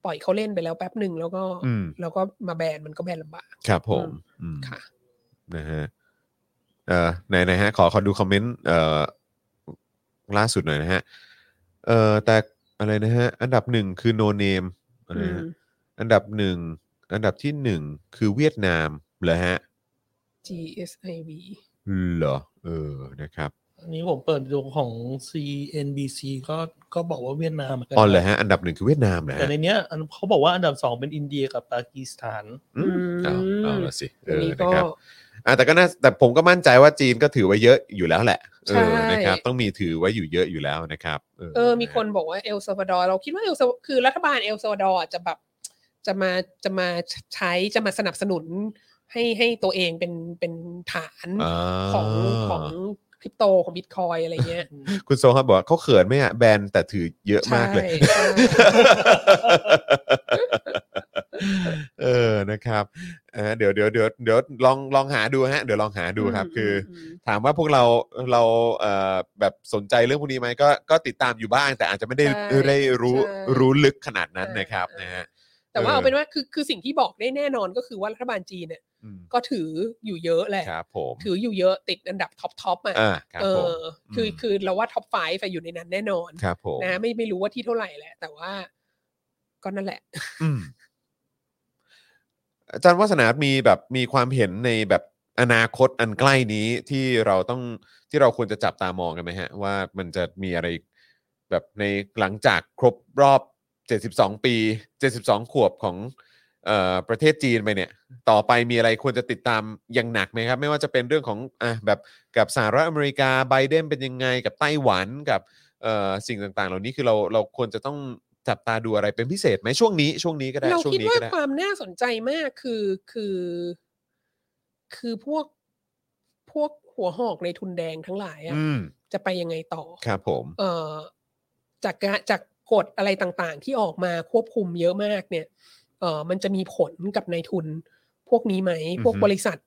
ปล่อยเขาเล่นไปแล้วแป๊บหนึ่งแล้วก็
อืม
แล้วก็มาแบนมันก็แบนลำบาก
ครับผมอืม
ค่ะ
นะฮะเอ่อไหนไหนฮะ ขอขอดูคอมเมนต์เอ่อล่าสุดหน่อยนะฮะเอ่อแต่อะไรนะฮะ อันดับหนึ่งคือโนเนมอะไร
อื
นะ
ม
ฮะอันดับหนึ่งอันดับที่หนึ่งคือเวียดนามเหรอฮะ
GSIV
เหรอเออนะครับ
อันนี้ผมเปิดดูของ CNBC ก็ก็บอกว่าเวียดนามมืนกัน
อ๋อเหรอฮะอันดับหนึ่งคือเวียดนามเหรอ
แต่
ฮะ
ในเนี้ยอันเขาบอกว่าอันดับสองเป็นอินเดียกับปากีสถาน
อืมเอาเอาละสิเอ
อัน
อ
นี้
นะ
ก็
ครับอ่ะแต่ก็น่าแต่ผมก็มั่นใจว่าจีนก็ถือไว้เยอะอยู่แล้วแหละเอ
ใช่
อนะครับ ต้องมีถือไว้อยู่เยอะอยู่แล้วนะครับ
เออ มีคนบอกว่าเอลซัลวาดอร์เราคิดว่าเอลซัลคือรัฐบาลเอลซัลวาดอร์จะแบบจะมาจะมาใช้จะมาสนับสนุนให้ให้ตัวเองเป็นเป็นฐาน
อ่า
ของของคริปโตของบิตคอยอะไรเงี้ย
คุณโซครับบอกว่าเขาเขินไหมอ่ะแบรนด์แต่ถือเยอะมากเลย
ใช่ใช่
เออนะครับอ่าเดี๋ยวเดี๋ยวเดี๋ยวเดี๋ยวลองลองหาดูฮะเดี๋ยวลองหา ดูครับคือ
ม
ถามว่าพวกเราเราเอ่อแบบสนใจเรื่องพวกนี้ไหมก็ก็ติดตามอยู่บ้าง แต่อาจจะไม่ได้
ใช่
ได้รู้
ใช่
รู้ลึกขนาดนั้น
ใช่
นะครับ
ใช่
นะฮะ
แต่
เอ
ว่า
อ
เอาเป็นว่าคือคือสิ่งที่บอกได้แน่นอนก็คือว่ารัฐบาลจีนเนี่ย
อืม
ก็ถืออยู่เยอะแหละ
ครับผม
ถืออยู่เยอะติดอันดับท็อปท็อปอ่ะ
อ่าครับ
เอ
ผม
อคือ
อืม
คือเราว่าท็อปไฟฟ์อยู่ในนั้นแน่นอน
ครับผม
นะไม่ไม่รู้ว่าที่เท่าไหร่แหละ แต่ว่าก็นั่นแหละ
อืมอาจารย์วัฒนามีแบบมีความเห็นในแบบอนาคตอันใกล้นี้ที่เราต้องที่เราควรจะจับตามองกันไหมฮะ ว่ามันจะมีอะไรแบบในหลังจากครบรอบ 72 ปี 72 ขวบของเอ่อประเทศจีนไปเนี่ย ต่อไปมีอะไรควรจะติดตามอย่างหนักไหมครับ ไม่ว่าจะเป็นเรื่องของอ่ะแบบกับสหรัฐอเมริกาไบเดนเป็นยังไงกับไต้หวันกับ เอ่อสิ่งต่างๆ เหล่านี้คือเราเราควรจะต้องจับตาดูอะไรเป็นพิเศษไหมช่วงนี้ช่วงนี้ก็ได้
เรา
ช่วง
คิด
นี้
ว่า
ก็ได้
ความน่าสนใจมากคือคือ คือพวกพวกหัวหอกในทุนแดงทั้งหลายอะ
อืม
จะไปยังไงต่อ
ครับผม
เอ่อจากการจากกฎอะไรต่างๆ ที่ออกมาควบคุมเยอะมากเนี่ยเอ่อมันจะมีผลกับนายทุนพวกนี้ไหม พวก
อือฮึ
บริษัท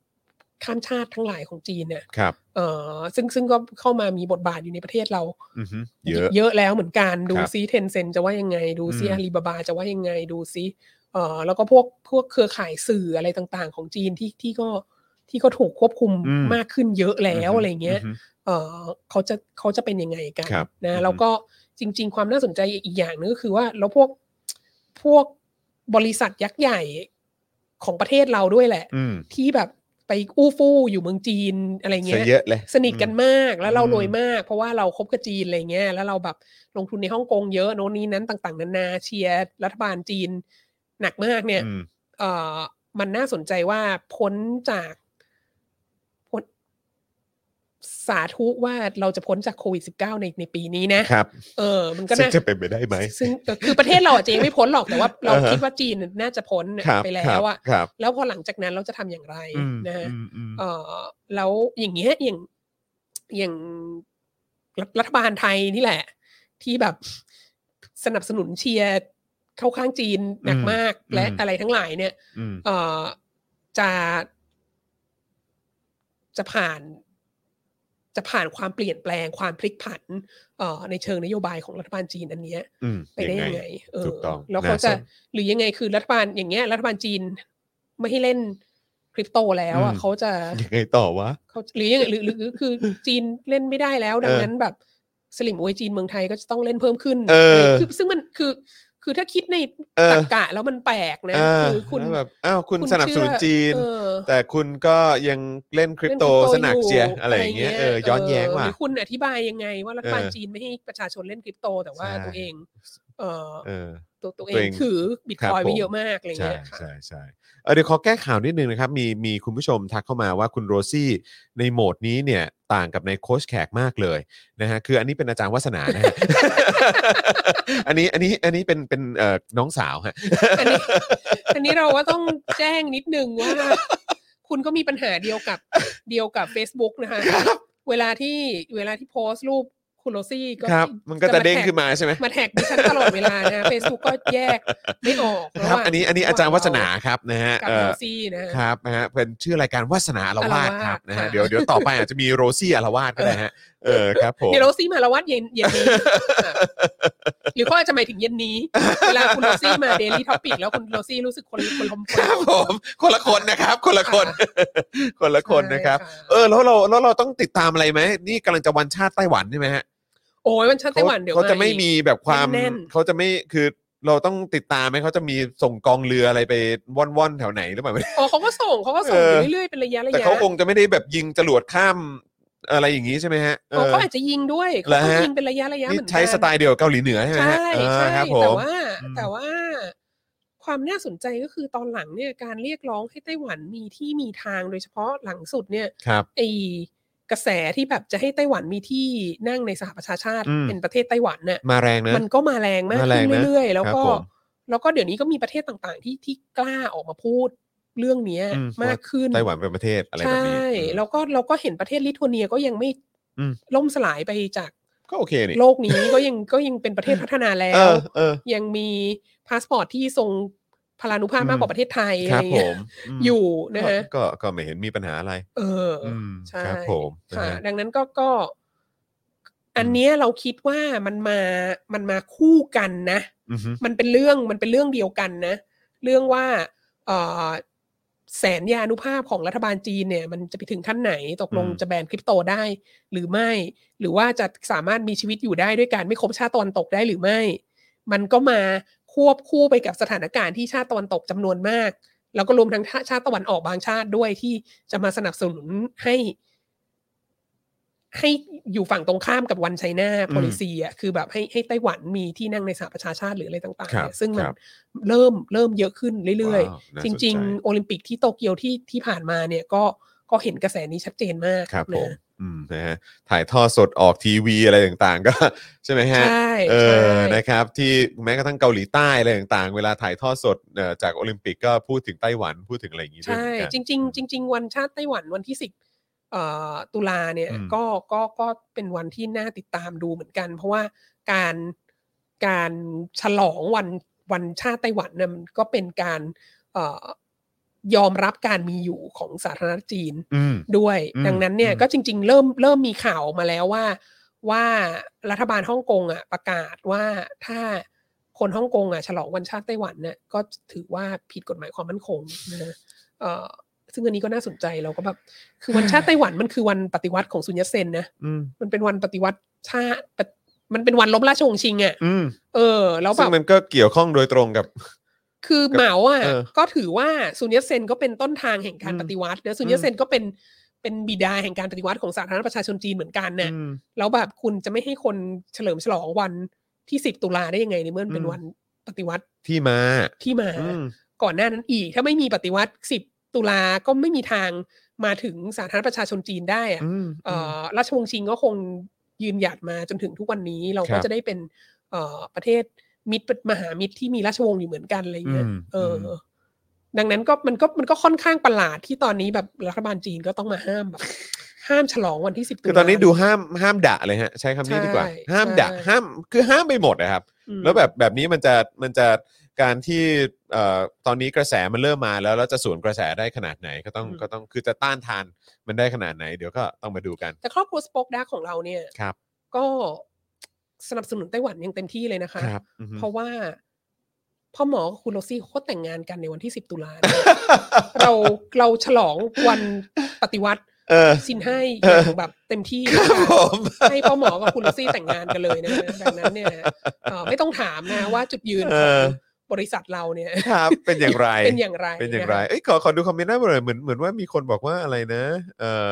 ข้ามชาติทั้งหลายของจีนเนี่ย
ครับ
เอ่อซึ่งซึ่งก็เข้ามามีบทบาทอยู่ในประเทศเรา
อือฮึเยอะ
เยอะแล้วเหมือนกันดู
ครับ
ซิเทนเซนจะว่ายังไง ดูซิ
อืม
อาลีบาบาจะว่ายังไงดูซิเอ่อแล้วก็พวกพวกเครือข่ายสื่ออะไรต่างๆ ของจีนที่ที่ก็ที่ก็ถูกควบคุมมากขึ้นเยอะแล้วอะไรเงี้ย
อือฮึ
เออเขาจะเขาจะเป็นยังไงกัน
ครับอือฮึ
นะแล้วก็จริง ๆ ความน่าสนใจอีกอย่างนึงก็คือว่าแล้วพวกพวกบริษัทยักษ์ใหญ่ของประเทศเราด้วยแหละ
อืม
ที่แบบไปอู้ฟู่อยู่เมืองจีนอะไร
ซะ
เงี้ย
เยอะเลย
สนิทกันมากแล้วเรา
อืม
รวยมาก เพราะว่าเราคบกับจีนอะไรเงี้ยแล้วเราแบบลงทุนในฮ่องกงเยอะโน่นนี้นั้นต่าง ๆ นานาเชียร์รัฐบาลจีนหนักมากเนี่ย
อืม
เอ่อมันน่าสนใจว่าพ้นจากพ้นสาธุว่าเราจะพ้นจากโควิด -19 ในในปีนี้นะ
ครับ
เออ มันก็
ซึ่ง
น่า
จะเป็นไปได้ไหม
ซึ่งเออคือประเทศเราอาจจะยังไม่พ้นหรอกแต่ว่า เรา
อ่าฮะ
คิดว่าจีนน่าจะพ้น
ครับ
ไปแล้วอะ
ครับครับ
แล้วพอหลังจากนั้นเราจะทำอย่างไร
อืม
นะฮะ
อืมอืม
เออแล้วอย่างเงี้ยอย่างอย่างรัฐรัฐบาลไทยนี่แหละ ที่แบบสนับสนุนเชียร์เข้าข้างจีนหนัก
อืม
มากและ
อืม
อะไรทั้งหลายเนี่ย
อืม
เอ่อจะ จะผ่าน จะผ่านความเปลี่ยนแปลงความพลิกผันเอ่อในเชิงนโยบายของรัฐบาลจีนอันเนี้ย
อืม
ไปได้
ยั
ยัง ง
ไง
ไงเออ
ถูกต้อง
แล้วเขาจะ
น่าสน
หรือยังไงคือรัฐบาลอย่างเงี้ยรัฐบาลจีนไม่ให้เล่นคริปโตแล้วอ่ะ
อืม
เขาจะ
ยังไงต่อวะ
เขาหรือยังหรือหรือหรือคือจีนเล่นไม่ได้แล้ว ดังนั้นแบบสลิมอวยจีนเมืองไทยก็จะต้องเล่นเพิ่มขึ้น
เออ
อะไรคือซึ่งมันคือคือถ้าคิดใน
เอ
ตร
อ
รกะแล้วมันแปลกนะ
เออ
คือคุณ
แล้วแบบอ้าวคุณ
คุณ
สนับสนุน
เชื่อ
จีน
เออ
แต่คุณก็ยังเล่นคริปโต
เล่
สนักเจีย
ยู่
อะไรอย่างเงี้ยเออย้อนแย้งว่ะ
หรือคุณอธิบายยังไงว่ารัฐบาล
เออ
จีนไม่ให้ประชาชนเล่นคริปโต แต่ว่า
ใช่
ตัวเอง เออ
เออ
ตัวตัวเอ
ตัว
ง
เอง
ถือบิต
ครับ
คอยน์
ผม
ไม่เยอะมากอะไร
ใช่
เงี้ยค่ะ
ใช่ใช่เออเดี๋ยวขอแก้ข่าวนิดนึงนะครับ มีมีคุณผู้ชมทักเข้ามาว่าคุณโรซี่ในโหมดนี้เนี่ยต่างกับในโค้ชแขกมากเลยนะฮะคืออันนี้เป็นอาจารย์วัฒนานะฮ ะ อันนี้อันนี้อันนี้เป็นเป็นเอ่อน้องสาวฮะ
อันนี้ อันนี้เราว่าต้องแจ้งนิดนึงว่า คุณก็มีปัญหาเดียวกับเดียวกับ Facebook นะคะเวลาที่เวลาที่โพสต์รูปคุณโรซี่ก็
ครับ มันก็จะเด้ง
แท็
ขึ้นมาใช่ไหม
มาแท็กดิฉันตลอดเวลานะ Facebook ก็แยกไม่ออก
ครับ
ระหว่าง
อันนี้อันนี้อาจารย์วัฒนาครับนะฮะ
กับ
เอ่
โร
อ
ซี่นะฮะ
ครับนะฮะเป็นชื่อรายการวาสนาอารวาสครับนะฮะ
อารวาสค่ะ
เดี๋ยวเดี๋ยวต่อไปอาจจะมีโรซี่อารวาสก็ได้ฮะเออครับผม
เดี๋ยวโรซี่มาละวัดเย็นเย็นนี้อ่ะหรือเขาอาจจะหมายถึงเย็นนี้ เวลาคุณโรซี่มาเดลี่ท็อปิกแล้วคุณโรซี่รู้สึกคนคนลมค
ค
น
รับผมคนละคนนะครับ คนละคน คนละคนนะครับ
ใช่
เออแล้วเราแล้วเราต้องติดตามอะไรไหมนี่กำลังจะวันชาติไต้หวันใช่ไหมฮะ
โอ้ยมันชัดไต้หวันเดี๋ยว
เขาจะไม่
อีก
มีแบบความ
แน่นๆ
เขาจะไม่คือเราต้องติดตามไหมเขาจะมีส่งกองเรืออะไรไปว่อนว่อนๆแถวไหนหรือเปล่า
อ๋อเขาก็ส่งเขาก็ส่งอ
เออ
ยู่เรื่อยๆเป็นระยะระ
แต่
ยะ
เขาคงจะไม่ได้แบบยิงจรวดข้ามอะไรอย่างนี้ใช่ไหมฮะเอ
อ๋อ
อ
เขาอาจจะยิงด้วย
เหรอ
เขา
ฮะ
ก็ยิงเป็นระยะระยะ
นี่
เหมือนกัน
ใช้สไตล์เดียวกับเกาหลีเหนือใช่ไหม
ใช่
ฮะเออ
ใช่
ครับผ
แต่
ม
ว่า
อืม
แต่ว่า ความน่าสนใจก็คือตอนหลังเนี่ยการเรียกร้องให้ไต้หวันมีที่มีทางโดยเฉพาะหลังสุดเนี่ย
ครับ
ไอกระแสที่แบบจะให้ไต้หวันมีที่นั่งในสหประชาชาติ
อืม
เป็นประเทศไต้หวันเนี่ย
มาแรงนะ
มันก็มาแรงมาก
มาแร
ขึ้
ง
น
นะ
เรื่อยๆ แล้วก็
ครับผม
แล้วก็เดี๋ยวนี้ก็มีประเทศต่างๆ ที่ที่กล้าออกมาพูดเรื่องเนี้ย
อืม
มากขึ้น
ไต้หวันเป็นประเทศอะไรแบบ
ใช่
นี้อืม
แล้วก็เราก็เห็นประเทศลิทัวเนียก็ยังไม่
อืม
ล่มสลายไปจาก
ก็โอเคนี่
โลกนี้ ก็ยังก็ยังเป็นประเทศพัฒนาแล้
เอ
ว
อเออ
ยังมีพาสปอร์ตที่ทรงพลานุภาพ
อืม
มากกว่าประเทศไทย
ค
อะ
รั
ไร
บผ
เงี้ย
มม
อยู่
ก็
นะฮะ
ก็ก็ไม่เห็นมีปัญหาอะไร
เอออ
อืม
ใช่
ครับผมนะ
ค่ะ
ฮะ
ดังนั้นก็ก็ อัน
อืม
เนี้ยเราคิดว่ามันมามันมาคู่กันนะ
อือฮึ
มันเป็นเรื่องมันเป็นเรื่องเดียวกันนะ เรื่องว่าเอ่อแสนยานุภาพของรัฐบาลจีนเนี่ย มันจะไปถึงขั้นไหนตกลงจะแบนคริปโตได้ หรือไม่ หรือว่าจะสามารถมีชีวิตอยู่ได้ด้วยการไม่คบชาติตะวันตกได้หรือไม่ มันก็มาควบคู่ไปกับสถานการณ์ที่ชาติตะวันตกจำนวนมาก แล้วก็รวมทั้งชาติตะวันออกบางชาติด้วยที่จะมาสนับสนุนให้ ให้อยู่ฝั่งตรงข้ามกับวันไชน่า policy อ่ะคือแบบให้ให้ไต้หวันมีที่นั่งในสหประชาชาติหรืออะไรต่างๆ
ครับ
เนี่ยซึ่งมัน
ครับ
เริ่มเริ่มเยอะขึ้นเรื่อย
ว้าวน่า
ๆ
ส
จ
นใ
ริง ๆ โอลิมปิกที่โตเกียวที่ที่ผ่านมาเนี่ยก็ก็เห็นกระแสนี้ชัดเจนมาก
ครับ
นะ
ผมอืมนะฮะถ่ายทอดสดออกทีวีอะไรต่างๆ ก็ ใช่ไหมฮะ
ใช่
เอ
ใช่
อนะครับที่แม้กระทั่งเกาหลีใต้อะไรต่างๆ เวลาถ่ายทอดสดเอ่อจากโอลิมปิกก็พูดถึงไต้หวันพูดถึงอะไรอย่างนี้ด้วย
ใช่
เหมือนกัน
จริง ๆ จริง ๆ วันชาติไต้หวันวันที่สิบตุลาเนี่ย
อืม
ก็ก็ก็เป็นวันที่น่าติดตามดูเหมือนกัน เพราะว่าการการฉลองวันวันชาติไต้หวันเนี่ยมันก็เป็นการเอ่อยอมรับการมีอยู่ของสาธารณรัฐจีน
อืม
ด้วย
อืม
ดังนั้นเนี่ย
อืม
ก็จริง ๆ เริ่มเริ่มมีข่าวออกมาแล้วว่า ว่ารัฐบาลฮ่องกงอ่ะประกาศว่าถ้าคนฮ่องกงอ่ะฉลองวันชาติไต้หวันเนี่ยก็ถือว่าผิดกฎหมายความมั่นคงนะฮะเอ่อซึ่งอันนี้ก็น่าสนใจเราก็แบบคือวันชาติไต้หวันมันคือวันปฏิวัติของซุนยัตเซนนะ
อืม
มันเป็นวันปฏิวัติชาติปะมันเป็นวันล้มราชวงศ์ชิงอ่ะ
อืม
เออแล้วแบ
ซึ่
บ
งมันก็เกี่ยวข้องโดยตรงกับ
คือเหมาอ่ะ
เออ
ก็ถือว่าซุนยัตเซนก็เป็นต้นทางแห่งการ
อืม
ปฏิวัตินะซุน
อืม
ยัตเซนก็เป็นเป็นบิดาแห่งการปฏิวัติของสาธารณรัฐประชาชนจีนเหมือนกันน่ะ
อืม
แล้วแบบคุณจะไม่ให้คนเฉลิมฉลองวันที่สิบตุลาได้ยังไงในเมื่อมันเป็น
อืม
วันปฏิวัติ
ที่มา
ที่มา
อืม
ก่อนหน้านั้นอีก ถ้าไม่มีปฏิวัติสิบตุลาก็ไม่มีทางมาถึงสาธารณประชาชนจีนได้อะ
อืม
เอ่อราชวงศ์ชิงก็คงยืนหยัดมาจนถึงทุกวันนี้เราก็จะได้เป็นเอ่อประเทศมิตรมหามิตรที่มีราชวงศ์อยู่เหมือนกันอะไรเงี้ย
ม
เอออ ดังนั้นก็มันก็มันก็ค่อนข้างประหลาดที่ตอนนี้แบบรัฐบาลจีนก็ต้องมาห้ามแบบ ห้ามฉลองวันที่สิบตุลา
คือตอนนี้ดูห้ามห้ามด่าเลยฮะ ใช้คำนี้ดีกว่า
ใช่
ห้ามด่า
ใช่
ห้ามคือห้ามไปหมดนะครับ
อืม
แล้วแบบแบบนี้มันจะมันจะ การที่เอ่อตอนนี้กระแสมันเริ่มมาแล้วแล้วจะสวนกระแสได้ขนาดไหนก็ต้อง
อืม
ก็ต้องคือจะต้านทานมันได้ขนาดไหน เดี๋ยวก็ต้องมาดูกัน
แต่ครอบครัวสป็อกดาของเราเนี่ย
ครับ
ก็สนับสนุนไต้หวันอย่างเต็มที่เลยนะคะ
ครับอือฮึ
เพราะว่าพ่อหมอกับคุณโรซี่เขาก็แต่งงานกันในวันที่สิบตุลา เราเราฉลองวันปฏิวัติ
เออ
สินให้
เออ
อย่างแบบเต็มที่
ค
นะ
รับ
คะ
ผม
ให้พ่อหมอกับคุณโรซี่แต่งงานกันเลยนะดังนั้นเนี่ยเอ่อไม่ต้องถามนะว่าจุดยืน
เอ
ของ
อบ
ริษัทเราเนี่ย
ครับเป็นอย่างไร
เป็นอย่างไร
เป็นอย่างไร เอ้ยขอขอดูคอมเมนต์หน้าหน่อยเหมือนเหมือนว่ามีคนบอกว่าอะไรนะ เออ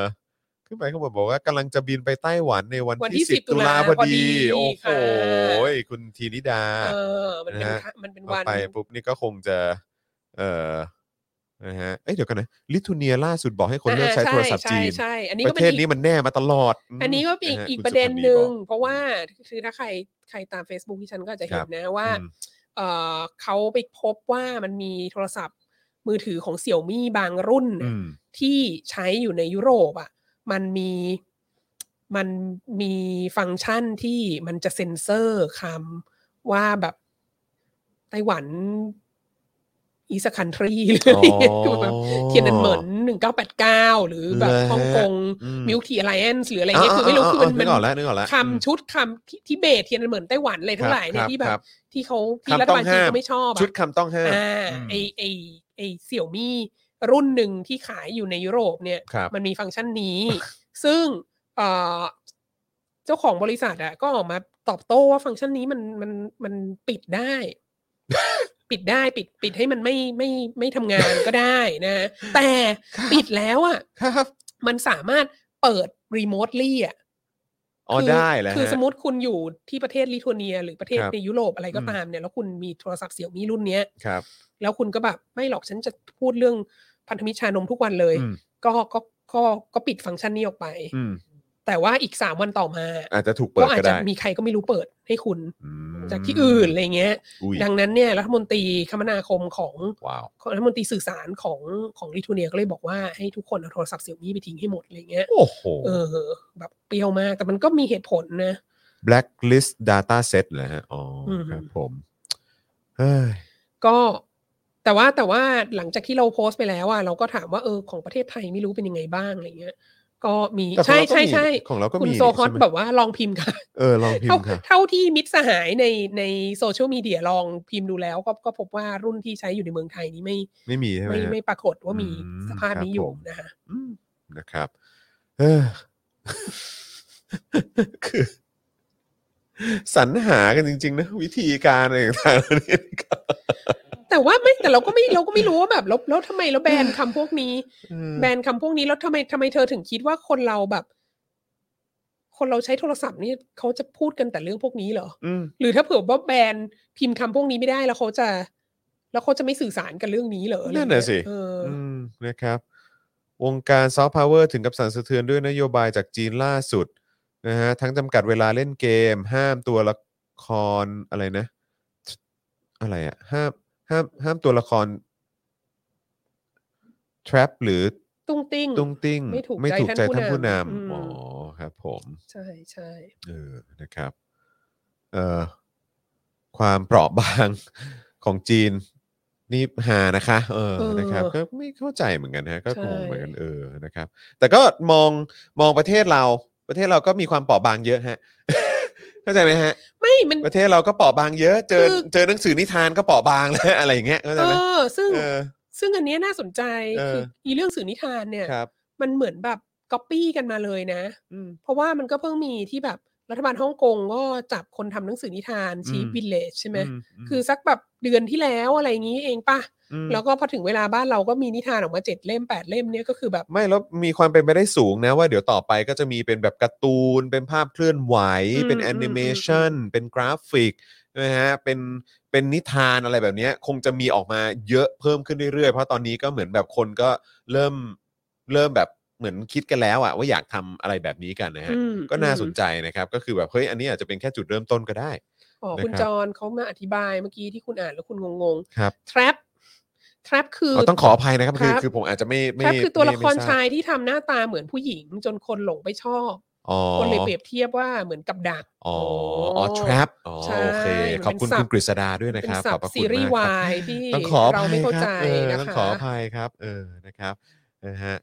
ขึ้นไปข้างบนบอกว่ากำลังจะบินไปไต้หวันในวัน
วัน
ที่
ที่
สิบ
10
ตุลาพอดี
พอดี
โอ้โห
ค่ะ
คุณทีนิดา
เออมันเป็น
นะฮะ
ค่ะมันเป็น
พอ
วัน
ไปปุ๊บนี่ก็คงจะ เออนะฮะ เอ้ยเดี๋ยวกันนะ ลิทัวเนียล่าสุดบอกให้คนเลิกใช้โทรศัพท์จีน
ใช่ใช่อันนี้
ป
ก็
ระ
เป็น
เทศ
อีก
นี้มันแน่มาตลอดม
อันนี้ก็เป็นอีก
ฮ
อีก
คุณ
ประเด็นหนึ่ง
สุพัธ์
เพราะว่า
บอก
คือถ้าใครใครตาม Facebook ที่ฉันก็จะ
ค
เห็
น รับ
นะว่า
อืม
เออเขาไปพบว่ามันมีโทรศัพท์มือถือของเสี่ยวมี่บางรุ่นน่ะ
อืม
ที่ใช้อยู่ในยุโรปอ่ะมันมีมันมีฟังก์ชันที่มันจะเซ็นเซอร์คำว่าแบบไต้หวันอีสคันทรีหรืออะไรเงี้ยคือแบบ เทียนนันเหมินหนึ่งเก้าแปดเก้าหรือแบบ
เหรอ
ฮ่องกง
อืม
มิวทีอไลแอนซ์หรืออะไรเงี้ยคือไม่รู้คือมัน
นึ
มั
กออกแล้วนึกออกแล้ว
คำชุดคำที่ทิเบตเทียนนันเหมินไต้หวันอะไรทั้งหลายเนี่ยที่แบ
ครับ บ
ที่เขาที่
คำ
รัฐ
ต้อง
บาลจีน
ห้าม
เขาไม่ชอบอะ
ชุดคำต้องห้าม
อ่าไอไอไอเสี่ยวมี่รุ่นหนึ่งที่ขายอยู่ในยุโรปเนี่ย
ครับ
มันมีฟังก์ชันนี้ ซึ่งเอ่อเจ้าของบริษัทอะก็ออกมาตอบโต้ว่าฟังก์ชันนี้มันมันมันปิดได้ ปิดได้ปิดปิดให้มันไม่ไม่ไม่ทำงานก็ได้นะ แต่ปิดแล้วอะ
ครับ
มันสามารถเปิดรีโมทลี่อะ
อ๋อ
คื
ได้แล้ว
คือ
ฮะ
สมมติคุณอยู่ที่ประเทศลิทัวเนีย หรือประเทศ
ครับ
ในยุโรปอะไรก็
อืม
ตามเนี่ยแล้วคุณมีโทรศัพท์เสี่ยวมีรุ่นเนี้ย
ครับ
แล้วคุณก็แบบไม่หรอกฉันจะพูดเรื่องพันธมิตรชานมทุกวันเลย
อืม
ก็ก็ก็ก็ปิดฟังก์ชันนี้ออกไป
อืม
แต่ว่าอีกสามวันต่อมา
อาจจะถูกเปิด
อาจ
ก็
จะ
ได้
มีใครก็ไม่รู้เปิดให้คุณ
อืม
จากที่อื่นอะไรเงี้ย
อุ๊ย
ดังนั้นเนี่ยรัฐมนตรีคมนาคมของ
ว้าว
ของรัฐมนตรีสื่อสารของของลิทัวเนียก็เลยบอกว่าให้ทุกคนเอาโทรศัพท์เสี่ยมี่ไปทิ้งให้หมดอะไรเงี้ย
โอ้โห
เออ แบบเปรี้ยวมากแต่มันก็มีเหตุผลนะ
blacklist data set เหรอฮะอ๋ออ
ม
ครับผมเฮ้ย
ก็แต่ว่าแต่ว่าหลังจากที่เราโพสต์ไปแล้วอะเราก็ถามว่าเออของประเทศไทยไม่รู้เป็นยังไงบ้างอะไรเงี้ย ก็มี
แต่ของ
ใช่
เราก็
ใช่
มี
ใช่
ของเราก็
คุณ
มี
โซฮอต
ใช่ไหม
แบบว่าลองพิมพ์ค่ะ
เออลองพิม
เท่า
พ์ค่ะ
เท่าที่มิตรสหายในในโซเชียลมีเดียลองพิมพ์ดูแล้วก็ก็พบว่ารุ่นที่ใช้อยู่ในเมืองไทยนี้ไม่
ไม่มีใช่ไหม
ไม่
ฮะ
ไม่ปรากฏว่ามี
อืม
สภาพนี้
ครับผ
อยู่
ม
นะคะ
อืมนะครับเอ้อคือสรรหากันจริง ๆ นะ วิธีการอะไรต่างๆเหล่านี่ครับ
แต่ว่าไม่แต่เราก็ไม่เราก็ไม่รู้ว่าแบบแล้วแล้วทำไมเราแบ นคำพวกนี้
อืม
แบนคำพวกนี้แล้วทำไมทำไมเธอถึงคิดว่าคนเราแบบ คนเราใช้โทรศัพท์นี่เขาจะพูดกันแต่เรื่องพวกนี้เหรอ
อืม
หรือถ้าเผื่อว่าแบนพิมพ์คำพวกนี้ไม่ได้แล้วเขาจะ แล้วเขาจะไม่สื่อสารกันเรื่องนี้เหรออะไรอย่าง
นั่
เงี้
น
ย
น่ะสิ
เอออ
มนะครับ วงการซอฟต์พาวเวอร์ถึงกับสั่นสะเทือนด้วยนโยบายจากจีนล่าสุดนะฮะทั้งจำกัดเวลาเล่นเกม ห้ามตัวละครอะไรนะ อะไรอะห้ามห้ามห้ามตัวละคร trap หรือ
ตุ้งติ้ง
ตุ้งติ้ง
ไม่ถูกใจ
ใจ
ท่าน
ท่าน
ผู้
ผู้น
นำอืม
ำอ๋อครับผม
ใช่ใช่
เออ นะครับ เอ่อ ความเปราะบาง ของจีน นี่หานะคะ เออ
เออ
นะครับ ก็ไม่เข้าใจเหมือนกันฮะ ก็
ใช่
งงเหมือนกัน เออ นะครับ แต่ก็มอง มองประเทศเรา ประเทศเราก็มีความเปราะบางเยอะฮะ เข้าใจไหมฮะ
ไม่มัน
ประเทศเราก็เปราะบางเยอะ เจอ
คือ
เจอหนังสือนิทานก็เปราะบางแล้ว อะไร อย่างเงี้ย เข้าใจ
เอ
ไหม
อ ซึ่ง
เออ
ซึ่งอันเนี้ยน่าสนใจ
เออ
คืออีเรื่องสื่อนิทานเนี่ย
ครับ
มันเหมือนแบบก๊อปปี้กันมาเลยนะ
อืม
เพราะว่ามันก็เพิ่งมีที่แบบรัฐบาลฮ่องกงก็จับคนทำหนังสือนิทานชีฟ
อืม
วิลเลจใช่ไหม
อืม
คือสักแบบเดือนที่แล้วอะไรอย่างนี้เองป่ะ
ม
แล้วก็พอถึงเวลาบ้านเราก็มีนิทานออกมาเจ็ดเล่มแปดเล่มเนี่ยก็คือแบบ
ไม่แล้วมีความเป็นไปได้สูงนะว่าเดี๋ยวต่อไปก็จะมีเป็นแบบการ์ตูน เป็นภาพเคลื่อนไหว
อืม
เป็น
อืม
แอ
อืม
นิเมชันเป็นกราฟิกนะฮะเป็นเป็นนิทานอะไรแบบเนี้ย คงจะมีออกมาเยอะเพิ่มขึ้นเรื่อยๆ เพราะตอนนี้ก็เหมือนแบบคนก็เริ่มเริ่มแบบเหมือนคิดกันแล้วอะว่าอยากทำอะไรแบบนี้กันนะฮะ
อืม
ก็น่า
อืม
สนใจนะครับ ก็คือแบบเฮ้ยอันนี้อาจจะเป็นแค่จุดเริ่มต้นก็ได้
อ๋อ
นะครับ
คุณจรเขามาอธิบายเมื่อกี้ที่คุณอ่านแล้วคุณงง
ครับ
ๆ trap trap คือ
เอาต้องขออภัยนะครับ คือ
ครับ
คือผมอาจจะไม่ไม่
trap คือตัว
ไม่
ละค
ไม่
ร
ทบ
ชายที่ทำหน้าตาเหมือนผู้หญิง จนคนหลงไปชอบ
อ๋อ
คนเลยเปรียบเทียบว่าเหมือนกับดัก
อ๋ออ๋อ trap อ๋อ
ใช่
โอเค ขอบคุณ
เป็น
คุ
ศัพ
ณ
ท์
กฤษดาด้วยนะ
เป็
คน รับ
สั
ขอ
บบ
พระคุณ
ซีรีส์
มาก
วา
คบ
ยที่
ต้องขออ
เรา
ภัย
ไม่เข้า
ค
ใจ
รับเออ
นะ
ต้อง
คะ
ขออภัยครับ เออนะครับนะฮะ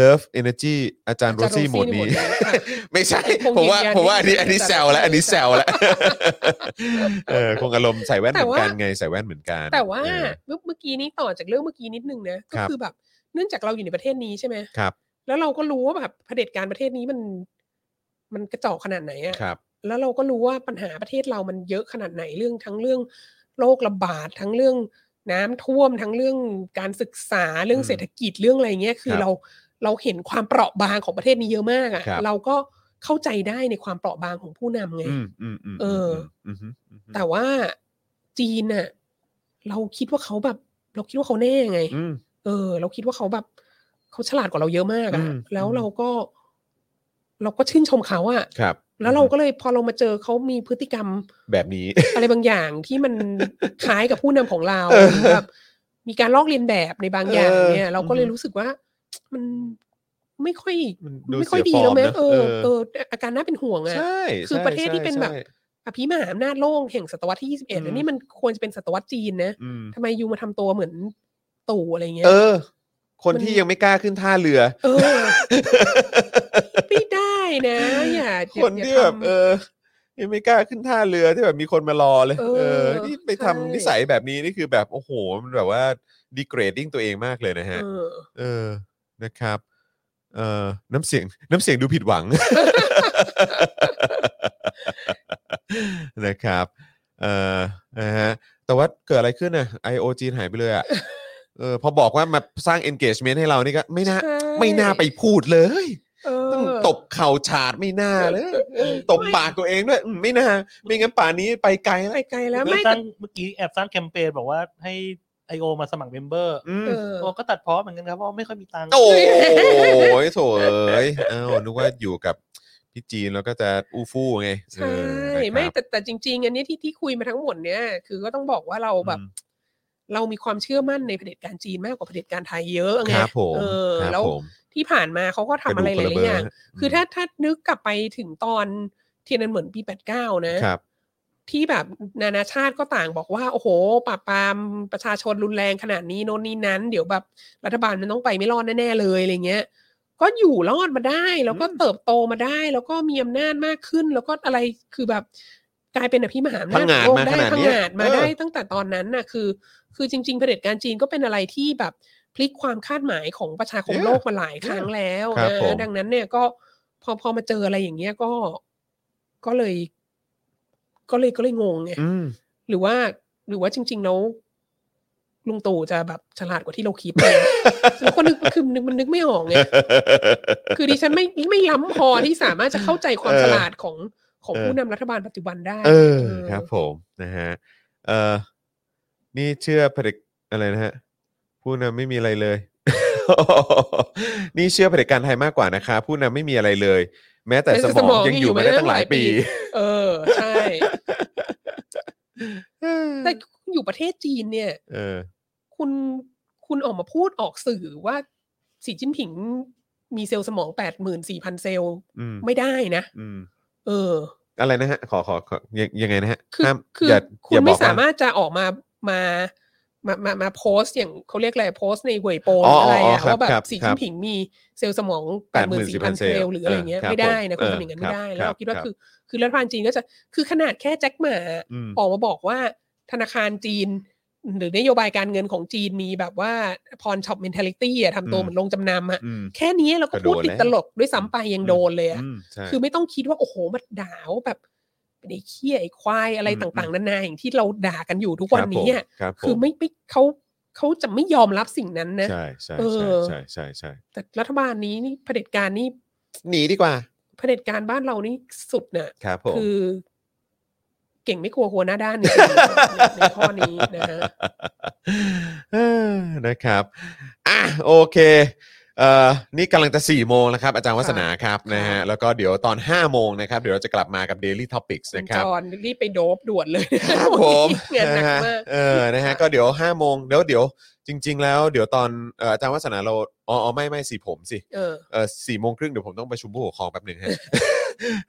Love Energy อาจารย์โรซี่โหมดนี้
จะโรซี่ในหมวดนี้
ไม่ใช่
คง
ผมว่า
ยืนยัน
ผมว่าอันนี้
ไม่
อันนี้
ใช่
แซวแล้ว อันนี้แซวแล้ว เออคงอารมณ์ใส่แว่นเห
แต่
มือน
ว่า
กันไงใส่แว่นเหมือนกัน
แต่ว่า
เออ
เมื่อเมื่อกี้นี้ต่อจากเรื่องเมื่อกี้นิดนึงนะก็
ครับ
คือแบบเนื่องจากเราอยู่ในประเทศนี้ใช่ไหม
ครับ
แล้วเราก็รู้ว่าแบบเผด็จการประเทศนี้มัน มันกระจอกขนาดไหนอะ
ครับ
แล้วเราก็รู้ว่าปัญหาประเทศเรามันเยอะขนาดไหนเรื่องทั้งเรื่องโรคระบาดทั้งเรื่องน้ำท่วมทั้งเรื่องการศึกษาเรื่อง
อืม
เศรษฐกิจเรื่องอะไรเงี้ยคื
ค
อ
รับ
เราเราเห็นความเปราะบางของประเทศนี้เยอะมากอะ
ครับ
เราก็เข้าใจได้ในความเปราะบางของผู้นำไง
อืมอืมอืม
เออ
มอืมอืม
แต่ว่าจีนน่ะเราคิดว่าเขาแบบ เราคิดว่าเขาแน่ไง
อืม
เออ เราคิดว่าเขาแบบเขาฉลาดกว่าเราเยอะมาก
อื
อะ
ม
แล้วเราก็ เราก็ชื่นชมเขาอะ
ครับ
แล้วเราก็เลยพอเรามาเจอเขามีพฤติกรรม
แบบนี้
อะไรบางอย่างที่มัน คล้ายกับผู้นำของเรา
เออ
หรือแบบมีการลอกเลียนแบบในบางอย่างเนี่ย
เออ
เราก็เลยรู้สึกว่า มันไม่ค่อย
มันดู
ไม่ค่อย
เสี
ดี
ฟร์
แล้วไหม
นะ
เออเอออาการน่าเป็นห่วงอะ
ใช่
คือ
ใช่
ประเทศที่เป็นแบบ
ใช่
อภิมหาอำนาจโลกแห่งศตวรรษที่ 21
อืม
อันนี้มันควรจะเป็นศตวรรษจีนนะ
อืม
ทำไมยูมาทำตัวเหมือนตู่อะไรเงี้ย
เออ คน
มัน
ที่ยังไม่กล้าขึ้นท่าเรือ
เออ ไม่ได้นะอย่าอย ่า
คน
อย่า
ที่แบบ
ทำ
เออ ยังไม่กล้าขึ้นท่าเรือที่แบบมีคนมารอเลย
เออ
เออ นี่ไปทำ
ใช่
นิสัยแบบนี้นี่คือแบบโอ้โห มันแบบว่าดีเกรดดิ้งตัวเองมากเลยนะฮะ
เออ
เออนะครับ เออน้ำเสียง น้ำเสียงดูผิดหวัง นะครับ เออนะฮะแต่ว่าเกิดอะไรขึ้นน่ะ IO จีนหายไปเลยอ่ะเออพอบอกว่ามาสร้าง engagement ให้เรานี่ก็ไม่น่า
ใช่
ไม่น่าไปพูดเลย
เออ
ต้องตบเข่าฉาดไม่น่าเลยเออตบปากตัวเองด้วยอืมไม่น่า ไม่งั้นป่านนี้ไปไกลแล้ว
ไปไกลแล้ว
เมื่อ
ไม่
สร้างเมื่อกี้แอบสร้างแคมเปญบอกว่าให้ IO มาสมัครเมมเบอร์
อืม
เออ
โอ้ก็ตัดเพอเหมือนกันครับเพราะว่าไม่ค่อยมีตังค์
โอ้ยโถเอ้ยเอ้านึกว่าอยู่กับพี่จีนแล้วก็จะอู้ฟู่ไงเอ
ใช่
อนะครับ
ไม่แต่แต่จริง ๆ อันเนี้ยที่ที่คุยมาทั้งหมดเนี้ยคือก็ต้องบอกว่าเราแบบ
อืม
เรามีความเชื่อมั่นในเผด็จการจีนมากกว่าเผด็จการไทยเยอะไง
ครับผม
เออ
ครับ
แล้ว
ผม
ที่ผ่านมาเขาก็ทำอะไรหลายๆอย่าง คือถ้าถ้านึกกลับไปถึงตอนเทียนอันเหมือนปีแปดเก้านะ
ครับ
ที่แบบนานาชาติก็ต่างบอกว่า โอ้โหปราบปรามประชาชนรุนแรงขนาดนี้โน่นนี่นั้น เดี๋ยวแบบรัฐบาลมันต้องไปไม่รอดแน่ๆเลยอะไรเงี้ย ก็อยู่รอดมาได้ แล้วก็เติบโตมาได้ แล้วก็มีอำนาจมากขึ้น แล้วก็อะไรคือแบบกลายเป็นอภิมหาอำนาจของโลกได้
พังงาดมาขนาดเนี้ย
พังงาดมาได้
เออ
ตั้งแต่ตอนนั้นน่ะคือ คือจริงๆเผด็จการจีนก็เป็นอะไรที่แบบพลิกความคาดหมายของประชาคม
Yeah.
โลกมาหลายครั้งแล้ว
ครับผม
นะดังนั้นเนี่ยก็พอพอมาเจออะไรอย่างเงี้ยก็ก็เลย ก็เลยก็เลยงงไง
อืม
หรือว่า หรือว่าจริงๆแล้วลุงตู่จะแบบฉลาดกว่าที่เรา คิด เลยแล้วก็นึกคือนึกมันนึกไม่ออกไงคือดิฉันไม่ไม่ล้ำพอที่สามารถจะเข้าใจความ
เออ
ฉลาดของของ
เออ
ผู้นำรัฐบาลปัจจุบันได้
เออ
เออ
ครับผมนะฮะเออนี่เชื่อเผด็จอะไรนะฮะผู้นำไม่มีอะไรเลย นี่เชื่อเผด็จการไทยมากกว่านะคะ ผู้นำไม่มีอะไรเลย แม้แต่สมองยังอยู่มาได้ตั้งหลายปี
เออ ใช่ แต่อยู่ประเทศจีนเนี่ย
เออ
คุณคุณออกมาพูดออกสื่อว่าสีจิ้นผิงมีเซลล์สมองแปดหมื่นสี่พันเซลล์
อืม
ไม่ได้นะ
อืม
เออ
อะไรนะฮะ ขอขอขอยังยังไงนะฮะ
คือ
ห้าม
คือ
อย่า
คุ
อ
ณ
ย่าบ
ไม่
อกว่
สามารถจะออกมามามามามาโพสต์อย่างเขาเรียกอะไรโพสต์ในห่วยโปน
อ๋อ
อะไร
อ๋อค
อะ
รับ
ว่าแบ
ครับ
บสีจิ้นผิงมีเซลล์สมองแปดหมื่นสี่พัน
84,000
เซลล์หรืออะไรเงี้ย
เออครับ
ไม่ได้นะ
ผม
คุณทำอย่างนั้นไม่ได้
เออ
แล้วเราคิดว่า
ครับ
คือ คือรัฐบาลจีนก็จะคือขนาดแค่แจ็คหมา
อืม
ออกมาบอกว่าธนาคารจีน หรือนโยบายการเงินของจีนมีแบบว่าพรช็อปเมนเทลิตี้อะทำตั
อื
ว
ม
เหมือนลงจำนำอะ
อืม
แค่นี้เราก็พูด
ก็โดน
ติด
แล้ว
ตลกด้วยซ้ำไปยังโดนเลยอะ
อืมใช่
คือไม่ต้องคิดว่า โอ้โหมันด่าว่าแบบเป็นไอ้เขี้ยไอ้ควายอะไร
อืม
ต่าง ๆ นานาอย่างที่เราด่ากันอยู่ทุกวันนี้อะ
ครับผม
คือไม่ไม่เขาเขาจะไม่ยอมรับสิ่งนั้นนะ
ใช่ใช่
เอ
ใช่
อ
ใช่ใช่ใช่
แต่รัฐบาลนี้นี่เผด็จการนี่
หนีดีกว่า
เผด็จการบ้านเรานี่สุดน่ะ
ครับผม
คือ เก่งไม่กลัวหัวหน้าด้านจริงๆในในข้อนี้นะฮะ
เออนะครับ อ่ะโอเคเอ่อนี่กำลังจะ 4 โมงแล้วครับ อาจารย์วัฒนาครับนะฮะ
ค่ะ
แล้วก็เดี๋ยวตอน 5 โมงนะครับ เดี๋ยวเราจะกลับมากับ Daily Topics
คุณ
นะค
จ
รับ
อนรีบไปโดบด่วนเลยนะครับ
ผม
งานหนัก
นะฮะ
มาก
เออนะฮะก็เดี๋ยว5โมงเดี๋ยวเดี๋ยว จริง ๆ แล้วเดี๋ยวตอนเอ่ออาจารย์วัฒนาเราอ๋ออ๋อไม่ไม่สีผมสิ
เออ
เออสี่โมงครึ่งเดี๋ยวผมต้องประชุมผู้ปกครองแป๊บหนึ่งฮะ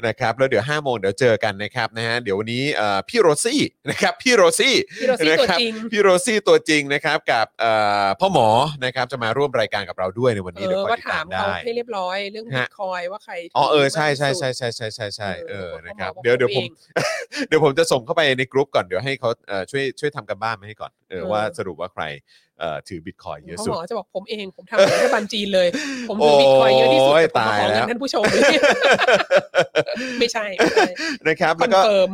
นะครับแล้วเดี๋ยว5้าโมงเดี๋ยวเจอกันนะครับนะฮะเดี๋ยววันนี้เอ่อพี่โรซี่นะครับพี่โรซี่
พี่โรซี่
นะคบ
ตัวจริง
พี่โรซี่ตัวจริงนะครับกับเอ่อพ่อหมอนะครับจะมาร่วมรายการกับเราด้วยในวัน
เอ
นี้เดี๋ยว
อ
คอย
ว่า
ติดตา
ถา
ม ม
เขา
ได้
ให้เรียบร้อยเรื่อง
ฮะ
บิตคอยน์ว่าใคร
อ๋อเออ
ที่
ใช่ใช่
มากที่สุด
ใช่ใช่ใช่ใช่ใช่เออนะครับ
ขาอก
เดี๋ยวเดี๋ยวผม
ขาอ ง
เดี๋ยวผมจะส่งเข้าไปในกรุ๊ปก่อนเดี๋ยวให้เขาเอ่อช่วยช่วยทำกันบ้านมาให้ก่อนเออ
เออ
ว่าสรุปว่าใครเอ่อถือบิตคอยเยอะ
เขา
สุ
ห
ด
มอจะบอกผมเอง ผมทำเหมือนรัฐบาลจีนเลย ผมถือบิตคอยน์เยอะที่สุด
โอ้ย
แต่ผมมาขอ
ตายแล้
เงิ
ว
นท่านผู้ชม ไม่ใช่ไม่ใช่
นะครับ
ค
แล้ว
อ
น ก็
เฟิร์ม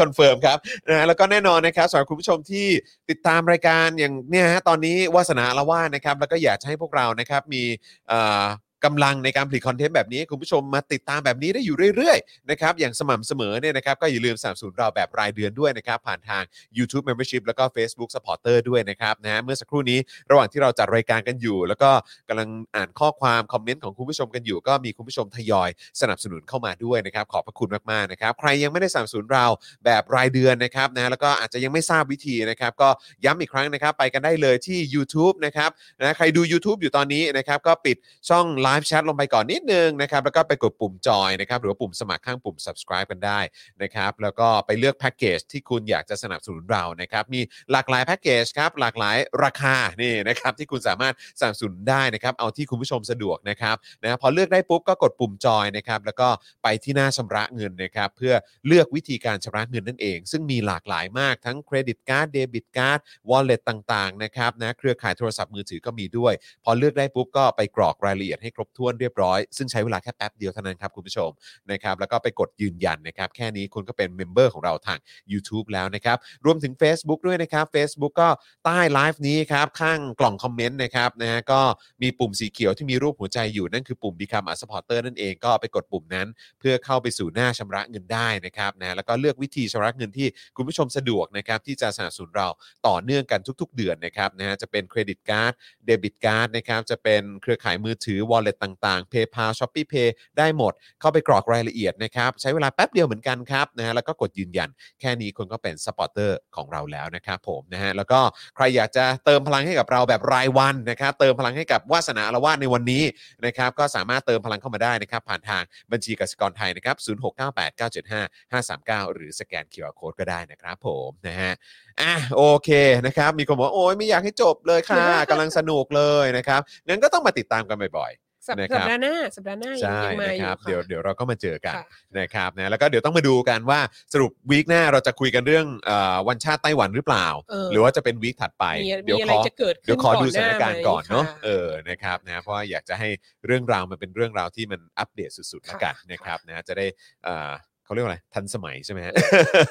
คอนเฟิร์มครับนะฮะแล้วก็แน่นอนนะครับสำหรับคุณผู้ชมที่ติดตามรายการอย่างเนี่ยฮะตอนนี้วาสนาละว่าดนะครับแล้วก็อยากจะให้พวกเรานะครับมีเอ่อกำลังในการผลิตคอนเทนต์แบบนี้ให้คุณผู้ชมมาติดตามแบบนี้ได้อยู่เรื่อยๆนะครับอย่างสม่ำเสมอเนี่ยนะครับก็อย่าลืมสนับสนุนเราแบบรายเดือนด้วยนะครับผ่านทาง YouTube Membership แล้วก็ Facebook Supporter ด้วยนะครับนะฮะเมื่อสักครู่นี้ระหว่างที่เราจัดรายการกันอยู่ แล้วก็กำลังอ่านข้อความคอมเมนต์ของคุณผู้ชมกันอยู่ ก็มีคุณผู้ชมทยอยสนับสนุนเข้ามาด้วยนะครับขอบพระคุณมากๆนะครับใครยังไม่ได้สนับสนุนเรา แบบรายเดือนนะครับนะแล้วก็อาจจะยังไม่ทราบวิธีนะครับ ก็ย้ำอีกครั้งนะครับ ไปกันได้เลยที่ YouTube นะครับนะใครดู YouTube อยู่ตอนนี้นะครับ ก็ปิดช่องไลฟ์แชทลงไปก่อนนิดนึงนะครับ แล้วก็ไปกดปุ่มจอยนะครับ หรือว่าปุ่มสมัครข้างปุ่ม subscribe กันได้นะครับ แล้วก็ไปเลือกแพ็กเกจที่คุณอยากจะสนับสนุนเรานะครับ มีหลากหลายแพ็กเกจครับ หลากหลายราคานี่นะครับ ที่คุณสามารถสนับสนุนได้นะครับ เอาที่คุณผู้ชมสะดวกนะครับ นะพอเลือกได้ปุ๊บก็กดปุ่มจอยนะครับแล้วก็ไปที่หน้าชำระเงินนะครับเพื่อเลือกวิธีการชำระเงินนั่นเอง ซึ่งมีหลากหลายมากทั้งเครดิตการ์ดเดบิตการ์ดวอลเล็ตต่างๆนะครับนะเครือข่ายโทรศัพท์มือถือก็มีด้วย พอเลือกได้ปุ๊บก็ไปกรอกรายละเอียดให้ครบถ้วนเรียบร้อย ซึ่งใช้เวลาแค่แป๊บเดียวเท่านั้นครับคุณผู้ชมนะครับแล้วก็ไปกดยืนยันนะครับแค่นี้คุณก็เป็นเมมเบอร์ของเราทาง YouTube แล้วนะครับ รวมถึง Facebook ด้วยนะครับ Facebook ก็ใต้ไลฟ์นี้ครับ ข้างกล่องคอมเมนต์นะครับนะฮะก็มีปุ่มสีเขียวที่มีรูปหัวใจอยู่นั่นคือปุ่ม Become a supporter นั่นเองก็ไปกดปุ่มนั้น เพื่อเข้าไปสู่หน้าชำระเงินได้นะครับนะแล้วก็เลือกวิธีชำระเงินที่คุณผู้ชมสะดวกนะครับที่จะสนับสนุนเราต่อเนื่องกันทุก ๆ เดือนนะครับนะฮะจะเป็นเครดิตการ์ด เดบิตการ์ดนะครับจะเป็นเครือข่ายมือถือ Wallet ต่างๆ PayPal Shopee Pay ได้หมด เข้าไปกรอกรายละเอียดนะครับ ใช้เวลาแป๊บเดียวเหมือนกันครับนะฮะแล้วก็กดยืนยัน แค่นี้คุณก็เป็นสปอร์เตอร์ของเราแล้วนะครับผมนะฮะแล้วก็ใครอยากจะเติมพลังให้กับเราแบบรายวันนะครับเติมพลังให้กับวาสนาละวาดในวันนี้นะครับก็สามารถเติมพลังเข้ามาได้นะครับ ผ่านทางบัญชีกสิกรไทยนะครับ0698975539 หรือสแกน QR Code ก็ได้นะครับผมนะฮะ อ่ะโอเคนะครับ มีคนบอกว่าโอ้ยไม่อยากให้จบเลยค่ะ กำลังสนุกเลยนะครับงั้นก็ต้องมาติดตามกันบ่อย
สัป
นะครั
สั
บ
ปดาห์หน้า สัปดาห์หน้า
ๆ
ยัง
ใช่
ยังมา
นะค
อยู่
รับ
ค่ะ
เดี๋ยวเดี๋ยวเราก็มาเจอกัน
ค่ะ
นะครับนะแล้วก็เดี๋ยวต้องมาดูกันว่าสรุปวีคหน้าเราจะคุยกันเรื่องเอ่อวันชาติไต้หวันหรือเปล่า
เออ
หรือว่าจะเป็นวีคถัดไป
มี
เดี๋ยวข
มีอะไร
อ
จะเกิดขึ้น
เดี๋ยวขอดูสถานการณ์ก่อนเนาะ
หไหม
เออนะครับนะเพราะว่าอยากจะให้เรื่องราวมันเป็นเรื่องราวที่มันอัปเดตสุดๆแล้วกันนะครับนะจะได้เอ่อเขาเรียกว่าอะไรทันสมัยใช่ไหมฮะ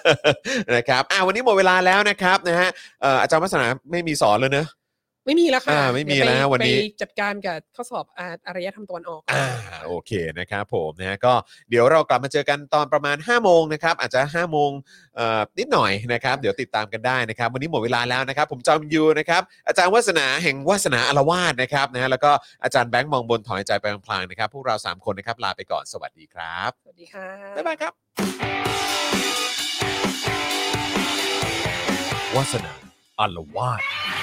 นะครับอ่ะวันนี้หมดเวลาแล้วนะครับนะฮะ เอ่ออาจารย์วัฒนาไม่มีสอนแล้วเนอะ
ไม่มีแล้วค่ะ
อ่าไม่มีแล้ว
เดี๋ย
วันนี้
ไปจัดการกับข้อสอบอาอารยธรรมตะวันออก
อ่าโอเคนะครับผมนะฮะก็เดี๋ยวเรากลับมาเจอกันตอนประมาณ 5 โมงนะครับอาจจะ 5 โมงเอ่อนิดหน่อยนะครับเดี๋ยวติดตามกันได้นะครับ วันนี้หมดเวลาแล้วนะครับ ผมจอมยูนะครับอาจารย์วัสนาแห่งวัสนาอารวาสนะครับนะฮะแล้วก็อาจารย์แบงค์มองบนถอนใจไปพลางๆนะครับพวกเรา 3 คนนะครับลาไปก่อนสวัสดีครับ
สวัสดีค่ะ
บ๊ายบายครับวาสนา
อารวาส
อ